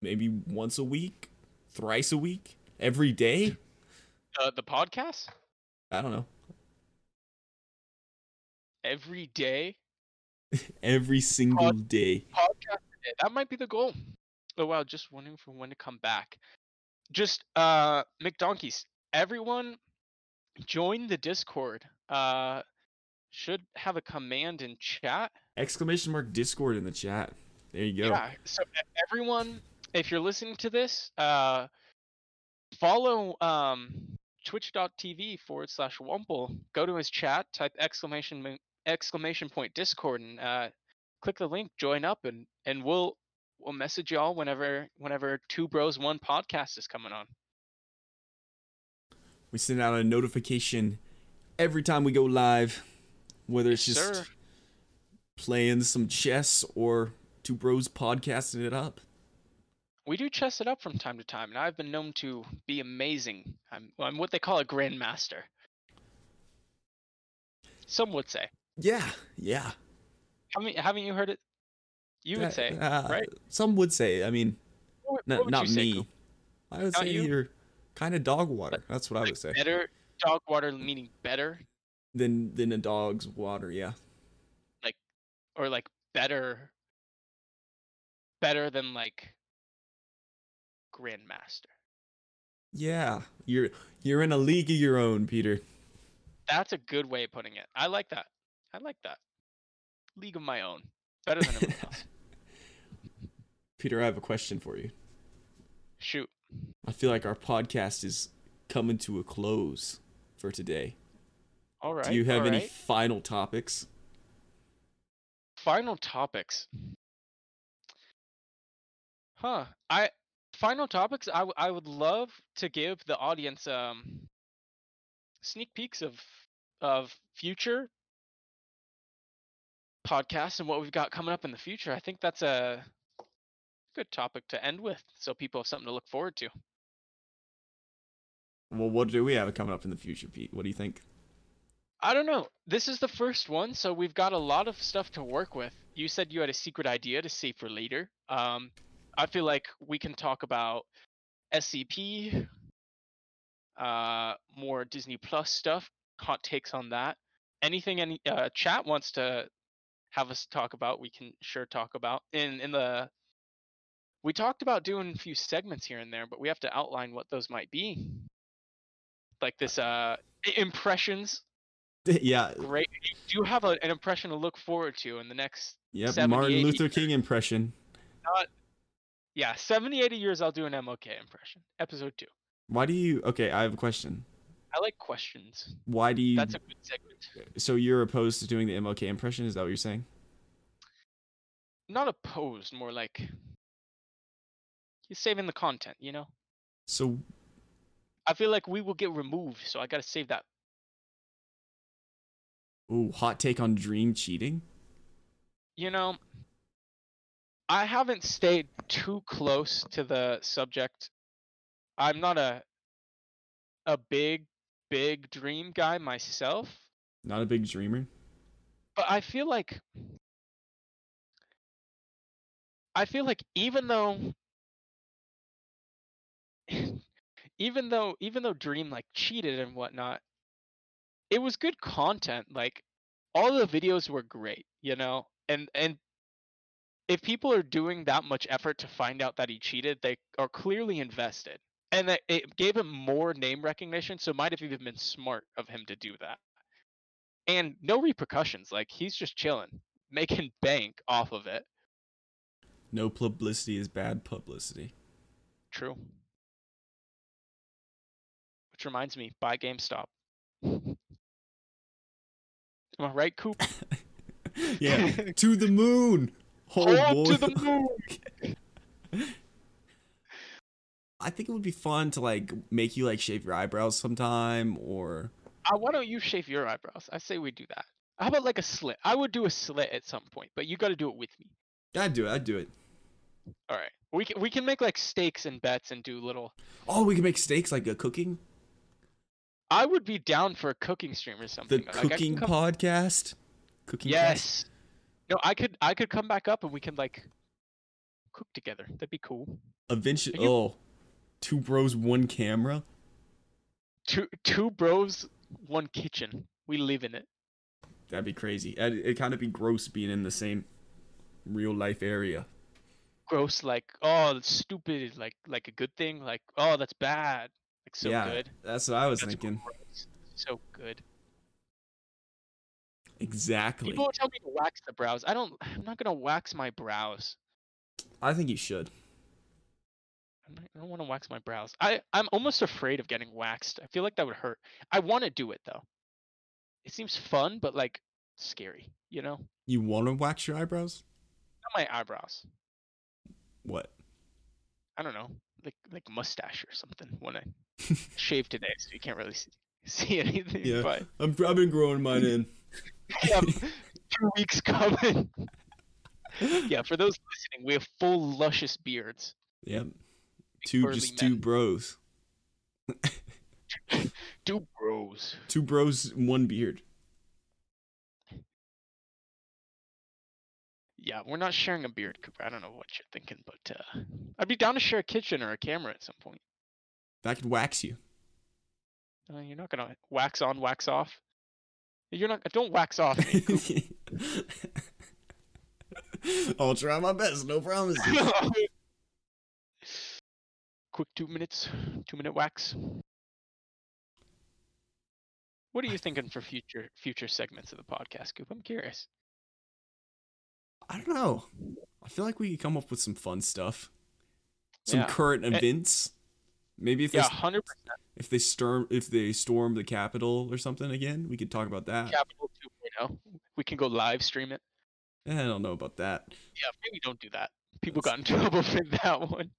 [SPEAKER 1] Maybe once a week, thrice a week, every day.
[SPEAKER 2] Uh, the podcast
[SPEAKER 1] I don't know.
[SPEAKER 2] every day
[SPEAKER 1] Every single day.
[SPEAKER 2] podcast a day. That might be the goal. Oh wow, just wondering for when to come back. Just uh McDonkeys, everyone join the Discord. Uh should have a command in chat
[SPEAKER 1] Exclamation mark Discord in the chat. There you go.
[SPEAKER 2] Yeah. So e- everyone, if you're listening to this, uh, follow um, twitch.tv forward slash Wumple. Go to his chat, type exclamation mo- exclamation point Discord, and uh, click the link, join up, and and we'll we'll message y'all whenever whenever Two Bros One podcast is coming on.
[SPEAKER 1] We send out a notification every time we go live, whether it's
[SPEAKER 2] Yes,
[SPEAKER 1] just
[SPEAKER 2] sir.
[SPEAKER 1] playing some chess or two bros podcasting it up.
[SPEAKER 2] We do chess it up from time to time, and I've been known to be amazing. I'm I'm what they call a grandmaster. Some would say.
[SPEAKER 1] Yeah, yeah.
[SPEAKER 2] Haven't haven't you heard it? You would
[SPEAKER 1] That-
[SPEAKER 2] say,
[SPEAKER 1] uh,
[SPEAKER 2] right?
[SPEAKER 1] Some would say. I mean,
[SPEAKER 2] What would-
[SPEAKER 1] n-
[SPEAKER 2] what would
[SPEAKER 1] not
[SPEAKER 2] you say,
[SPEAKER 1] me.
[SPEAKER 2] Coop?
[SPEAKER 1] I would
[SPEAKER 2] Not
[SPEAKER 1] say
[SPEAKER 2] you?
[SPEAKER 1] you're kind of dog water. That's what I would say.
[SPEAKER 2] Better dog water meaning better,
[SPEAKER 1] Than than a dog's water. Yeah.
[SPEAKER 2] or like better, better than like grandmaster.
[SPEAKER 1] Yeah. You're you're in a league of your own, Peter.
[SPEAKER 2] That's a good way of putting it. I like that. I like that. League of my own, better than everyone else.
[SPEAKER 1] Peter, I have a question for you.
[SPEAKER 2] Shoot,
[SPEAKER 1] I feel like our podcast is coming to a close for today.
[SPEAKER 2] all right.
[SPEAKER 1] Do you have
[SPEAKER 2] all
[SPEAKER 1] any
[SPEAKER 2] right.
[SPEAKER 1] final topics?
[SPEAKER 2] final topics? Huh. I final topics. I w- I would love to give the audience um sneak peeks of of future podcasts and what we've got coming up in the future. I think that's a good topic to end with, so people have something to look forward to.
[SPEAKER 1] Well, what do we have coming up in the future, Pete? What do you think?
[SPEAKER 2] I don't know. This is the first one, so we've got a lot of stuff to work with. You said you had a secret idea to save for later. Um, I feel like we can talk about SCP, uh, more Disney Plus stuff, hot takes on that. Anything any uh, chat wants to have us talk about, we can sure talk about. In in the we talked about doing a few segments here and there, but we have to outline what those might be. Like this uh i- impressions
[SPEAKER 1] yeah.
[SPEAKER 2] great. You do have a, an impression to look forward to in the next,
[SPEAKER 1] Yep.
[SPEAKER 2] 78
[SPEAKER 1] Martin Luther King impression.
[SPEAKER 2] yeah, 70, 80 years. I'll do an MLK impression. Episode two.
[SPEAKER 1] Why do you? Okay, I have a question.
[SPEAKER 2] I like questions.
[SPEAKER 1] Why do you?
[SPEAKER 2] That's a good segment.
[SPEAKER 1] so you're opposed to doing the MLK impression? Is that what you're saying?
[SPEAKER 2] Not opposed, more like you're saving the content, you know?
[SPEAKER 1] So
[SPEAKER 2] I feel like we will get removed, so I got to save that.
[SPEAKER 1] ooh, hot take on dream cheating.
[SPEAKER 2] You know, I haven't stayed too close to the subject. I'm not a a big big dream guy myself.
[SPEAKER 1] Not a big dreamer.
[SPEAKER 2] but I feel like I feel like even though even though even though Dream like cheated and whatnot, it was good content. Like all the videos were great, you know? And and if people are doing that much effort to find out that he cheated, they are clearly invested. And that it gave him more name recognition, so it might have even been smart of him to do that and no repercussions. Like he's just chilling, making bank off of it.
[SPEAKER 1] No publicity is bad publicity.
[SPEAKER 2] True. Which reminds me, buy GameStop. Am I right, Coop?
[SPEAKER 1] Yeah. to the moon. Oh,
[SPEAKER 2] All
[SPEAKER 1] boy.
[SPEAKER 2] to the moon.
[SPEAKER 1] I think it would be fun to like make you like shave your eyebrows sometime or
[SPEAKER 2] Uh, why don't you shave your eyebrows? I say we do that. How about like a slit? I would do a slit at some point, but you got to do it with me.
[SPEAKER 1] I'd do it. I'd do it.
[SPEAKER 2] All right. We can, we can make like stakes and bets and do little.
[SPEAKER 1] Oh, we could make steaks like a cooking
[SPEAKER 2] I would be down for a cooking stream or
[SPEAKER 1] the
[SPEAKER 2] something. Like, I could
[SPEAKER 1] cooking
[SPEAKER 2] come-
[SPEAKER 1] podcast. Cooking cast?
[SPEAKER 2] Yes. No, I could I could come back up and we can like cook together. That'd be cool.
[SPEAKER 1] Eventually,
[SPEAKER 2] Are you-
[SPEAKER 1] oh, two bros, one camera.
[SPEAKER 2] Two two bros, one kitchen. We live in it.
[SPEAKER 1] That'd be crazy. It'd, it'd kind of be gross being in the same real life area.
[SPEAKER 2] Gross, like oh, that's stupid. is Like like a good thing. Like oh, that's bad. Like so
[SPEAKER 1] yeah,
[SPEAKER 2] good.
[SPEAKER 1] that's what I was
[SPEAKER 2] That's
[SPEAKER 1] thinking.
[SPEAKER 2] gross, So good.
[SPEAKER 1] Exactly.
[SPEAKER 2] People tell me to wax the brows. I don't. I'm not gonna wax my brows.
[SPEAKER 1] I think you should.
[SPEAKER 2] I'm not- I don't want to wax my brows. I I'm almost afraid of getting waxed. I feel like that would hurt. I want to do it though. It seems fun, but like scary. You know,
[SPEAKER 1] You want to wax your eyebrows?
[SPEAKER 2] not my eyebrows.
[SPEAKER 1] What?
[SPEAKER 2] I don't know, like like mustache or something. When I shave today, so you can't really see, see anything.
[SPEAKER 1] Yeah.
[SPEAKER 2] But
[SPEAKER 1] I'm, I've been growing mine in.
[SPEAKER 2] yeah, two weeks coming. yeah, for those listening, we have full luscious beards.
[SPEAKER 1] Yep. Two,
[SPEAKER 2] Burly
[SPEAKER 1] just two
[SPEAKER 2] men.
[SPEAKER 1] bros.
[SPEAKER 2] Two bros.
[SPEAKER 1] Two bros, one beard.
[SPEAKER 2] Yeah, we're not sharing a beard, Cooper. I don't know what you're thinking, but uh, I'd be down to share a kitchen or a camera at some point.
[SPEAKER 1] That could wax you.
[SPEAKER 2] Uh, you're not gonna wax on, wax off. You're not. Don't wax off. me, Cooper.
[SPEAKER 1] I'll try my best, no promises.
[SPEAKER 2] Quick two minutes, two minute wax. What are you thinking for future future segments of the podcast, Coop? I'm curious.
[SPEAKER 1] I don't know. I feel like we could come up with some fun stuff, some
[SPEAKER 2] Yeah.
[SPEAKER 1] current
[SPEAKER 2] Eh.
[SPEAKER 1] events. Maybe if they
[SPEAKER 2] Yeah,
[SPEAKER 1] s
[SPEAKER 2] hundred percent
[SPEAKER 1] if they storm if they storm the Capitol or something again, we could talk about that.
[SPEAKER 2] capital two oh. We can go live stream it.
[SPEAKER 1] Eh, I don't know about that.
[SPEAKER 2] Yeah, maybe don't do that. People got in trouble for that one.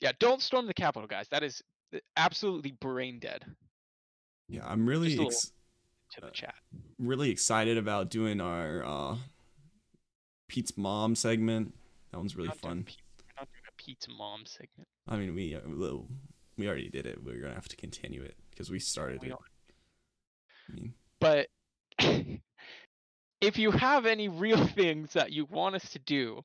[SPEAKER 2] Yeah, don't storm the Capitol, guys. That is uh, absolutely brain dead
[SPEAKER 1] Yeah, I'm really
[SPEAKER 2] Just a
[SPEAKER 1] ex-
[SPEAKER 2] to the
[SPEAKER 1] Uh,
[SPEAKER 2] chat.
[SPEAKER 1] really excited about doing our uh, Pete's mom segment. That one's really
[SPEAKER 2] Not doing
[SPEAKER 1] fun.
[SPEAKER 2] pe- we're not doing a pizza mom segment.
[SPEAKER 1] I mean, we uh, well, we already did it. We're gonna have to continue it because we started
[SPEAKER 2] We
[SPEAKER 1] it.
[SPEAKER 2] don't-
[SPEAKER 1] I mean,
[SPEAKER 2] but if you have any real things that you want us to do,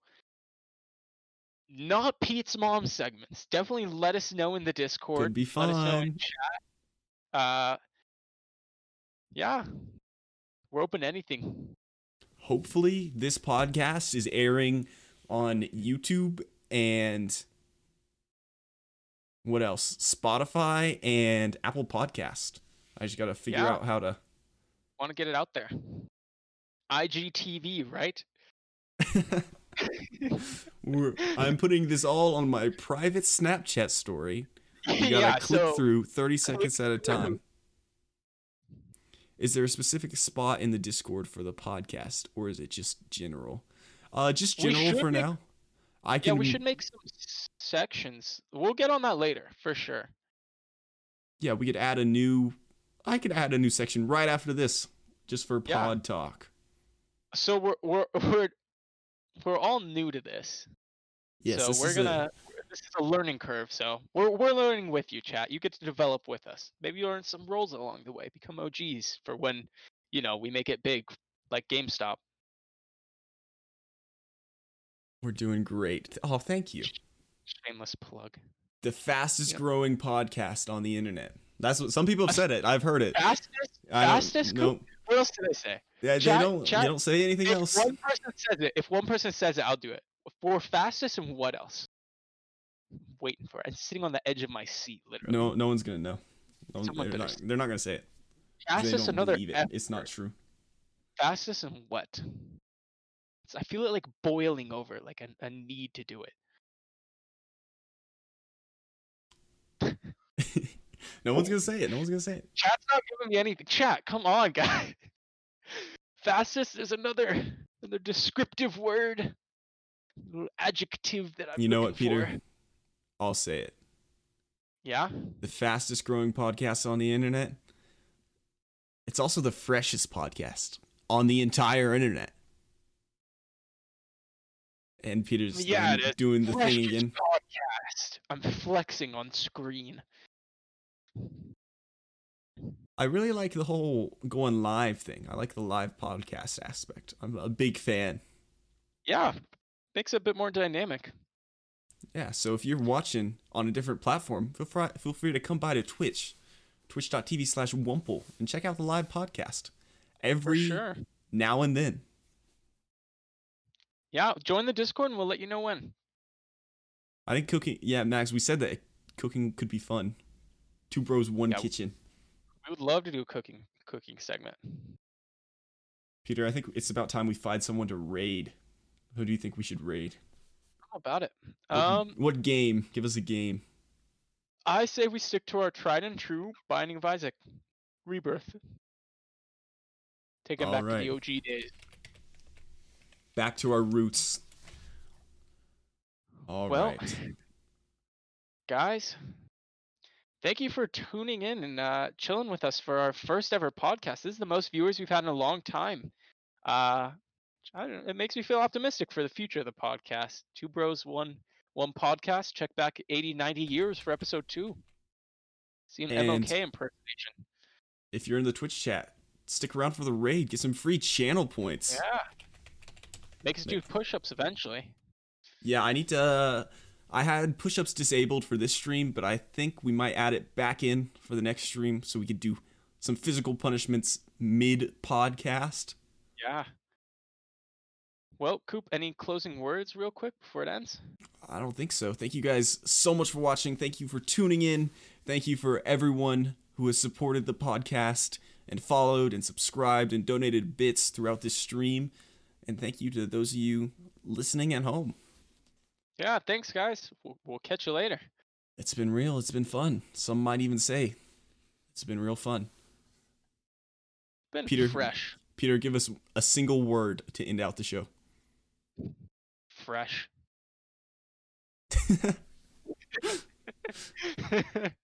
[SPEAKER 2] not Pete's mom segments, definitely let us know in the Discord.
[SPEAKER 1] could be
[SPEAKER 2] Let us know in
[SPEAKER 1] fun.
[SPEAKER 2] chat. Uh, yeah, we're open to anything.
[SPEAKER 1] hopefully this podcast is airing on YouTube and what else? Spotify and Apple Podcast. I just got to figure
[SPEAKER 2] Yeah.
[SPEAKER 1] out how to
[SPEAKER 2] Want to get it out there. IGTV, right?
[SPEAKER 1] We're, I'm putting this all on my private Snapchat story. You got to click through 30 seconds at a
[SPEAKER 2] through.
[SPEAKER 1] time. Is there a specific spot in the Discord for the podcast or is it just general? Uh just
[SPEAKER 2] We
[SPEAKER 1] general
[SPEAKER 2] should
[SPEAKER 1] for
[SPEAKER 2] make-
[SPEAKER 1] now. I
[SPEAKER 2] yeah,
[SPEAKER 1] can
[SPEAKER 2] we should make some s- sections. We'll get on that later for sure.
[SPEAKER 1] yeah, we could add a new. I could add a new section right after this, just for
[SPEAKER 2] Yeah.
[SPEAKER 1] pod talk.
[SPEAKER 2] So we're we're we're we're all new to this.
[SPEAKER 1] Yes,
[SPEAKER 2] so
[SPEAKER 1] this
[SPEAKER 2] we're
[SPEAKER 1] is a-
[SPEAKER 2] gonna this is a learning curve, so we're we're learning with you, chat. You get to develop with us. Maybe you learn some roles along the way, become OGs for when, you know, we make it big like GameStop.
[SPEAKER 1] we're doing great. Oh, thank you.
[SPEAKER 2] Shameless plug.
[SPEAKER 1] The fastest
[SPEAKER 2] Yeah.
[SPEAKER 1] growing podcast on the internet. That's what some people have said. It. I've heard it.
[SPEAKER 2] Fastest
[SPEAKER 1] I don't-
[SPEAKER 2] fastest
[SPEAKER 1] No,
[SPEAKER 2] cook- what else did I say?
[SPEAKER 1] yeah, they
[SPEAKER 2] Chat-
[SPEAKER 1] don't.
[SPEAKER 2] chat-
[SPEAKER 1] they don't say anything
[SPEAKER 2] if
[SPEAKER 1] else.
[SPEAKER 2] one person says it, if one person says it, I'll do it. For fastest and what else? Waiting for it. I'm sitting on the edge of my seat, literally.
[SPEAKER 1] No, no one's gonna know. No,
[SPEAKER 2] Someone
[SPEAKER 1] they're
[SPEAKER 2] better
[SPEAKER 1] not.
[SPEAKER 2] say
[SPEAKER 1] They're not gonna say it. 'cause They
[SPEAKER 2] fastest
[SPEAKER 1] don't
[SPEAKER 2] another
[SPEAKER 1] believe it.
[SPEAKER 2] F
[SPEAKER 1] It's not
[SPEAKER 2] word.
[SPEAKER 1] true.
[SPEAKER 2] fastest and what? It's- I feel it like boiling over, like a, a need to do it.
[SPEAKER 1] no one's gonna say it. No one's gonna say it.
[SPEAKER 2] Chat's not giving me anything. Chat, come on, guys. Fastest is another another descriptive word, little adjective that I'm.
[SPEAKER 1] You know what,
[SPEAKER 2] looking
[SPEAKER 1] Peter?
[SPEAKER 2] for.
[SPEAKER 1] I'll say it.
[SPEAKER 2] Yeah.
[SPEAKER 1] The fastest growing podcast on the internet. It's also the freshest podcast on the entire internet. And Peter's
[SPEAKER 2] Yeah,
[SPEAKER 1] done
[SPEAKER 2] it is.
[SPEAKER 1] doing the thing
[SPEAKER 2] Freshest
[SPEAKER 1] again.
[SPEAKER 2] Podcast. I'm flexing on screen.
[SPEAKER 1] I really like the whole going live thing. I like the live podcast aspect. I'm a big fan.
[SPEAKER 2] Yeah, makes it a bit more dynamic.
[SPEAKER 1] Yeah, so if you're watching on a different platform, feel free, feel free to come by to Twitch, twitch.tv slash Wumple, and check out the live podcast
[SPEAKER 2] For
[SPEAKER 1] every
[SPEAKER 2] sure.
[SPEAKER 1] now and then.
[SPEAKER 2] Yeah, join the Discord and we'll let you know when.
[SPEAKER 1] I think cooking, yeah, Max, we said that cooking could be fun. Two bros, one
[SPEAKER 2] Yep.
[SPEAKER 1] kitchen.
[SPEAKER 2] We would love to do a cooking cooking segment.
[SPEAKER 1] Peter, I think it's about time we find someone to raid. Who do you think we should raid?
[SPEAKER 2] How about it?
[SPEAKER 1] What-
[SPEAKER 2] Um,
[SPEAKER 1] what game? Give us a game.
[SPEAKER 2] I say we stick to our tried and true Binding of Isaac, Rebirth. Take it back
[SPEAKER 1] Alright.
[SPEAKER 2] to the OG days.
[SPEAKER 1] Back to our roots. All right.
[SPEAKER 2] well, guys, thank you for tuning in and uh, chilling with us for our first ever podcast. This is the most viewers we've had in a long time. Uh, I don't, it makes me feel optimistic for the future of the podcast. Two bros, one one podcast. Check back 80, 90 years for episode two. See an
[SPEAKER 1] And-
[SPEAKER 2] MLK impersonation.
[SPEAKER 1] if you're in the Twitch chat, stick around for the raid. Get some free channel points.
[SPEAKER 2] Yeah. Makes us do push-ups eventually.
[SPEAKER 1] Yeah, I need to. uh, I had push-ups disabled for this stream, but I think we might add it back in for the next stream so we could do some physical punishments mid podcast.
[SPEAKER 2] Yeah. Well, Coop, any closing words real quick before it ends?
[SPEAKER 1] I don't think so. Thank you guys so much for watching. Thank you for tuning in. Thank you for everyone who has supported the podcast and followed and subscribed and donated bits throughout this stream. And thank you to those of you listening at home.
[SPEAKER 2] Yeah, thanks, guys. We'll, we'll catch you later.
[SPEAKER 1] It's been real. It's been fun. Some might even say it's been real fun.
[SPEAKER 2] Been
[SPEAKER 1] Peter-
[SPEAKER 2] fresh,
[SPEAKER 1] Peter, give us a single word to end out the show.
[SPEAKER 2] fresh.